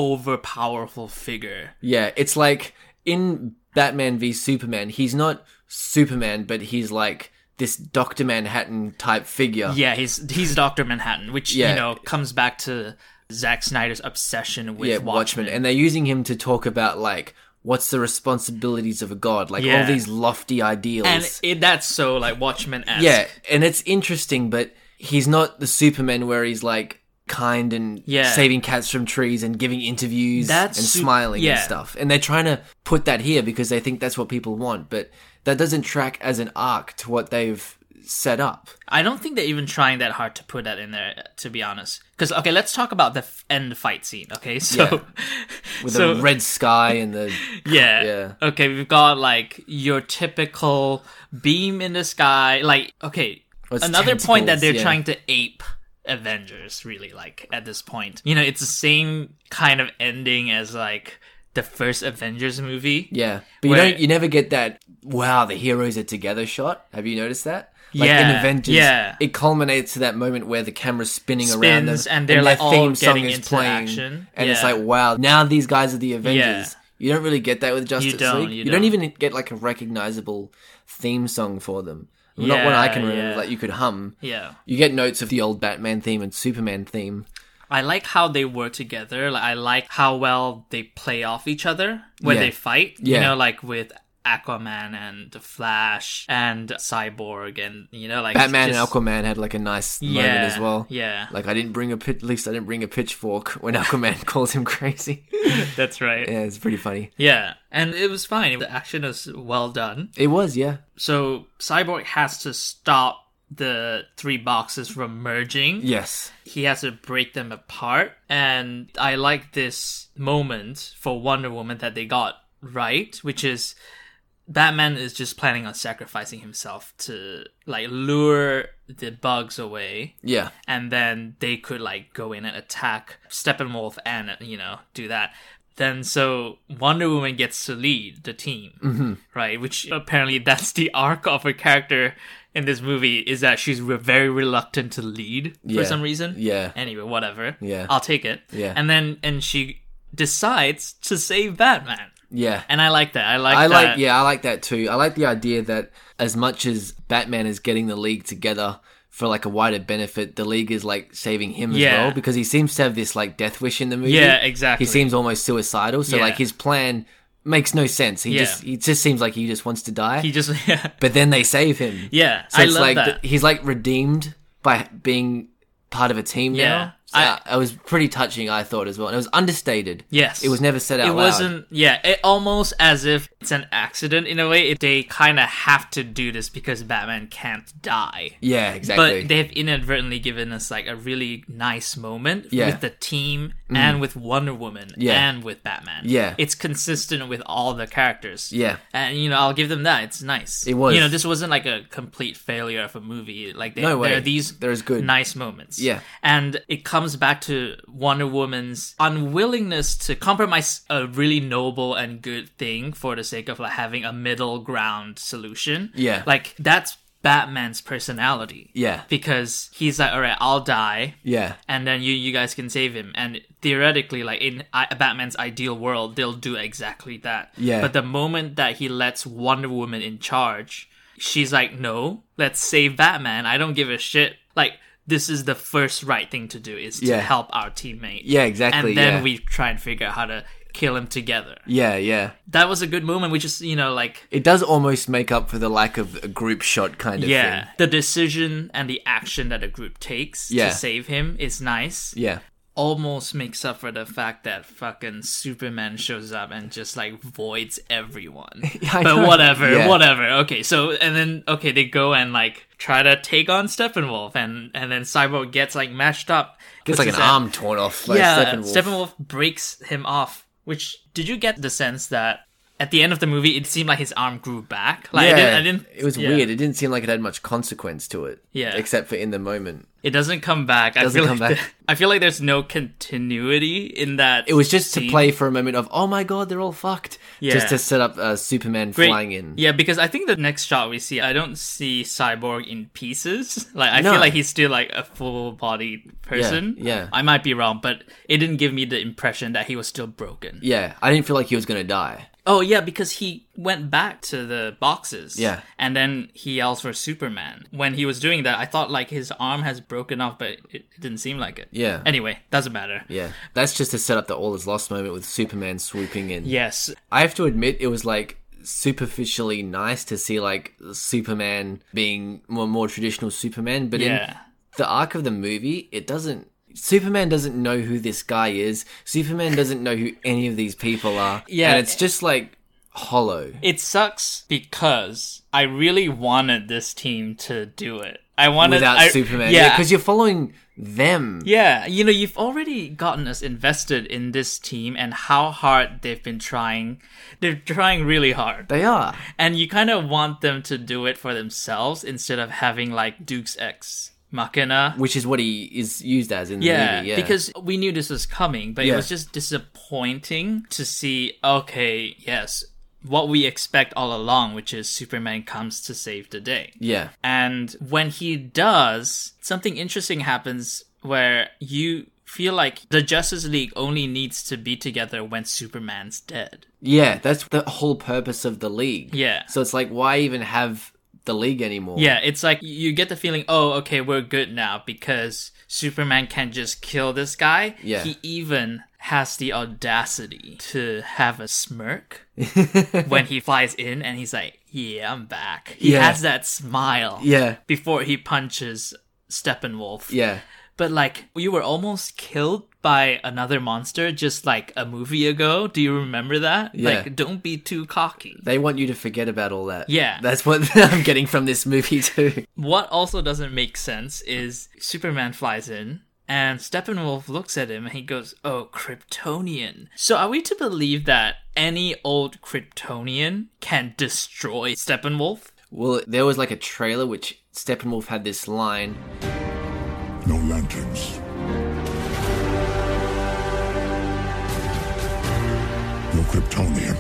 Speaker 3: overpowerful figure.
Speaker 4: yeah. It's like in Batman v Superman, he's not Superman, but he's like this Doctor Manhattan type figure.
Speaker 3: Yeah, he's he's Doctor Manhattan, which
Speaker 4: Yeah.
Speaker 3: you know comes back to Zack Snyder's obsession with
Speaker 4: yeah,
Speaker 3: Watchmen.
Speaker 4: Watchmen. And they're using him to talk about like what's the responsibilities of a god, like
Speaker 3: Yeah.
Speaker 4: all these lofty ideals.
Speaker 3: and it, that's so like Watchmen esque.
Speaker 4: yeah, and it's interesting, but he's not the Superman where he's like kind and
Speaker 3: Yeah.
Speaker 4: saving cats from trees and giving interviews
Speaker 3: That's
Speaker 4: and
Speaker 3: su-
Speaker 4: smiling and
Speaker 3: yeah.
Speaker 4: stuff. And they're trying to put that here because they think that's what people want, but that doesn't track as an arc to what they've set up.
Speaker 3: I don't think they're even trying that hard to put that in there, to be honest. Because okay, let's talk about the f- end fight scene. Okay, so
Speaker 4: With
Speaker 3: So-
Speaker 4: the red sky and the
Speaker 3: yeah.
Speaker 4: Yeah.
Speaker 3: okay, we've got like your typical beam in the sky. Like okay,
Speaker 4: It's
Speaker 3: another point that
Speaker 4: tentacles,
Speaker 3: they're
Speaker 4: yeah.
Speaker 3: trying to ape Avengers. Really, like at this point, you know, it's the same kind of ending as like the first Avengers movie.
Speaker 4: Yeah, but you
Speaker 3: Where-
Speaker 4: don't. You never get that. Wow, the heroes are together. Shot. Have you noticed that? Like in
Speaker 3: Yeah,
Speaker 4: Avengers,
Speaker 3: yeah.
Speaker 4: it culminates to that moment where the camera's spinning around them,
Speaker 3: Spins and they're, like, all getting into action.
Speaker 4: and it's
Speaker 3: Yeah.
Speaker 4: like, wow, now these guys are the Avengers.
Speaker 3: Yeah.
Speaker 4: You don't really get that with Justice
Speaker 3: don't,
Speaker 4: League.
Speaker 3: you
Speaker 4: You, don't.
Speaker 3: don't.
Speaker 4: even get like a recognizable theme song for them. Not one I
Speaker 3: Yeah,
Speaker 4: can remember
Speaker 3: yeah.
Speaker 4: that you could hum.
Speaker 3: Yeah.
Speaker 4: You get notes of the old Batman theme and Superman theme.
Speaker 3: I like how they work together. Like, I like how well they play off each other when
Speaker 4: Yeah.
Speaker 3: they fight. You
Speaker 4: Yeah.
Speaker 3: know, like with Aquaman and the Flash and Cyborg, and you know, like
Speaker 4: Batman
Speaker 3: just-
Speaker 4: and Aquaman had like a nice
Speaker 3: Yeah,
Speaker 4: moment as well.
Speaker 3: Yeah,
Speaker 4: Like I didn't bring a pit. At least I didn't bring a pitchfork when Aquaman calls him crazy.
Speaker 3: that's right. Yeah.
Speaker 4: Yeah, it's pretty funny.
Speaker 3: and it was fine. The action was well done.
Speaker 4: It was, yeah.
Speaker 3: So Cyborg has to stop the three boxes from merging.
Speaker 4: Yes.
Speaker 3: he has to break them apart. And I like this moment for Wonder Woman that they got right, which is Batman is just planning on sacrificing himself to like lure the bugs away.
Speaker 4: Yeah.
Speaker 3: And then they could like go in and attack Steppenwolf and, you know, do that. Then so Wonder Woman gets to lead the team, mm-hmm. right? Which apparently that's the arc of her character in this movie is that she's re- very reluctant to lead for
Speaker 4: Yeah.
Speaker 3: some reason.
Speaker 4: Yeah.
Speaker 3: Anyway, whatever.
Speaker 4: Yeah.
Speaker 3: I'll take it.
Speaker 4: Yeah.
Speaker 3: And then and she decides to save Batman.
Speaker 4: Yeah.
Speaker 3: And I like that. I like
Speaker 4: I
Speaker 3: that.
Speaker 4: like yeah, I like that too. I like the idea that as much as Batman is getting the league together for like a wider benefit, the league is like saving him as
Speaker 3: Yeah.
Speaker 4: well because he seems to have this like death wish in the movie.
Speaker 3: Yeah, exactly.
Speaker 4: He seems almost suicidal, so
Speaker 3: Yeah.
Speaker 4: like his plan makes no sense. He
Speaker 3: Yeah.
Speaker 4: just he just seems like he just wants to die.
Speaker 3: He just yeah.
Speaker 4: but then they save him.
Speaker 3: Yeah,
Speaker 4: So
Speaker 3: I
Speaker 4: it's
Speaker 3: love
Speaker 4: like
Speaker 3: that.
Speaker 4: th- he's like redeemed by being part of a team
Speaker 3: Yeah.
Speaker 4: now. So
Speaker 3: I-
Speaker 4: I, it was pretty touching, I thought as well, and it was understated.
Speaker 3: Yes.
Speaker 4: it was never said out
Speaker 3: it
Speaker 4: loud.
Speaker 3: wasn't yeah it almost as if it's an accident in a way it, they kind of have to do this because batman can't die
Speaker 4: Yeah, exactly.
Speaker 3: but they've inadvertently given us like a really nice moment
Speaker 4: Yeah. Mm-hmm.
Speaker 3: with the team and with wonder woman
Speaker 4: Yeah.
Speaker 3: and with batman
Speaker 4: Yeah.
Speaker 3: it's consistent with all the characters
Speaker 4: Yeah.
Speaker 3: and you know i'll give them that it's nice
Speaker 4: It was.
Speaker 3: you know this wasn't like a complete failure of a movie like they,
Speaker 4: No way.
Speaker 3: there are these
Speaker 4: They're as good.
Speaker 3: nice moments
Speaker 4: Yeah.
Speaker 3: and it comes back to Wonder Woman's unwillingness to compromise a really noble and good thing for the sake of like having a middle ground solution.
Speaker 4: Yeah.
Speaker 3: Like that's Batman's personality.
Speaker 4: Yeah.
Speaker 3: Because he's like, all right, I'll die.
Speaker 4: yeah,
Speaker 3: And then you you guys can save him. And theoretically, like in I- Batman's ideal world, they'll do exactly that.
Speaker 4: Yeah.
Speaker 3: But the moment that he lets Wonder Woman in charge, she's like, no, let's save Batman. I don't give a shit. Like this is the first right thing to do is to
Speaker 4: Yeah.
Speaker 3: help our teammate.
Speaker 4: Yeah, exactly,
Speaker 3: And then
Speaker 4: yeah.
Speaker 3: we try and figure out how to kill him together.
Speaker 4: yeah, yeah.
Speaker 3: That was a good moment. We just you know like
Speaker 4: It does almost make up for the lack of a group shot kind of
Speaker 3: yeah,
Speaker 4: thing.
Speaker 3: the decision and the action that a group takes
Speaker 4: Yeah.
Speaker 3: to save him is nice.
Speaker 4: Yeah,
Speaker 3: almost makes up for the fact that fucking Superman shows up and just like voids everyone.
Speaker 4: I
Speaker 3: but
Speaker 4: know.
Speaker 3: whatever,
Speaker 4: Yeah.
Speaker 3: whatever. Okay, so and then okay, they go and like try to take on Steppenwolf, and and then Cyborg gets like mashed up.
Speaker 4: gets
Speaker 3: which
Speaker 4: like an
Speaker 3: is that-
Speaker 4: arm torn off. Like
Speaker 3: yeah,
Speaker 4: Steppenwolf.
Speaker 3: Steppenwolf breaks him off. Which did you get the sense that? At the end of the movie, it seemed like his arm grew back. Like
Speaker 4: yeah,
Speaker 3: I didn't. I didn't
Speaker 4: it was
Speaker 3: yeah.
Speaker 4: weird. It didn't seem like it had much consequence to it.
Speaker 3: Yeah.
Speaker 4: except for in the moment.
Speaker 3: It doesn't come back. I
Speaker 4: Doesn't
Speaker 3: feel
Speaker 4: come
Speaker 3: like
Speaker 4: back.
Speaker 3: th- I feel like there's no continuity in that.
Speaker 4: It was just to
Speaker 3: scene.
Speaker 4: play for a moment of oh my god, they're all fucked.
Speaker 3: Yeah.
Speaker 4: Just to set up uh, Superman
Speaker 3: Great.
Speaker 4: flying in.
Speaker 3: Yeah, because I think the next shot we see, I don't see Cyborg in pieces. Like I
Speaker 4: No.
Speaker 3: feel like he's still like a full-bodied person.
Speaker 4: yeah.
Speaker 3: I might be wrong, but it didn't give me the impression that he was still broken.
Speaker 4: Yeah, I didn't feel like he was gonna die.
Speaker 3: Oh yeah, because he went back to the boxes.
Speaker 4: Yeah.
Speaker 3: and then he yells for Superman. When he was doing that, I thought like his arm has broken off, but it didn't seem like it.
Speaker 4: Yeah.
Speaker 3: Anyway, doesn't matter.
Speaker 4: Yeah, that's just to set up the all is lost moment with Superman swooping in.
Speaker 3: Yes,
Speaker 4: I have to admit, it was like superficially nice to see like Superman being more more traditional Superman, but in
Speaker 3: Yeah.
Speaker 4: the arc of the movie, it doesn't. Superman doesn't know who this guy is. Superman doesn't know who any of these people are.
Speaker 3: Yeah.
Speaker 4: and it's just like hollow.
Speaker 3: it sucks because I really wanted this team to do it. I wanted
Speaker 4: without
Speaker 3: I-
Speaker 4: Superman.
Speaker 3: Yeah,
Speaker 4: Yeah, because you're following them.
Speaker 3: Yeah, you know, you've already gotten us invested in this team and how hard they've been trying. They're trying really hard.
Speaker 4: They are.
Speaker 3: And you kind of want them to do it for themselves instead of having like Duke's ex Machina.
Speaker 4: Which is what he is used as in the
Speaker 3: Yeah,
Speaker 4: movie. Yeah,
Speaker 3: because we knew this was coming, but
Speaker 4: Yeah.
Speaker 3: it was just disappointing to see, okay, yes, what we expect all along, which is Superman comes to save the day.
Speaker 4: yeah,
Speaker 3: And when he does, something interesting happens where you feel like the Justice League only needs to be together when Superman's dead.
Speaker 4: yeah. That's the whole purpose of the league.
Speaker 3: Yeah.
Speaker 4: So it's like, why even have the league anymore?
Speaker 3: Yeah, it's like you get the feeling, oh, okay, we're good now because Superman can just kill this guy.
Speaker 4: Yeah.
Speaker 3: He even has the audacity to have a smirk when he flies in and he's like, yeah, I'm back. He
Speaker 4: Yeah.
Speaker 3: has that smile.
Speaker 4: Yeah.
Speaker 3: Before he punches Steppenwolf.
Speaker 4: Yeah.
Speaker 3: But like you were almost killed by another monster just like a movie ago. Do you remember that?
Speaker 4: Yeah.
Speaker 3: Like don't be too cocky.
Speaker 4: They want you to forget about all that.
Speaker 3: Yeah.
Speaker 4: That's what I'm getting from this movie too.
Speaker 3: What also doesn't make sense is Superman flies in and Steppenwolf looks at him and he goes, "Oh, Kryptonian." So are we to believe that any old Kryptonian can destroy Steppenwolf?
Speaker 4: Well, there was like a trailer which Steppenwolf had this line.
Speaker 5: No lanterns. No Kryptonian.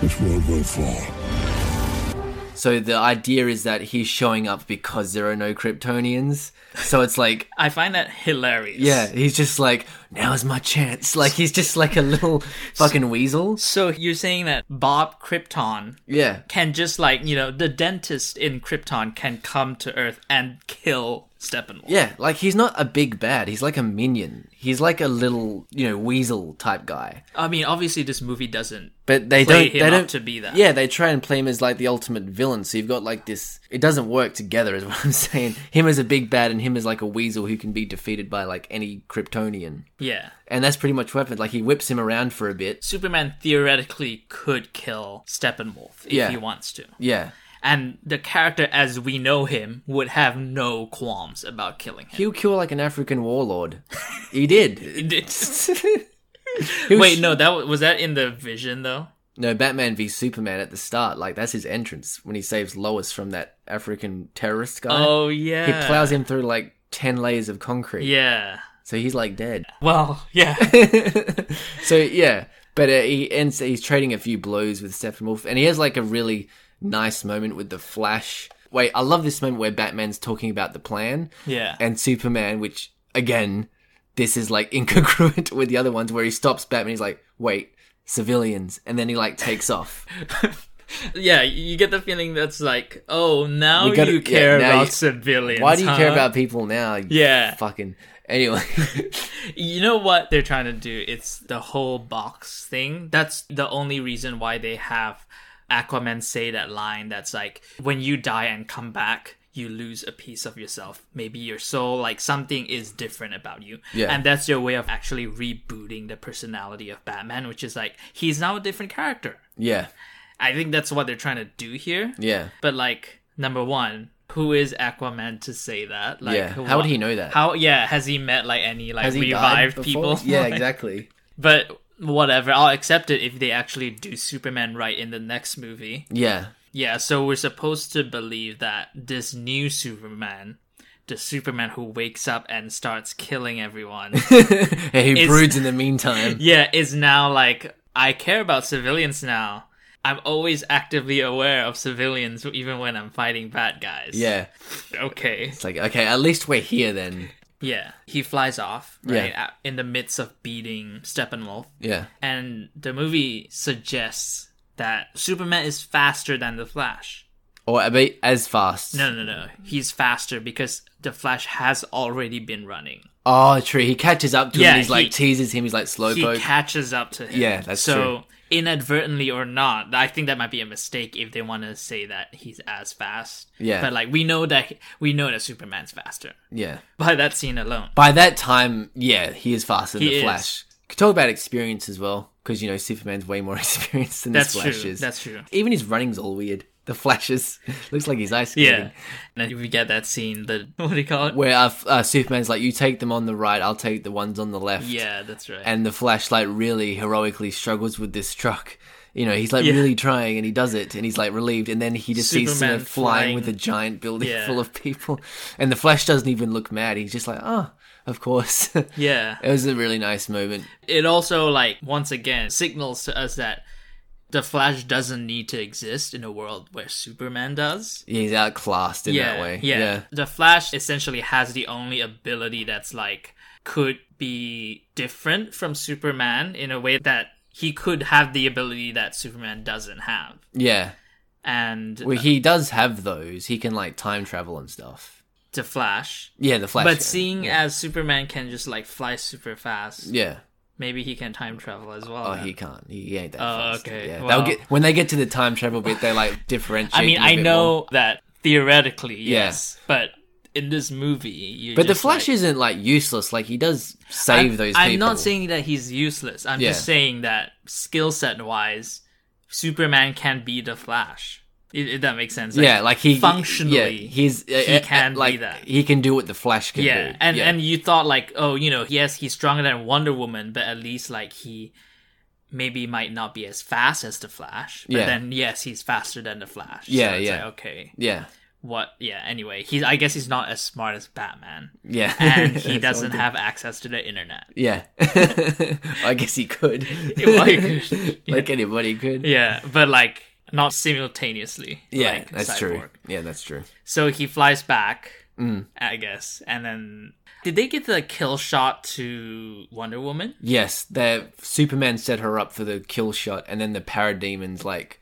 Speaker 5: This world will fall.
Speaker 4: So the idea is that he's showing up because there are no Kryptonians. So it's like,
Speaker 3: I find that hilarious.
Speaker 4: yeah, he's just like, now's my chance. Like he's just like a little fucking weasel.
Speaker 3: So you're saying that Bob Krypton
Speaker 4: Yeah.
Speaker 3: can just like you know the dentist in Krypton can come to Earth and kill Steppenwolf.
Speaker 4: Yeah, like he's not a big bad. He's like a minion. He's like a little, you know, weasel type guy.
Speaker 3: I mean, obviously this movie doesn't.
Speaker 4: But they
Speaker 3: Play
Speaker 4: don't.
Speaker 3: him
Speaker 4: they
Speaker 3: up
Speaker 4: don't
Speaker 3: to be that.
Speaker 4: Yeah, they try and play him as like the ultimate villain. So you've got like this. It doesn't work together, is what I'm saying. Him as a big bad and him as like a weasel who can be defeated by like any Kryptonian.
Speaker 3: Yeah,
Speaker 4: And that's pretty much what happens. Like he whips him around for a bit.
Speaker 3: Superman theoretically could kill Steppenwolf if
Speaker 4: Yeah.
Speaker 3: he wants to,
Speaker 4: Yeah,
Speaker 3: and the character as we know him would have no qualms about killing him.
Speaker 4: he'll kill like an African warlord. He did. He was-
Speaker 3: Wait, no, that wa- was that in the Vision though.
Speaker 4: No, Batman v Superman at the start. Like that's his entrance when he saves Lois from that African terrorist guy.
Speaker 3: Oh yeah,
Speaker 4: He plows him through like 10 layers of concrete.
Speaker 3: Yeah.
Speaker 4: So he's like dead.
Speaker 3: Well, yeah.
Speaker 4: So yeah, but uh, he ends he's trading a few blows with Steppenwolf and he has like a really nice moment with the Flash. Wait, I love this moment where Batman's talking about the plan
Speaker 3: Yeah.
Speaker 4: and Superman which again this is like incongruent with the other ones where he stops Batman he's like, "Wait, civilians." And then he like takes off.
Speaker 3: Yeah, you get the feeling that's like, oh, now
Speaker 4: We gotta-
Speaker 3: you care
Speaker 4: yeah, now
Speaker 3: about
Speaker 4: you-
Speaker 3: civilians.
Speaker 4: Why do you care
Speaker 3: huh?
Speaker 4: about people now? you
Speaker 3: Yeah.
Speaker 4: Fucking Anyway.
Speaker 3: You know what they're trying to do? It's the whole box thing. That's the only reason why they have Aquaman say that line that's like, when you die and come back, you lose a piece of yourself, maybe your soul, like something is different about you.
Speaker 4: Yeah.
Speaker 3: And that's your way of actually rebooting the personality of Batman, which is like, he's now a different character.
Speaker 4: yeah.
Speaker 3: I think that's what they're trying to do here.
Speaker 4: Yeah.
Speaker 3: But like number one, who is Aquaman to say that? Like,
Speaker 4: Yeah, how would he know that?
Speaker 3: How? Yeah, has he met like any like
Speaker 4: Has he died
Speaker 3: revived
Speaker 4: before?
Speaker 3: people?
Speaker 4: Yeah,
Speaker 3: Like,
Speaker 4: exactly.
Speaker 3: But whatever, I'll accept it if they actually do Superman right in the next movie.
Speaker 4: Yeah.
Speaker 3: Yeah, so we're supposed to believe that this new Superman, the Superman who wakes up and starts killing everyone,
Speaker 4: And he
Speaker 3: It's-
Speaker 4: broods in the meantime.
Speaker 3: yeah, is now like I care about civilians now. I'm always actively aware of civilians even when I'm fighting bad guys.
Speaker 4: Yeah.
Speaker 3: Okay.
Speaker 4: It's like, okay, at least we're here then.
Speaker 3: Yeah, he flies off right
Speaker 4: Yeah.
Speaker 3: a- in the midst of beating Steppenwolf.
Speaker 4: Yeah.
Speaker 3: and the movie suggests that Superman is faster than the Flash.
Speaker 4: Or a bit as fast.
Speaker 3: No, no, no, he's faster because the Flash has already been running.
Speaker 4: Oh, true. He catches up to
Speaker 3: Yeah,
Speaker 4: him. He's like
Speaker 3: he-
Speaker 4: teases him. He's
Speaker 3: He
Speaker 4: like slowpoke.
Speaker 3: catches up to him.
Speaker 4: Yeah, that's
Speaker 3: so inadvertently or not, I think that might be a mistake if they want to say that he's as fast.
Speaker 4: Yeah.
Speaker 3: but like we know that we know that Superman's faster
Speaker 4: yeah.
Speaker 3: by that scene alone.
Speaker 4: By that time, yeah, he is faster than
Speaker 3: He
Speaker 4: the
Speaker 3: is.
Speaker 4: Flash. Could talk about experience as well, because you know Superman's way more experienced than
Speaker 3: That's
Speaker 4: the Flash
Speaker 3: true.
Speaker 4: is.
Speaker 3: That's true.
Speaker 4: Even his running's all weird. The Flashes looks like he's ice skating.
Speaker 3: Yeah, and then we get that scene. The what do you call it?
Speaker 4: Where uh, f- uh, Superman's like, you take them on the right, I'll take the ones on the left.
Speaker 3: yeah, that's right.
Speaker 4: And the Flash like really heroically struggles with this truck. You know, he's like
Speaker 3: Yeah.
Speaker 4: really trying, and he does it, and he's like relieved, and then he just sees
Speaker 3: Superman
Speaker 4: Superman flying
Speaker 3: flying.
Speaker 4: with a giant building
Speaker 3: Yeah.
Speaker 4: full of people, and the Flash doesn't even look mad. He's just like, oh, of course. it
Speaker 3: yeah,
Speaker 4: was a really nice moment.
Speaker 3: it also like once again signals to us that the Flash doesn't need to exist in a world where Superman does.
Speaker 4: He's outclassed in that way.
Speaker 3: yeah, The Flash essentially has the only ability that's like could be different from Superman in a way that he could have the ability that Superman doesn't have.
Speaker 4: Yeah.
Speaker 3: And
Speaker 4: Well, he does have those. He can like time travel and stuff.
Speaker 3: the Flash.
Speaker 4: Yeah, the Flash.
Speaker 3: But
Speaker 4: guy.
Speaker 3: seeing as Superman can just like fly super fast,
Speaker 4: Yeah.
Speaker 3: maybe he can time travel as well.
Speaker 4: Oh,
Speaker 3: then.
Speaker 4: he can't. He ain't that
Speaker 3: Oh,
Speaker 4: fast.
Speaker 3: okay.
Speaker 4: Yeah.
Speaker 3: Well-
Speaker 4: They'll get when they get to the time travel bit. They like differentiate.
Speaker 3: I mean,
Speaker 4: them a
Speaker 3: I
Speaker 4: bit
Speaker 3: know
Speaker 4: more.
Speaker 3: that theoretically,
Speaker 4: Yeah.
Speaker 3: yes, but in this movie, you
Speaker 4: But the Flash isn't like useless. Like he does save
Speaker 3: I'm,
Speaker 4: those.
Speaker 3: I'm
Speaker 4: people.
Speaker 3: not saying that he's useless. I'm just
Speaker 4: Yeah.
Speaker 3: saying that skill set wise, Superman can be the Flash. If, if that makes sense.
Speaker 4: yeah, like he
Speaker 3: functionally,
Speaker 4: Yeah, he's
Speaker 3: he
Speaker 4: uh, uh,
Speaker 3: can be
Speaker 4: like,
Speaker 3: that.
Speaker 4: He can do what the Flash can
Speaker 3: yeah,
Speaker 4: do.
Speaker 3: and and you thought like, oh, you know, yes, he's stronger than Wonder Woman, but at least like he maybe might not be as fast as the Flash. But
Speaker 4: Yeah.
Speaker 3: then yes, he's faster than the Flash. So
Speaker 4: Yeah,
Speaker 3: it's
Speaker 4: yeah.
Speaker 3: like, okay,
Speaker 4: yeah,
Speaker 3: what? Yeah. Anyway, he's I guess he's not as smart as Batman.
Speaker 4: yeah,
Speaker 3: and
Speaker 4: That's all
Speaker 3: he doesn't
Speaker 4: good.
Speaker 3: have access to the internet.
Speaker 4: Yeah, I guess he could.
Speaker 3: Well, he could, yeah.
Speaker 4: like anybody could.
Speaker 3: Yeah, but like not simultaneously.
Speaker 4: Yeah,
Speaker 3: like
Speaker 4: that's
Speaker 3: Cyborg.
Speaker 4: true. Mm. Yeah, that's true.
Speaker 3: So he flies back, I guess, and then did they get the kill shot to Wonder Woman?
Speaker 4: Yes, the Superman set her up for the kill shot, and then the parademons like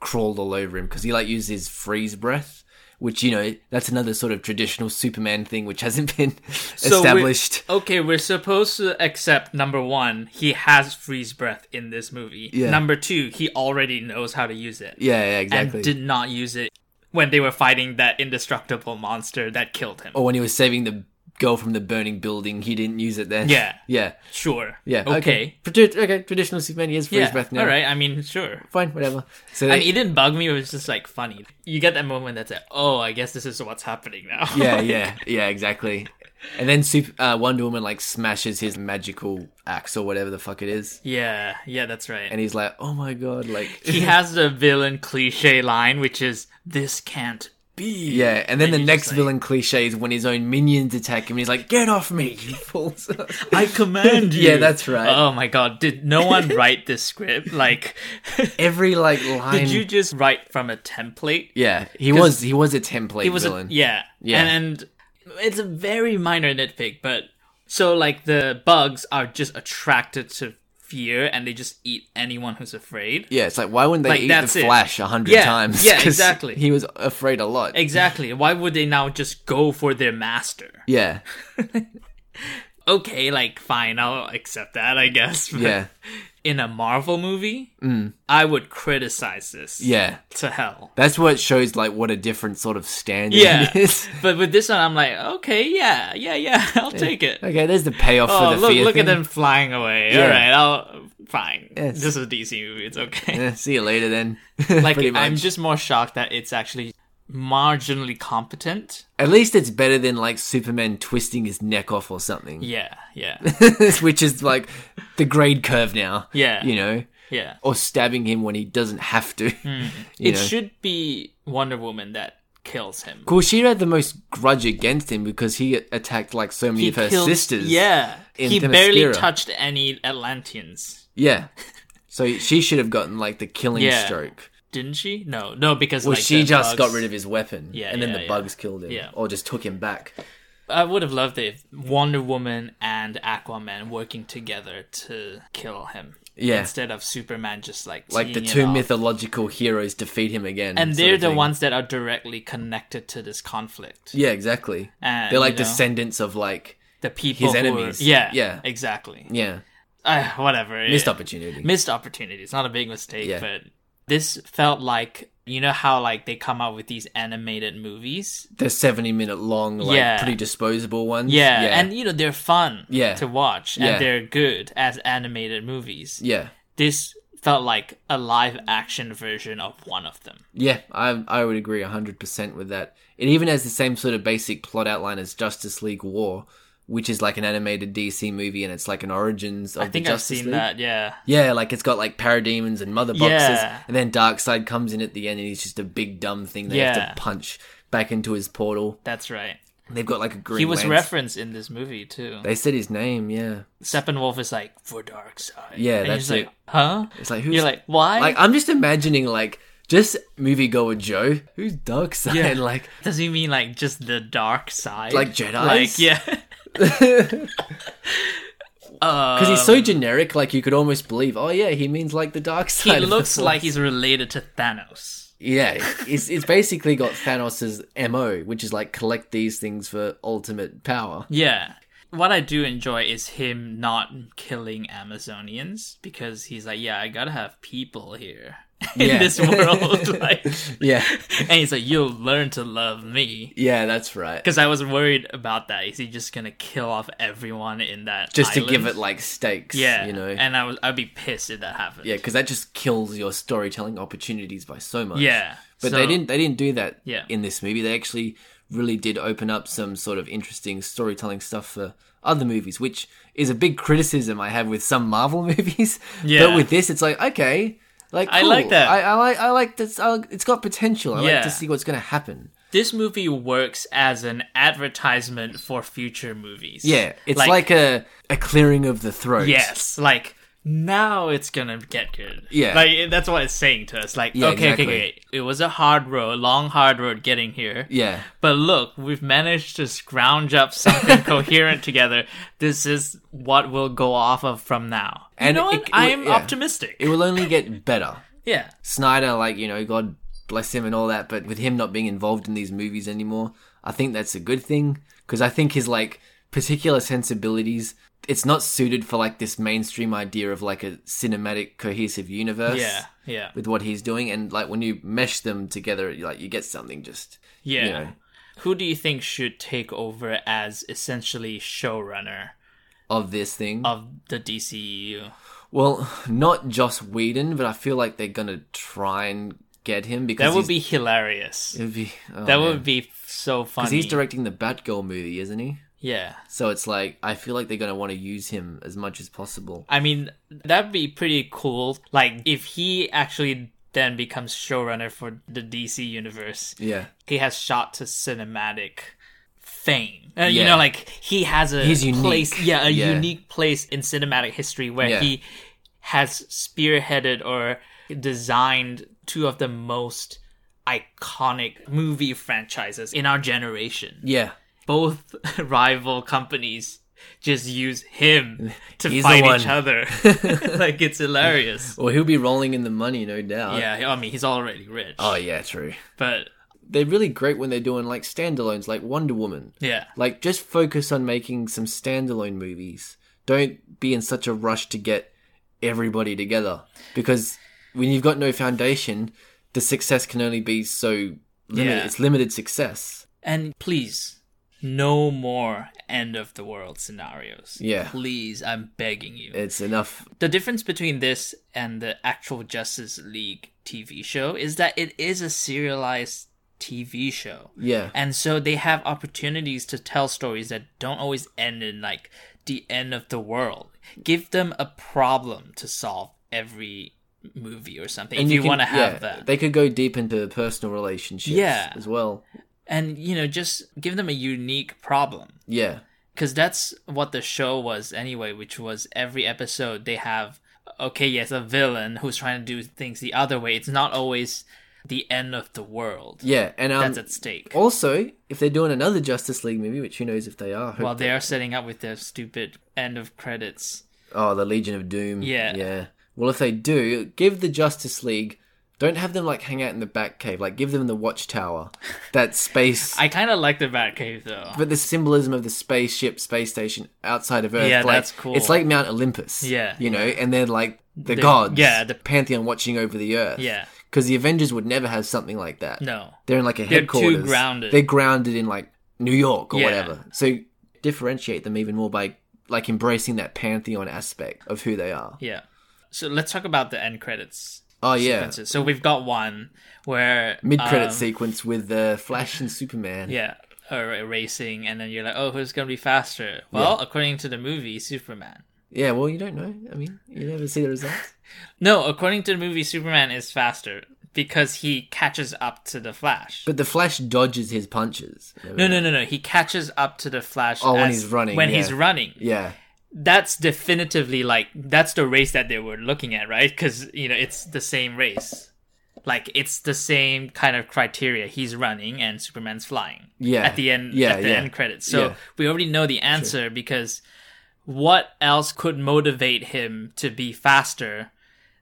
Speaker 4: crawled all over him because he like used his freeze breath, which you know that's another sort of traditional Superman thing which hasn't been
Speaker 3: So we're-
Speaker 4: established.
Speaker 3: okay, we're supposed to accept number one, he has freeze breath in this movie.
Speaker 4: Yeah.
Speaker 3: Number two, he already knows how to use it.
Speaker 4: Yeah, yeah, exactly.
Speaker 3: And did not use it when they were fighting that indestructible monster that killed him.
Speaker 4: or when he was saving the girl from the burning building, he didn't use it then.
Speaker 3: Yeah.
Speaker 4: yeah,
Speaker 3: Sure.
Speaker 4: yeah.
Speaker 3: Okay.
Speaker 4: Tradi- okay. Traditional Superman he has freeze
Speaker 3: Yeah.
Speaker 4: breath now.
Speaker 3: All right. I mean, sure.
Speaker 4: fine, whatever. So
Speaker 3: I
Speaker 4: they-
Speaker 3: mean, it didn't bug me. It was just like funny. You get that moment that's like, oh, I guess this is what's happening now.
Speaker 4: yeah, yeah, yeah, exactly. And then Super, uh, Wonder Woman like smashes his magical axe or whatever the fuck it is.
Speaker 3: yeah, yeah, that's right.
Speaker 4: and he's like, "Oh my god!" Like,
Speaker 3: he has the villain cliche line, which is, "This can't be."
Speaker 4: yeah. And then the
Speaker 3: you're
Speaker 4: next
Speaker 3: just like-
Speaker 4: villain cliche is when his own minions attack him, and he's like, "Get off me!" He falls. off.
Speaker 3: I command you.
Speaker 4: Yeah, that's right.
Speaker 3: Oh my god, did no one write this script? Like,
Speaker 4: Every like line.
Speaker 3: did you just write from a template?
Speaker 4: Yeah, he was. He was a template
Speaker 3: It was a,
Speaker 4: villain.
Speaker 3: yeah,
Speaker 4: Yeah.
Speaker 3: and, and it's a very minor nitpick, but so like the bugs are just attracted to fear and they just eat anyone who's afraid.
Speaker 4: Yeah, it's like why wouldn't they
Speaker 3: Like,
Speaker 4: eat
Speaker 3: that's
Speaker 4: the
Speaker 3: it.
Speaker 4: Flash a hundred
Speaker 3: Yeah,
Speaker 4: times?
Speaker 3: yeah,
Speaker 4: 'Cause
Speaker 3: exactly.
Speaker 4: He was afraid a lot.
Speaker 3: Exactly. Why would they now just go for their master?
Speaker 4: yeah,
Speaker 3: Okay, like fine, I'll accept that, I guess. But
Speaker 4: yeah, Mm.
Speaker 3: In a Marvel movie, I would criticize this.
Speaker 4: yeah.
Speaker 3: To hell.
Speaker 4: That's what shows like what a different sort of standard
Speaker 3: Yeah.
Speaker 4: it is.
Speaker 3: but with this one, I'm like, okay, yeah, yeah, yeah, I'll take it.
Speaker 4: Okay, there's the payoff
Speaker 3: Oh,
Speaker 4: for the
Speaker 3: look,
Speaker 4: fear
Speaker 3: look at
Speaker 4: thing.
Speaker 3: them flying away.
Speaker 4: Yeah.
Speaker 3: All right, I'll fine.
Speaker 4: Yes.
Speaker 3: This is a DC movie. It's okay.
Speaker 4: Eh, see you later then.
Speaker 3: like
Speaker 4: Pretty
Speaker 3: I'm
Speaker 4: much.
Speaker 3: just more shocked that it's actually marginally competent.
Speaker 4: At least it's better than like Superman twisting his neck off or something.
Speaker 3: Yeah, yeah,
Speaker 4: which is like the grade curve now.
Speaker 3: Yeah.
Speaker 4: You know?
Speaker 3: yeah.
Speaker 4: Or stabbing him when he doesn't have to. You
Speaker 3: Hmm. it
Speaker 4: know?
Speaker 3: should be Wonder Woman that kills him.
Speaker 4: Well, she had the most grudge against him because he attacked like so many of her
Speaker 3: killed-
Speaker 4: sisters.
Speaker 3: Yeah,
Speaker 4: in
Speaker 3: he barely
Speaker 4: Themyscira.
Speaker 3: touched any Atlanteans,
Speaker 4: Yeah. So she should have gotten like the killing
Speaker 3: Yeah.
Speaker 4: stroke.
Speaker 3: didn't she? No, no, because
Speaker 4: Well,
Speaker 3: like,
Speaker 4: she
Speaker 3: the
Speaker 4: just
Speaker 3: bugs-
Speaker 4: got rid of his weapon.
Speaker 3: Yeah,
Speaker 4: And then
Speaker 3: yeah,
Speaker 4: the
Speaker 3: yeah.
Speaker 4: bugs killed him.
Speaker 3: Yeah.
Speaker 4: Or just took him back.
Speaker 3: I would have loved it if Wonder Woman and Aquaman working together to kill him.
Speaker 4: Yeah.
Speaker 3: Instead of Superman just like
Speaker 4: Like the
Speaker 3: teeing it
Speaker 4: two
Speaker 3: off.
Speaker 4: mythological heroes defeat him again.
Speaker 3: and
Speaker 4: sort
Speaker 3: they're
Speaker 4: of
Speaker 3: the
Speaker 4: thing.
Speaker 3: ones that are directly connected to this conflict.
Speaker 4: Yeah, exactly.
Speaker 3: And,
Speaker 4: They're like
Speaker 3: you know.
Speaker 4: descendants of like
Speaker 3: The people
Speaker 4: His
Speaker 3: who are-
Speaker 4: enemies.
Speaker 3: yeah,
Speaker 4: Yeah.
Speaker 3: exactly.
Speaker 4: yeah
Speaker 3: Uh, whatever.
Speaker 4: missed
Speaker 3: Yeah.
Speaker 4: opportunity.
Speaker 3: Missed opportunity. It's not a big mistake,
Speaker 4: Yeah.
Speaker 3: but this felt like you know how like they come out with these animated movies.
Speaker 4: the seventy minute long, like
Speaker 3: Yeah.
Speaker 4: pretty disposable ones.
Speaker 3: Yeah, and you know they're fun
Speaker 4: Yeah.
Speaker 3: to watch and
Speaker 4: Yeah.
Speaker 3: they're good as animated movies.
Speaker 4: yeah,
Speaker 3: This felt like a live action version of one of them.
Speaker 4: yeah. I I would agree hundred percent with that. It even has the same sort of basic plot outline as Justice League War, which is like an animated DC movie, and it's like an origins of
Speaker 3: I think
Speaker 4: the
Speaker 3: I've
Speaker 4: Justice
Speaker 3: seen
Speaker 4: League.
Speaker 3: that. Yeah.
Speaker 4: Yeah, like it's got like parademons and mother boxes,
Speaker 3: Yeah.
Speaker 4: and then Darkseid comes in at the end, and he's just a big dumb thing they
Speaker 3: Yeah.
Speaker 4: have to punch back into his portal.
Speaker 3: That's right.
Speaker 4: They've got like a green.
Speaker 3: He was
Speaker 4: Lantern-
Speaker 3: referenced in this movie too.
Speaker 4: They said his name, yeah.
Speaker 3: Steppenwolf is like for dark side.
Speaker 4: Yeah,
Speaker 3: and
Speaker 4: that's
Speaker 3: you're
Speaker 4: it.
Speaker 3: just like, huh?
Speaker 4: It's like who's
Speaker 3: You're like, why?
Speaker 4: Like I'm just imagining like just moviegoer Joe, who's dark side,
Speaker 3: Yeah.
Speaker 4: like
Speaker 3: Does he mean like just the dark side?
Speaker 4: Like Jedis?
Speaker 3: Like yeah.
Speaker 4: because he's
Speaker 3: Um,
Speaker 4: so generic, like you could almost believe, oh yeah, he means like the dark
Speaker 3: he
Speaker 4: side. of the
Speaker 3: looks
Speaker 4: Force.
Speaker 3: like he's related to Thanos.
Speaker 4: yeah, it's it's basically got Thanos' mo, which is like collect these things for ultimate power.
Speaker 3: Yeah. What I do enjoy is him not killing Amazonians because he's like, yeah, I gotta have people here in
Speaker 4: Yeah.
Speaker 3: this world. like,
Speaker 4: Yeah,
Speaker 3: and he's like, you'll learn to love me.
Speaker 4: yeah, that's right.
Speaker 3: Because I was worried about that. Is he just gonna kill off everyone in that?
Speaker 4: Just to give
Speaker 3: island?
Speaker 4: it like stakes,
Speaker 3: yeah,
Speaker 4: you know,
Speaker 3: And I was, I'd be pissed if that happened.
Speaker 4: yeah, because that just kills your storytelling opportunities by so much.
Speaker 3: yeah.
Speaker 4: But
Speaker 3: So-
Speaker 4: they didn't they didn't do that
Speaker 3: Yeah.
Speaker 4: in this movie. They actually really did open up some sort of interesting storytelling stuff for other movies, which is a big criticism I have with some Marvel movies.
Speaker 3: Yeah.
Speaker 4: But with this it's like, okay, like
Speaker 3: I
Speaker 4: cool.
Speaker 3: like that.
Speaker 4: I, I like I like this I, like- it's got potential. I
Speaker 3: Yeah.
Speaker 4: like to see what's gonna happen.
Speaker 3: This movie works as an advertisement for future movies.
Speaker 4: Yeah. It's like, a a clearing of the throat.
Speaker 3: Yes, like now it's gonna get good.
Speaker 4: Yeah.
Speaker 3: like that's what it's saying to us. Like,
Speaker 4: Yeah,
Speaker 3: okay,
Speaker 4: exactly.
Speaker 3: okay, okay, it was a hard road, long hard road getting here.
Speaker 4: Yeah.
Speaker 3: but look, we've managed to scrounge up something coherent together. This is what we'll go off of from now.
Speaker 4: And
Speaker 3: you know
Speaker 4: it-
Speaker 3: what?
Speaker 4: it-
Speaker 3: I am
Speaker 4: yeah.
Speaker 3: optimistic.
Speaker 4: It will only get better.
Speaker 3: yeah,
Speaker 4: Snyder, like, you know, God bless him and all that, but with him not being involved in these movies anymore, I think that's a good thing because I think his, like, particular sensibilities, it's not suited for, like, this mainstream idea of, like, a cinematic, cohesive universe.
Speaker 3: yeah, yeah,
Speaker 4: With what he's doing, and like when you mesh them together, you, like you get something just
Speaker 3: yeah.
Speaker 4: know.
Speaker 3: Who do you think should take over as essentially showrunner
Speaker 4: of this thing.
Speaker 3: of the E DCU?
Speaker 4: well, not Joss Whedon, but I feel like they're gonna try and get him because
Speaker 3: That would be
Speaker 4: he's-
Speaker 3: hilarious.
Speaker 4: it'd be oh,
Speaker 3: That
Speaker 4: man.
Speaker 3: would be so funny.
Speaker 4: 'Cause he's directing the Batgirl movie, isn't he?
Speaker 3: Yeah.
Speaker 4: So it's like I feel like they're gonna want to use him as much as possible.
Speaker 3: I mean, that'd be pretty cool. Like, if he actually then becomes showrunner for the DC universe,
Speaker 4: Yeah,
Speaker 3: he has shot to cinematic fame. Uh, You
Speaker 4: Yeah.
Speaker 3: know, like he has a
Speaker 4: He's unique.
Speaker 3: place, yeah, a
Speaker 4: Yeah.
Speaker 3: unique place in cinematic history where
Speaker 4: Yeah.
Speaker 3: he has spearheaded or designed two of the most iconic movie franchises in our generation.
Speaker 4: yeah,
Speaker 3: both rival companies just use him to
Speaker 4: He's the
Speaker 3: fight
Speaker 4: one.
Speaker 3: each other. like it's hilarious.
Speaker 4: or he'll be rolling in the money, no doubt.
Speaker 3: yeah, I mean he's already rich,
Speaker 4: Oh yeah, true.
Speaker 3: but
Speaker 4: They're really great when they're doing like standalones, like Wonder Woman.
Speaker 3: yeah,
Speaker 4: Like just focus on making some standalone movies. Don't be in such a rush to get everybody together because when you've got no foundation, the success can only be so limited.
Speaker 3: Yeah.
Speaker 4: It's limited success.
Speaker 3: and please, no more end of the world scenarios.
Speaker 4: Yeah.
Speaker 3: please, I'm begging you.
Speaker 4: It's enough.
Speaker 3: the difference between this and the actual Justice League TV show is that it is a serialized TV show.
Speaker 4: Yeah.
Speaker 3: And so they have opportunities to tell stories that don't always end in like the end of the world. Give them a problem to solve every movie or something. if you,
Speaker 4: can-
Speaker 3: want to have
Speaker 4: yeah,
Speaker 3: that.
Speaker 4: They could go deep into personal relationships
Speaker 3: Yeah.
Speaker 4: as well.
Speaker 3: and you know, just give them a unique problem.
Speaker 4: Yeah.
Speaker 3: because that's what the show was anyway which was every episode they have okay yes a villain who's trying to do things the other way it's not always the end of the world
Speaker 4: Yeah, and um,
Speaker 3: that's at stake.
Speaker 4: also if they're doing another Justice League movie, which who knows if they are. hope-
Speaker 3: While they are setting up with their stupid end of credits.
Speaker 4: Oh, the Legion of Doom.
Speaker 3: Yeah.
Speaker 4: Yeah. Well, if they do, give the Justice League. Don't have them like hang out in the Batcave. Like give them the Watchtower, that space.
Speaker 3: I kind of like the Batcave though.
Speaker 4: but the symbolism of the spaceship, space station outside of Earth.
Speaker 3: Yeah,
Speaker 4: like,
Speaker 3: that's cool.
Speaker 4: It's like Mount Olympus.
Speaker 3: Yeah.
Speaker 4: You know, and they're like the, gods.
Speaker 3: yeah, the-
Speaker 4: The pantheon watching over the Earth.
Speaker 3: Yeah.
Speaker 4: Because the Avengers would never have something like that.
Speaker 3: No.
Speaker 4: They're in like a
Speaker 3: They're too
Speaker 4: headquarters.
Speaker 3: grounded.
Speaker 4: They're grounded in like New York or
Speaker 3: Yeah.
Speaker 4: whatever. So differentiate them even more by like embracing that pantheon aspect of who they are.
Speaker 3: Yeah. So let's talk about the end credits.
Speaker 4: Oh yeah.
Speaker 3: sequences. So we've got one where
Speaker 4: Mid credit
Speaker 3: um,
Speaker 4: sequence with the Flash and Superman.
Speaker 3: Yeah. Or racing, and then you're like, oh, who's gonna be faster? Well, according to the movie, Superman.
Speaker 4: Yeah, well you don't know. I mean, you never see the results.
Speaker 3: No, according to the movie, Superman is faster because he catches up to the Flash.
Speaker 4: But the Flash dodges his punches.
Speaker 3: no, no, no, no. He catches up to the Flash.
Speaker 4: Oh, when
Speaker 3: as-
Speaker 4: he's running,
Speaker 3: When
Speaker 4: yeah.
Speaker 3: he's running,
Speaker 4: Yeah.
Speaker 3: that's definitively like that's the race that they were looking at, right? Because you know it's the same race, like it's the same kind of criteria. He's running and Superman's flying.
Speaker 4: Yeah.
Speaker 3: At the end,
Speaker 4: Yeah,
Speaker 3: at the
Speaker 4: yeah.
Speaker 3: end credits. So
Speaker 4: Yeah.
Speaker 3: we already know the answer because what else could motivate him to be faster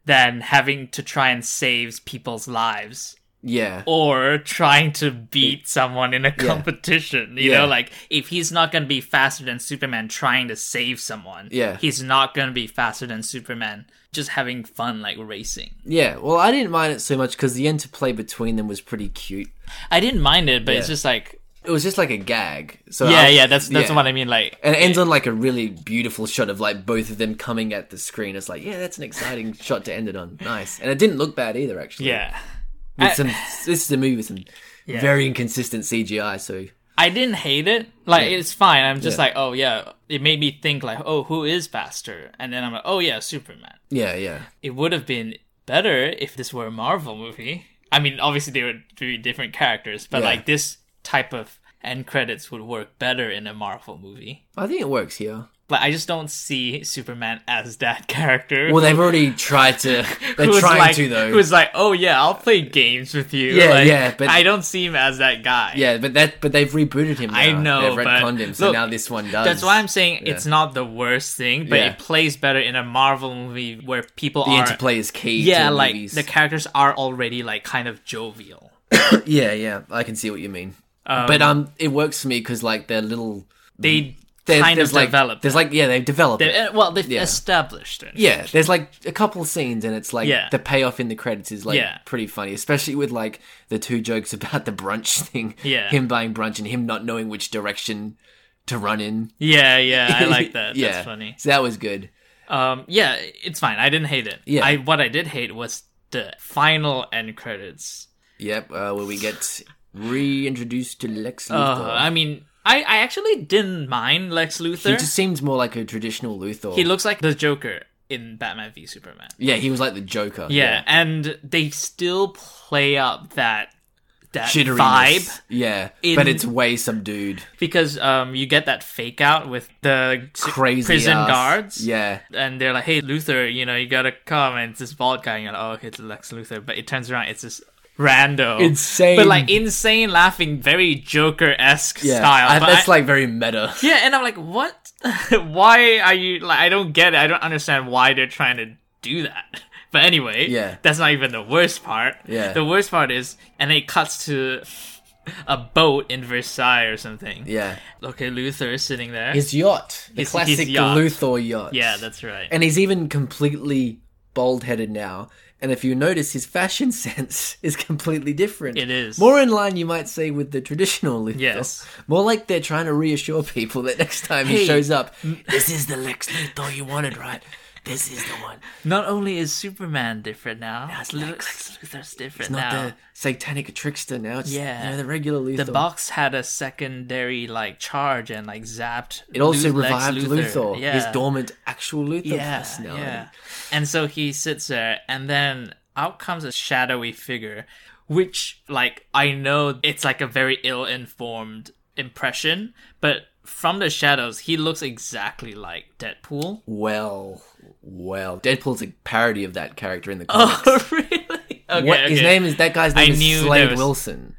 Speaker 3: than having to try and save people's lives?
Speaker 4: Yeah.
Speaker 3: or trying to beat someone in a competition. You know,
Speaker 4: Yeah.
Speaker 3: like if he's not going to be faster than Superman trying to save someone,
Speaker 4: Yeah.
Speaker 3: he's not going to be faster than Superman just having fun like racing.
Speaker 4: Yeah, well, I didn't mind it so much because the interplay between them was pretty cute.
Speaker 3: I didn't mind it, but it's
Speaker 4: Yeah.
Speaker 3: just like
Speaker 4: It was just like a gag. So
Speaker 3: yeah,
Speaker 4: I-
Speaker 3: yeah, that's that's
Speaker 4: yeah.
Speaker 3: what I mean. Like
Speaker 4: And it ends on like a really beautiful shot of like both of them coming at the screen. It's like, yeah, that's an exciting shot to end it on. Nice, and it didn't look bad either, actually.
Speaker 3: yeah.
Speaker 4: with some this is a movie with some very inconsistent CGI. So
Speaker 3: I didn't hate it. Like
Speaker 4: Yeah.
Speaker 3: it's fine. I'm just
Speaker 4: Yeah.
Speaker 3: like, oh yeah. It made me think like, oh, who is faster? And then I'm like, oh yeah, Superman.
Speaker 4: yeah, yeah,
Speaker 3: it would have been better if this were a Marvel movie. I mean, obviously they were three different characters, but
Speaker 4: Yeah.
Speaker 3: like this type of end credits would work better in a Marvel movie.
Speaker 4: I think it works here.
Speaker 3: Like I just don't see Superman as that character.
Speaker 4: Well, they've already tried to. They're
Speaker 3: who's
Speaker 4: trying
Speaker 3: like,
Speaker 4: to though.
Speaker 3: Who's like, oh yeah, I'll play games with you.
Speaker 4: Yeah,
Speaker 3: Like,
Speaker 4: yeah, but-
Speaker 3: I don't see him as that guy.
Speaker 4: yeah, but that but they've rebooted him. Now.
Speaker 3: I know,
Speaker 4: they've
Speaker 3: but
Speaker 4: retconned him, so
Speaker 3: look,
Speaker 4: now this one does.
Speaker 3: That's why I'm saying
Speaker 4: Yeah.
Speaker 3: it's not the worst thing, but
Speaker 4: Yeah.
Speaker 3: it plays better in a Marvel movie where people
Speaker 4: the
Speaker 3: are
Speaker 4: interplay is key.
Speaker 3: yeah,
Speaker 4: to
Speaker 3: like
Speaker 4: movies.
Speaker 3: the characters are already like kind of jovial.
Speaker 4: Yeah, yeah, I can see what you mean. but um, it works for me because like they're little.
Speaker 3: They
Speaker 4: They're,
Speaker 3: kind of
Speaker 4: there's, like,
Speaker 3: developed.
Speaker 4: There's like yeah, they've developed. it.
Speaker 3: They- uh, well, they've
Speaker 4: Yeah.
Speaker 3: established it.
Speaker 4: Yeah, there's like a couple scenes, and it's like
Speaker 3: Yeah.
Speaker 4: the payoff in the credits is like
Speaker 3: Yeah.
Speaker 4: pretty funny, especially with like the two jokes about the brunch thing.
Speaker 3: Yeah.
Speaker 4: him buying brunch and him not knowing which direction to run in.
Speaker 3: yeah, yeah. I like that.
Speaker 4: yeah,
Speaker 3: That's funny.
Speaker 4: So that was good.
Speaker 3: Um, yeah, it's fine. I didn't hate it.
Speaker 4: Yeah.
Speaker 3: I what I did hate was the final end credits.
Speaker 4: Yep, uh, where we get reintroduced to Lex
Speaker 3: Uh,
Speaker 4: Luthor.
Speaker 3: I mean, I I actually didn't mind Lex Luthor.
Speaker 4: Uh-huh. he
Speaker 3: He,
Speaker 4: just seems more like a traditional Luthor.
Speaker 3: looks like the Joker in Batman v Superman.
Speaker 4: yeah, he was like the Joker.
Speaker 3: Yeah, and they still play up that that
Speaker 4: Shitteriness.
Speaker 3: vibe
Speaker 4: Yeah,
Speaker 3: in-
Speaker 4: but it's way subdued.
Speaker 3: because um you get that fake out with the s-
Speaker 4: Crazy
Speaker 3: prison
Speaker 4: ass.
Speaker 3: guards.
Speaker 4: Yeah,
Speaker 3: and they're like, "Hey, Luther, you know, you gotta come." And it's this bald guy, and you're like, "Oh, okay, it's Lex Luthor," but it turns around it's this rando,
Speaker 4: Insane.
Speaker 3: but like insane, laughing, very Joker esque
Speaker 4: yeah.
Speaker 3: style.
Speaker 4: I-
Speaker 3: but
Speaker 4: that's
Speaker 3: I-
Speaker 4: like very meta.
Speaker 3: yeah, and I'm like, "What? why are you like?" I don't get it. I don't understand why they're trying to do that. But anyway,
Speaker 4: Yeah.
Speaker 3: that's not even the worst part.
Speaker 4: Yeah.
Speaker 3: the worst part is, and it cuts to a boat in Versailles or something.
Speaker 4: Yeah,
Speaker 3: Okay, Luther is sitting there.
Speaker 4: his yacht, the
Speaker 3: His- his
Speaker 4: classic
Speaker 3: yacht.
Speaker 4: Luthor yacht.
Speaker 3: yeah, that's right.
Speaker 4: and he's even completely bald headed now. And if you notice, his fashion sense is completely different.
Speaker 3: It is.
Speaker 4: more in line, you might say, with the traditional Luthor.
Speaker 3: Yes.
Speaker 4: more like they're trying to reassure people that next time
Speaker 3: Hey.
Speaker 4: he shows up, this is the Lex Luthor you wanted, right? This is the one.
Speaker 3: Not only is Superman different now, it's Lex.
Speaker 4: Lex
Speaker 3: Luthor's different
Speaker 4: Not
Speaker 3: now.
Speaker 4: the satanic trickster now. It's
Speaker 3: Yeah.
Speaker 4: you know, the regular
Speaker 3: The,
Speaker 4: Luthor.
Speaker 3: box had a secondary like charge and like zapped.
Speaker 4: it also
Speaker 3: Lu- Lex
Speaker 4: revived Luthor.
Speaker 3: Yeah.
Speaker 4: His dormant actual Luthor
Speaker 3: yeah,
Speaker 4: personality.
Speaker 3: yeah. And so he sits there, and then out comes a shadowy figure, which like I know it's like a very ill-informed impression, but from the shadows, he looks exactly like Deadpool.
Speaker 4: Well, well, Deadpool's a parody of that character in the comics.
Speaker 3: Oh, really? Okay,
Speaker 4: what, His
Speaker 3: okay.
Speaker 4: name is that guy's
Speaker 3: I
Speaker 4: name is
Speaker 3: knew
Speaker 4: Slade
Speaker 3: there was-
Speaker 4: Wilson.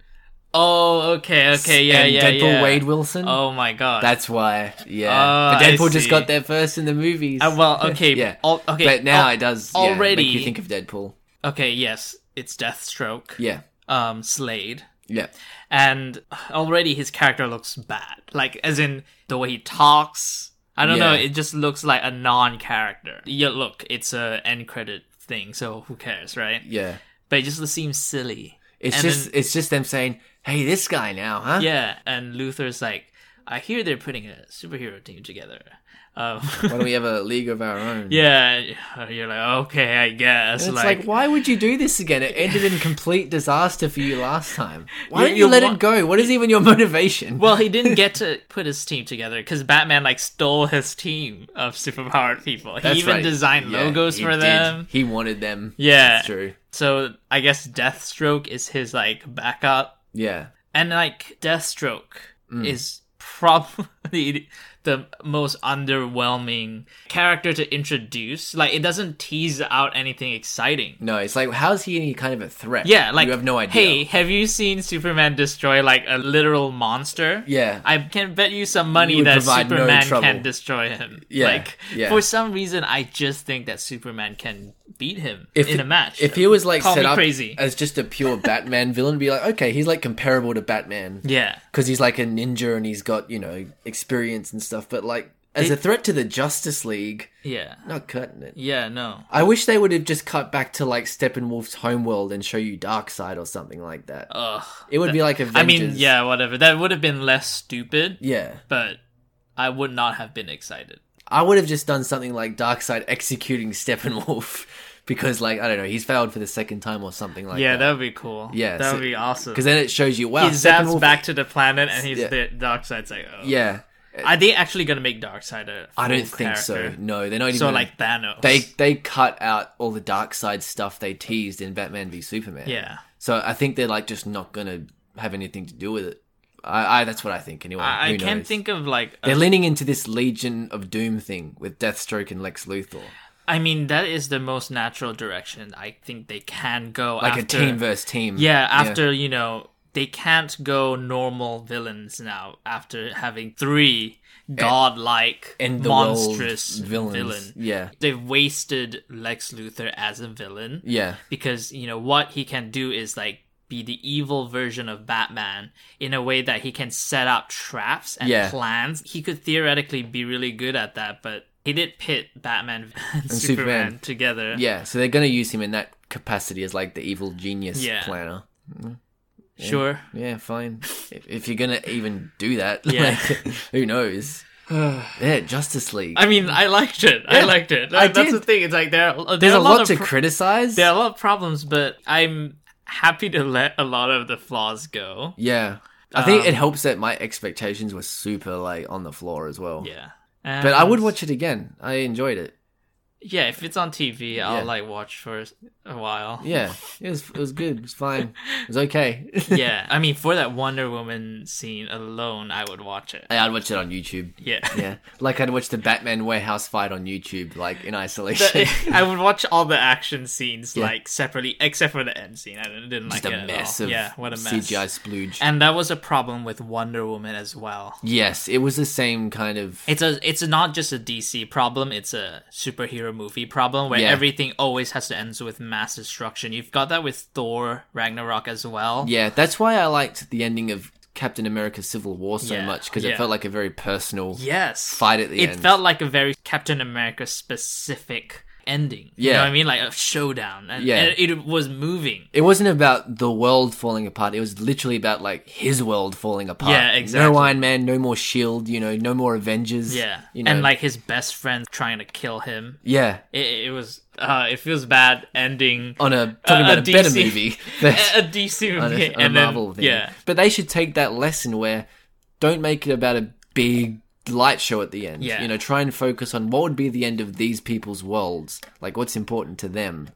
Speaker 3: Oh, okay, okay, yeah,
Speaker 4: and
Speaker 3: yeah,
Speaker 4: Deadpool
Speaker 3: yeah.
Speaker 4: Wade Wilson.
Speaker 3: Oh my god.
Speaker 4: That's why, yeah.
Speaker 3: Ah,
Speaker 4: but
Speaker 3: I
Speaker 4: Deadpool just
Speaker 3: see.
Speaker 4: got there first in the movies.
Speaker 3: Uh, well, okay,
Speaker 4: yeah.
Speaker 3: al- okay,
Speaker 4: but now
Speaker 3: al-
Speaker 4: it does yeah,
Speaker 3: already-
Speaker 4: make you think of Deadpool.
Speaker 3: okay. Yes, it's Deathstroke.
Speaker 4: Yeah,
Speaker 3: Um, Slade.
Speaker 4: yeah,
Speaker 3: and already his character looks bad. Like, as in the way he talks. I don't know.
Speaker 4: Yeah.
Speaker 3: It just looks like a non-character. Yeah, look, it's a end credit thing, so who cares, right?
Speaker 4: yeah.
Speaker 3: But it just seems silly.
Speaker 4: It's
Speaker 3: And
Speaker 4: just
Speaker 3: then-
Speaker 4: it's just them saying, "Hey, this guy now, huh?"
Speaker 3: yeah. And Luther's like, I hear they're putting a superhero team together. Um,
Speaker 4: Why don't we have a league of our own?
Speaker 3: yeah, you're like, okay, I guess.
Speaker 4: And it's like, why would you do this again? It ended in complete disaster for you last time. Why didn't you
Speaker 3: you
Speaker 4: let
Speaker 3: wa-
Speaker 4: it go? What is even your motivation?
Speaker 3: Well, he didn't get to put his team together because Batman like stole his team of superpowered people. He
Speaker 4: That's
Speaker 3: even
Speaker 4: right.
Speaker 3: designed
Speaker 4: Yeah,
Speaker 3: logos
Speaker 4: he
Speaker 3: for
Speaker 4: did.
Speaker 3: them.
Speaker 4: He wanted them.
Speaker 3: Yeah,
Speaker 4: That's true.
Speaker 3: So I guess Deathstroke is his like backup,
Speaker 4: Yeah.
Speaker 3: and like Deathstroke
Speaker 4: Mm.
Speaker 3: is probably the most underwhelming character to introduce. Like it doesn't tease out anything exciting.
Speaker 4: No, it's like, how's he any kind of a threat?
Speaker 3: Yeah, like
Speaker 4: you have no idea.
Speaker 3: Hey, have you seen Superman destroy like a literal monster?
Speaker 4: Yeah.
Speaker 3: I can bet you some
Speaker 4: You
Speaker 3: money
Speaker 4: would
Speaker 3: that
Speaker 4: provide no
Speaker 3: Superman
Speaker 4: trouble.
Speaker 3: can destroy him.
Speaker 4: Yeah,
Speaker 3: like
Speaker 4: yeah.
Speaker 3: for some reason, I just think that Superman can beat him
Speaker 4: if
Speaker 3: in
Speaker 4: it-
Speaker 3: a match.
Speaker 4: if he was like
Speaker 3: Call
Speaker 4: set
Speaker 3: me
Speaker 4: up
Speaker 3: crazy,
Speaker 4: as just a pure Batman villain, be like, okay, he's like comparable to Batman
Speaker 3: yeah,
Speaker 4: because he's like a ninja and he's got you know experience and stuff. But like as a threat to the Justice League,
Speaker 3: yeah,
Speaker 4: not cutting it.
Speaker 3: yeah, no,
Speaker 4: I wish they would have just cut back to like Steppenwolf's homeworld and show you Darkseid or something like that.
Speaker 3: ugh.
Speaker 4: it would be like
Speaker 3: I
Speaker 4: Avengers.
Speaker 3: mean, yeah, whatever. That would have been less stupid,
Speaker 4: yeah.
Speaker 3: but I would not have been excited.
Speaker 4: I would have just done something like Darkseid executing Steppenwolf because, like, I don't know, he's failed for the second time or something like
Speaker 3: yeah,
Speaker 4: that.
Speaker 3: that would be cool.
Speaker 4: Yeah,
Speaker 3: that
Speaker 4: so-
Speaker 3: would be awesome.
Speaker 4: Because then it shows you, wow,
Speaker 3: he zaps
Speaker 4: Steppenwolf-
Speaker 3: back to the planet, and he's
Speaker 4: Yeah.
Speaker 3: the dark side's like, oh.
Speaker 4: Yeah,
Speaker 3: Are they actually gonna make Darkseid a
Speaker 4: I don't
Speaker 3: full
Speaker 4: think so.
Speaker 3: character?
Speaker 4: No, they're not even.
Speaker 3: So
Speaker 4: gonna-
Speaker 3: like Thanos.
Speaker 4: they they cut out all the dark side stuff they teased in Batman v Superman.
Speaker 3: Yeah.
Speaker 4: So I think they're like just not gonna have anything to do with it. I, I that's what I think anyway.
Speaker 3: I, I
Speaker 4: Who
Speaker 3: can't
Speaker 4: knows?
Speaker 3: think of like a-
Speaker 4: They're leaning into this Legion of Doom thing with Deathstroke and Lex Luthor,
Speaker 3: I mean that is the most natural direction I think they can go
Speaker 4: like
Speaker 3: after,
Speaker 4: a team versus team.
Speaker 3: Yeah, after you know they can't go normal villains now after having three godlike
Speaker 4: and the world
Speaker 3: monstrous
Speaker 4: villains.
Speaker 3: villain.
Speaker 4: Yeah.
Speaker 3: They've wasted Lex Luthor as a villain.
Speaker 4: yeah,
Speaker 3: because you know what he can do is like be the evil version of Batman in a way that he can set out traps and
Speaker 4: Yeah.
Speaker 3: plans. He could theoretically be really good at that, but he did pit Batman and, Superman,
Speaker 4: Superman.
Speaker 3: together.
Speaker 4: yeah. So they're gonna use him in that capacity as like the evil genius
Speaker 3: Yeah.
Speaker 4: planner.
Speaker 3: Sure.
Speaker 4: Yeah, fine. if, if you're gonna even do that,
Speaker 3: Yeah.
Speaker 4: like, who knows? yeah, Justice League.
Speaker 3: I mean, I liked it. I
Speaker 4: Yeah,
Speaker 3: liked it.
Speaker 4: I
Speaker 3: That's
Speaker 4: did.
Speaker 3: the thing. It's like there, are, there
Speaker 4: There's
Speaker 3: are
Speaker 4: a lot,
Speaker 3: of
Speaker 4: to
Speaker 3: pro-
Speaker 4: criticize.
Speaker 3: there are a lot of problems, but I'm happy to let a lot of the flaws go.
Speaker 4: Yeah. I think
Speaker 3: Um,
Speaker 4: it helps that my expectations were super like on the floor as well.
Speaker 3: Yeah.
Speaker 4: But I would
Speaker 3: And-
Speaker 4: watch it again. I enjoyed it.
Speaker 3: Yeah, if it's on TV,
Speaker 4: Yeah.
Speaker 3: I'll like watch for a while.
Speaker 4: Yeah. It was it was good. It was fine. It was okay.
Speaker 3: yeah, I mean, for that Wonder Woman scene alone, I would watch it.
Speaker 4: Hey, I'd watch it on YouTube.
Speaker 3: Yeah.
Speaker 4: Yeah. Like I'd watch the Batman warehouse fight on YouTube, like in isolation.
Speaker 3: I would watch all the action scenes like separately, except for the end scene. I didn't, didn't
Speaker 4: Just
Speaker 3: like it
Speaker 4: a
Speaker 3: at
Speaker 4: mess
Speaker 3: all.
Speaker 4: of
Speaker 3: yeah, what a mess.
Speaker 4: CGI splooge.
Speaker 3: And that was a problem with Wonder Woman as well.
Speaker 4: yes, it was the same kind of
Speaker 3: It's a it's not just a DC problem, it's a superhero movie problem where
Speaker 4: Yeah.
Speaker 3: everything always has to end with mass destruction. You've got that with Thor Ragnarok as well.
Speaker 4: Yeah, that's why I liked the ending of Captain America Civil War so
Speaker 3: Yeah,
Speaker 4: much because it
Speaker 3: yeah.
Speaker 4: felt like a very personal
Speaker 3: Yes.
Speaker 4: fight at the
Speaker 3: it
Speaker 4: end.
Speaker 3: felt like a very Captain America specific ending. You
Speaker 4: Yeah.
Speaker 3: know what I mean? Like a showdown. And,
Speaker 4: Yeah.
Speaker 3: and it was moving.
Speaker 4: it wasn't about the world falling apart. It was literally about like his world falling apart.
Speaker 3: Yeah, exactly.
Speaker 4: No Iron Man, no more Shield. E You know, no more Avengers.
Speaker 3: Yeah.
Speaker 4: you know,
Speaker 3: And like his best friend trying to kill him.
Speaker 4: yeah,
Speaker 3: It, it was, uh, it feels bad ending. Uh,
Speaker 4: on a talking
Speaker 3: a-
Speaker 4: about a, better
Speaker 3: DC
Speaker 4: movie,
Speaker 3: a,
Speaker 4: than
Speaker 3: a DC
Speaker 4: on
Speaker 3: movie.
Speaker 4: a, on a
Speaker 3: and then-
Speaker 4: Marvel thing.
Speaker 3: Yeah.
Speaker 4: but they should take that lesson where don't make it about a big light show at the end.
Speaker 3: Yeah.
Speaker 4: you know, try and focus on what would be the end of these people's worlds. Like what's important to them.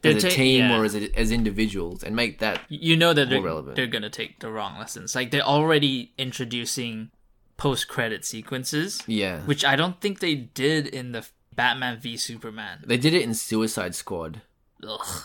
Speaker 3: They're
Speaker 4: as a
Speaker 3: ta-
Speaker 4: team
Speaker 3: yeah.
Speaker 4: or as, a, as individuals and make that
Speaker 3: You know that
Speaker 4: More
Speaker 3: they're,
Speaker 4: relevant.
Speaker 3: they're going to take the wrong lessons. Like they're already introducing post credit sequences.
Speaker 4: Yeah.
Speaker 3: Which I don't think they did in the Batman v Superman.
Speaker 4: they did it in suicide squad
Speaker 3: Ugh.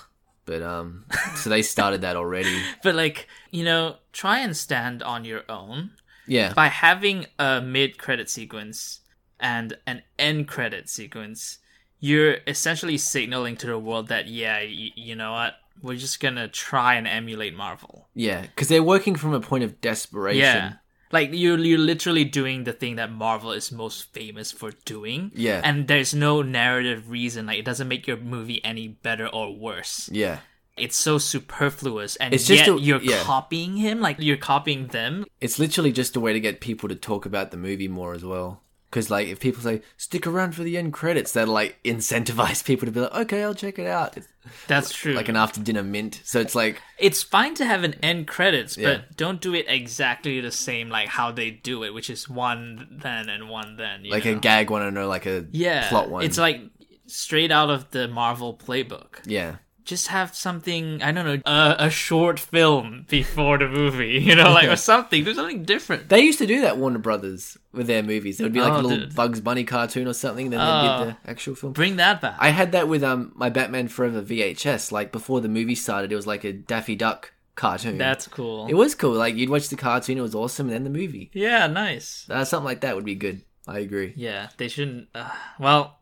Speaker 4: But um, so they started that already.
Speaker 3: But like, you know, try and stand on your own
Speaker 4: Yeah,
Speaker 3: by having a mid credit sequence and an end credit sequence. You're essentially signaling to the world that yeah, y- you know what, we're just gonna try and emulate Marvel.
Speaker 4: yeah, because they're working from a point of desperation.
Speaker 3: Yeah. Like you're you're literally doing the thing that Marvel is most famous for doing.
Speaker 4: Yeah.
Speaker 3: And there's no narrative reason. Like it doesn't make your movie any better or worse.
Speaker 4: yeah.
Speaker 3: It's so superfluous and
Speaker 4: It's just
Speaker 3: yet
Speaker 4: a-
Speaker 3: you're
Speaker 4: yeah.
Speaker 3: copying him, like you're copying them.
Speaker 4: It's literally just a way to get people to talk about the movie more as well. Because like, if people say stick around for the end credits, that'll like incentivize people to be like, okay, I'll check it out. It's
Speaker 3: That's true.
Speaker 4: like an after dinner mint. So it's like,
Speaker 3: it's fine to have an end credits,
Speaker 4: Yeah.
Speaker 3: but don't do it exactly the same like how they do it, which is one then and one then. you
Speaker 4: like a
Speaker 3: know?
Speaker 4: gag one and a like a
Speaker 3: yeah,
Speaker 4: plot one.
Speaker 3: It's like straight out of the Marvel playbook.
Speaker 4: yeah,
Speaker 3: just have something I don't know a, a short film before the movie, you know, like or something. Do something different.
Speaker 4: they used to do that Warner Brothers with their movies. It would be like
Speaker 3: Oh,
Speaker 4: a little
Speaker 3: dude. Oh.
Speaker 4: Bugs Bunny cartoon or something. Then they did the actual film.
Speaker 3: Bring that back.
Speaker 4: I had that with um my Batman Forever VHS. Like before the movie started, it was like a Daffy Duck cartoon.
Speaker 3: That's cool.
Speaker 4: it was cool. Like you'd watch the cartoon, it was awesome, and then the movie.
Speaker 3: yeah, nice.
Speaker 4: Uh, something like that would be good. I agree.
Speaker 3: Yeah, they shouldn't. Uh, well,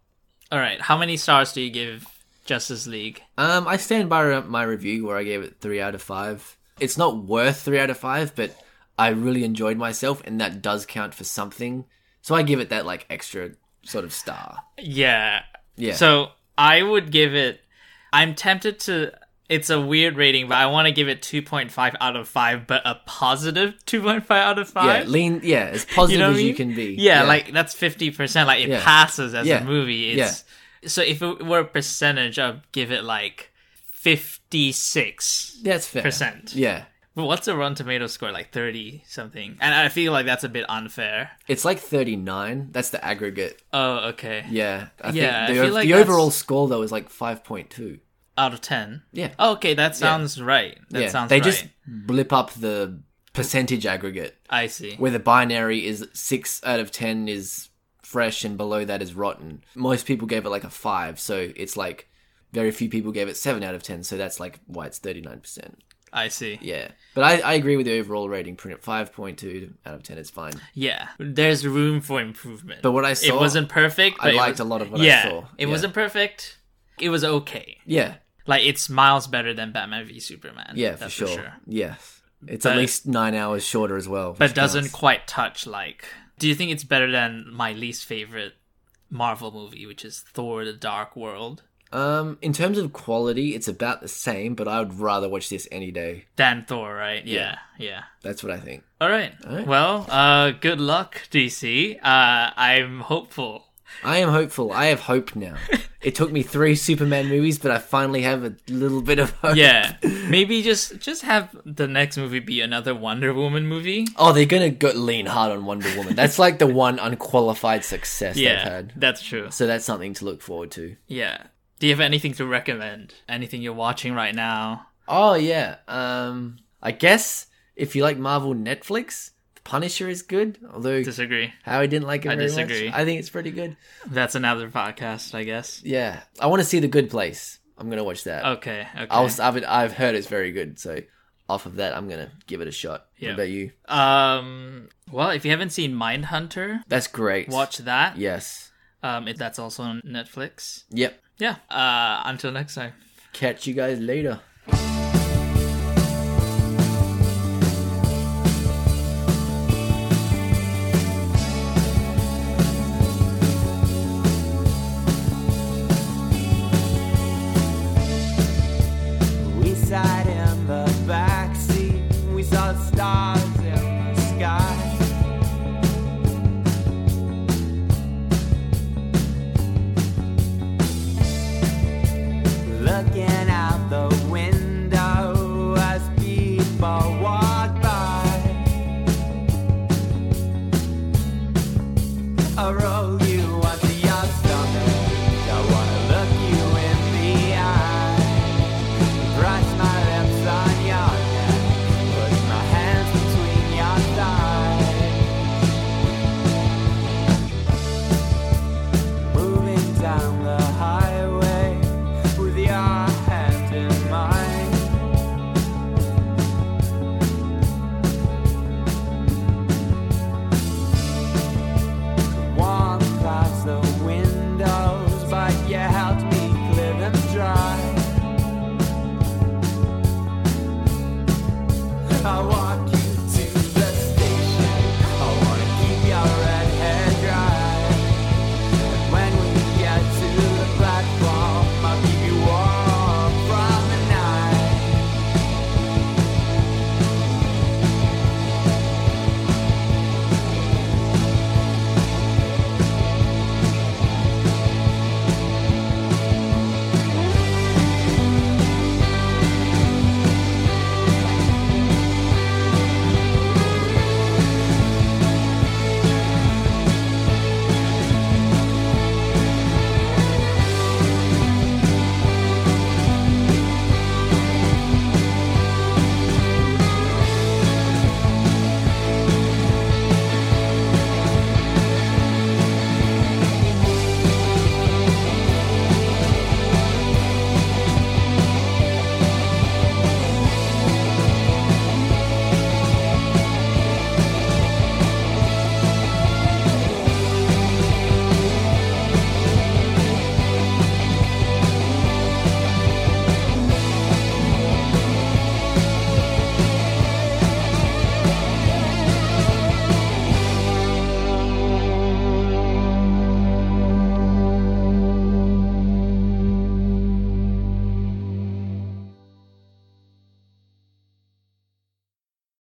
Speaker 3: all right. How many stars do you give Justice League?
Speaker 4: Um, I stand by my review where I gave it three out of five. It's not worth three out of five, but I really enjoyed myself, and that does count for something. So I give it that like extra sort of star.
Speaker 3: Yeah.
Speaker 4: Yeah.
Speaker 3: So I would give it. I'm tempted to. It's a weird rating, but I want to give it 2.5 out of 5, but a positive 2.5 out of 5.
Speaker 4: yeah, lean. Yeah, as positive
Speaker 3: know what
Speaker 4: as
Speaker 3: I
Speaker 4: you
Speaker 3: mean?
Speaker 4: can be.
Speaker 3: Yeah, like that's fifty percent. Like it
Speaker 4: Yeah.
Speaker 3: passes as
Speaker 4: Yeah.
Speaker 3: a movie. It's so if it were a percentage, I'd give it like fifty six.
Speaker 4: that's fair.
Speaker 3: percent.
Speaker 4: Yeah,
Speaker 3: But what's a Rotten Tomato score? Like thirty something. And I feel like that's a bit unfair.
Speaker 4: it's like thirty nine. That's the aggregate.
Speaker 3: Oh, okay.
Speaker 4: Yeah, I
Speaker 3: Yeah,
Speaker 4: Think
Speaker 3: I
Speaker 4: the,
Speaker 3: feel
Speaker 4: ov-
Speaker 3: like
Speaker 4: the
Speaker 3: that's-
Speaker 4: overall score though is like five point two.
Speaker 3: Out of ten. Oh,
Speaker 4: Yeah.
Speaker 3: okay, that sounds right. That
Speaker 4: yeah,
Speaker 3: sounds
Speaker 4: they
Speaker 3: right.
Speaker 4: just blip up the percentage aggregate
Speaker 3: I see.
Speaker 4: where the binary is six out of ten is fresh and below that is rotten. Most people gave it like a five, so it's like very few people gave it seven out of ten. So that's like why it's thirty nine percent.
Speaker 3: I see.
Speaker 4: Yeah, but I, I agree with the overall rating. Print at five point two out of ten is fine.
Speaker 3: Yeah, there's room for improvement.
Speaker 4: But what I
Speaker 3: it
Speaker 4: saw,
Speaker 3: wasn't perfect.
Speaker 4: I
Speaker 3: but it
Speaker 4: liked
Speaker 3: was-
Speaker 4: a lot of what I
Speaker 3: yeah,
Speaker 4: saw.
Speaker 3: it
Speaker 4: Yeah.
Speaker 3: wasn't perfect. It was okay.
Speaker 4: Yeah,
Speaker 3: Like it's miles better than Batman v Superman.
Speaker 4: yeah,
Speaker 3: that's
Speaker 4: for sure. Yes, it's at
Speaker 3: But-
Speaker 4: least nine hours shorter as well.
Speaker 3: But
Speaker 4: which
Speaker 3: doesn't
Speaker 4: counts.
Speaker 3: quite touch like. Do you think it's better than my least favorite Marvel movie, which is Thor: The Dark World,
Speaker 4: Um, in terms of quality, it's about the same, but I would rather watch this any day.
Speaker 3: than Thor? Right? Yeah, yeah.
Speaker 4: That's what I think.
Speaker 3: All right.
Speaker 4: right.
Speaker 3: Well, uh, good luck, DC. Uh, I'm hopeful.
Speaker 4: I am hopeful. I have hope now. it took me three Superman movies, but I finally have a little bit of hope.
Speaker 3: Yeah, maybe just just have the next movie be another Wonder Woman movie.
Speaker 4: Oh, they're gonna go lean hard on Wonder Woman. That's like the one unqualified success
Speaker 3: Yeah,
Speaker 4: they've had.
Speaker 3: that's true.
Speaker 4: So that's something to look forward to.
Speaker 3: Yeah. Do you have anything to recommend? Anything you're watching right now?
Speaker 4: Oh yeah. Um, I guess if you like Marvel Netflix, The Punisher is good. Although
Speaker 3: Disagree.
Speaker 4: Howie didn't like it
Speaker 3: I
Speaker 4: very much.
Speaker 3: disagree.
Speaker 4: I think it's pretty good.
Speaker 3: That's another podcast, I guess.
Speaker 4: Yeah, I want to see The Good Place. I'm gonna watch that.
Speaker 3: Okay. Okay.
Speaker 4: I was, I've, I've heard it's very good, so off of that, I'm gonna give it a shot.
Speaker 3: Yeah.
Speaker 4: What about you?
Speaker 3: Um. Well, if you haven't seen Mindhunter,
Speaker 4: That's great.
Speaker 3: watch that.
Speaker 4: Yes.
Speaker 3: Um. If that's also on Netflix.
Speaker 4: Yep.
Speaker 3: Yeah. Uh. Until next time.
Speaker 4: Catch you guys later.
Speaker 7: We sat in the backseat, we saw stars in the sky. Looking out the window as people walk by. I roll you onto your stomach. I wanna look you in the eye. Brush my lips on your neck. Put my hands between your thighs. Moving down the highway with your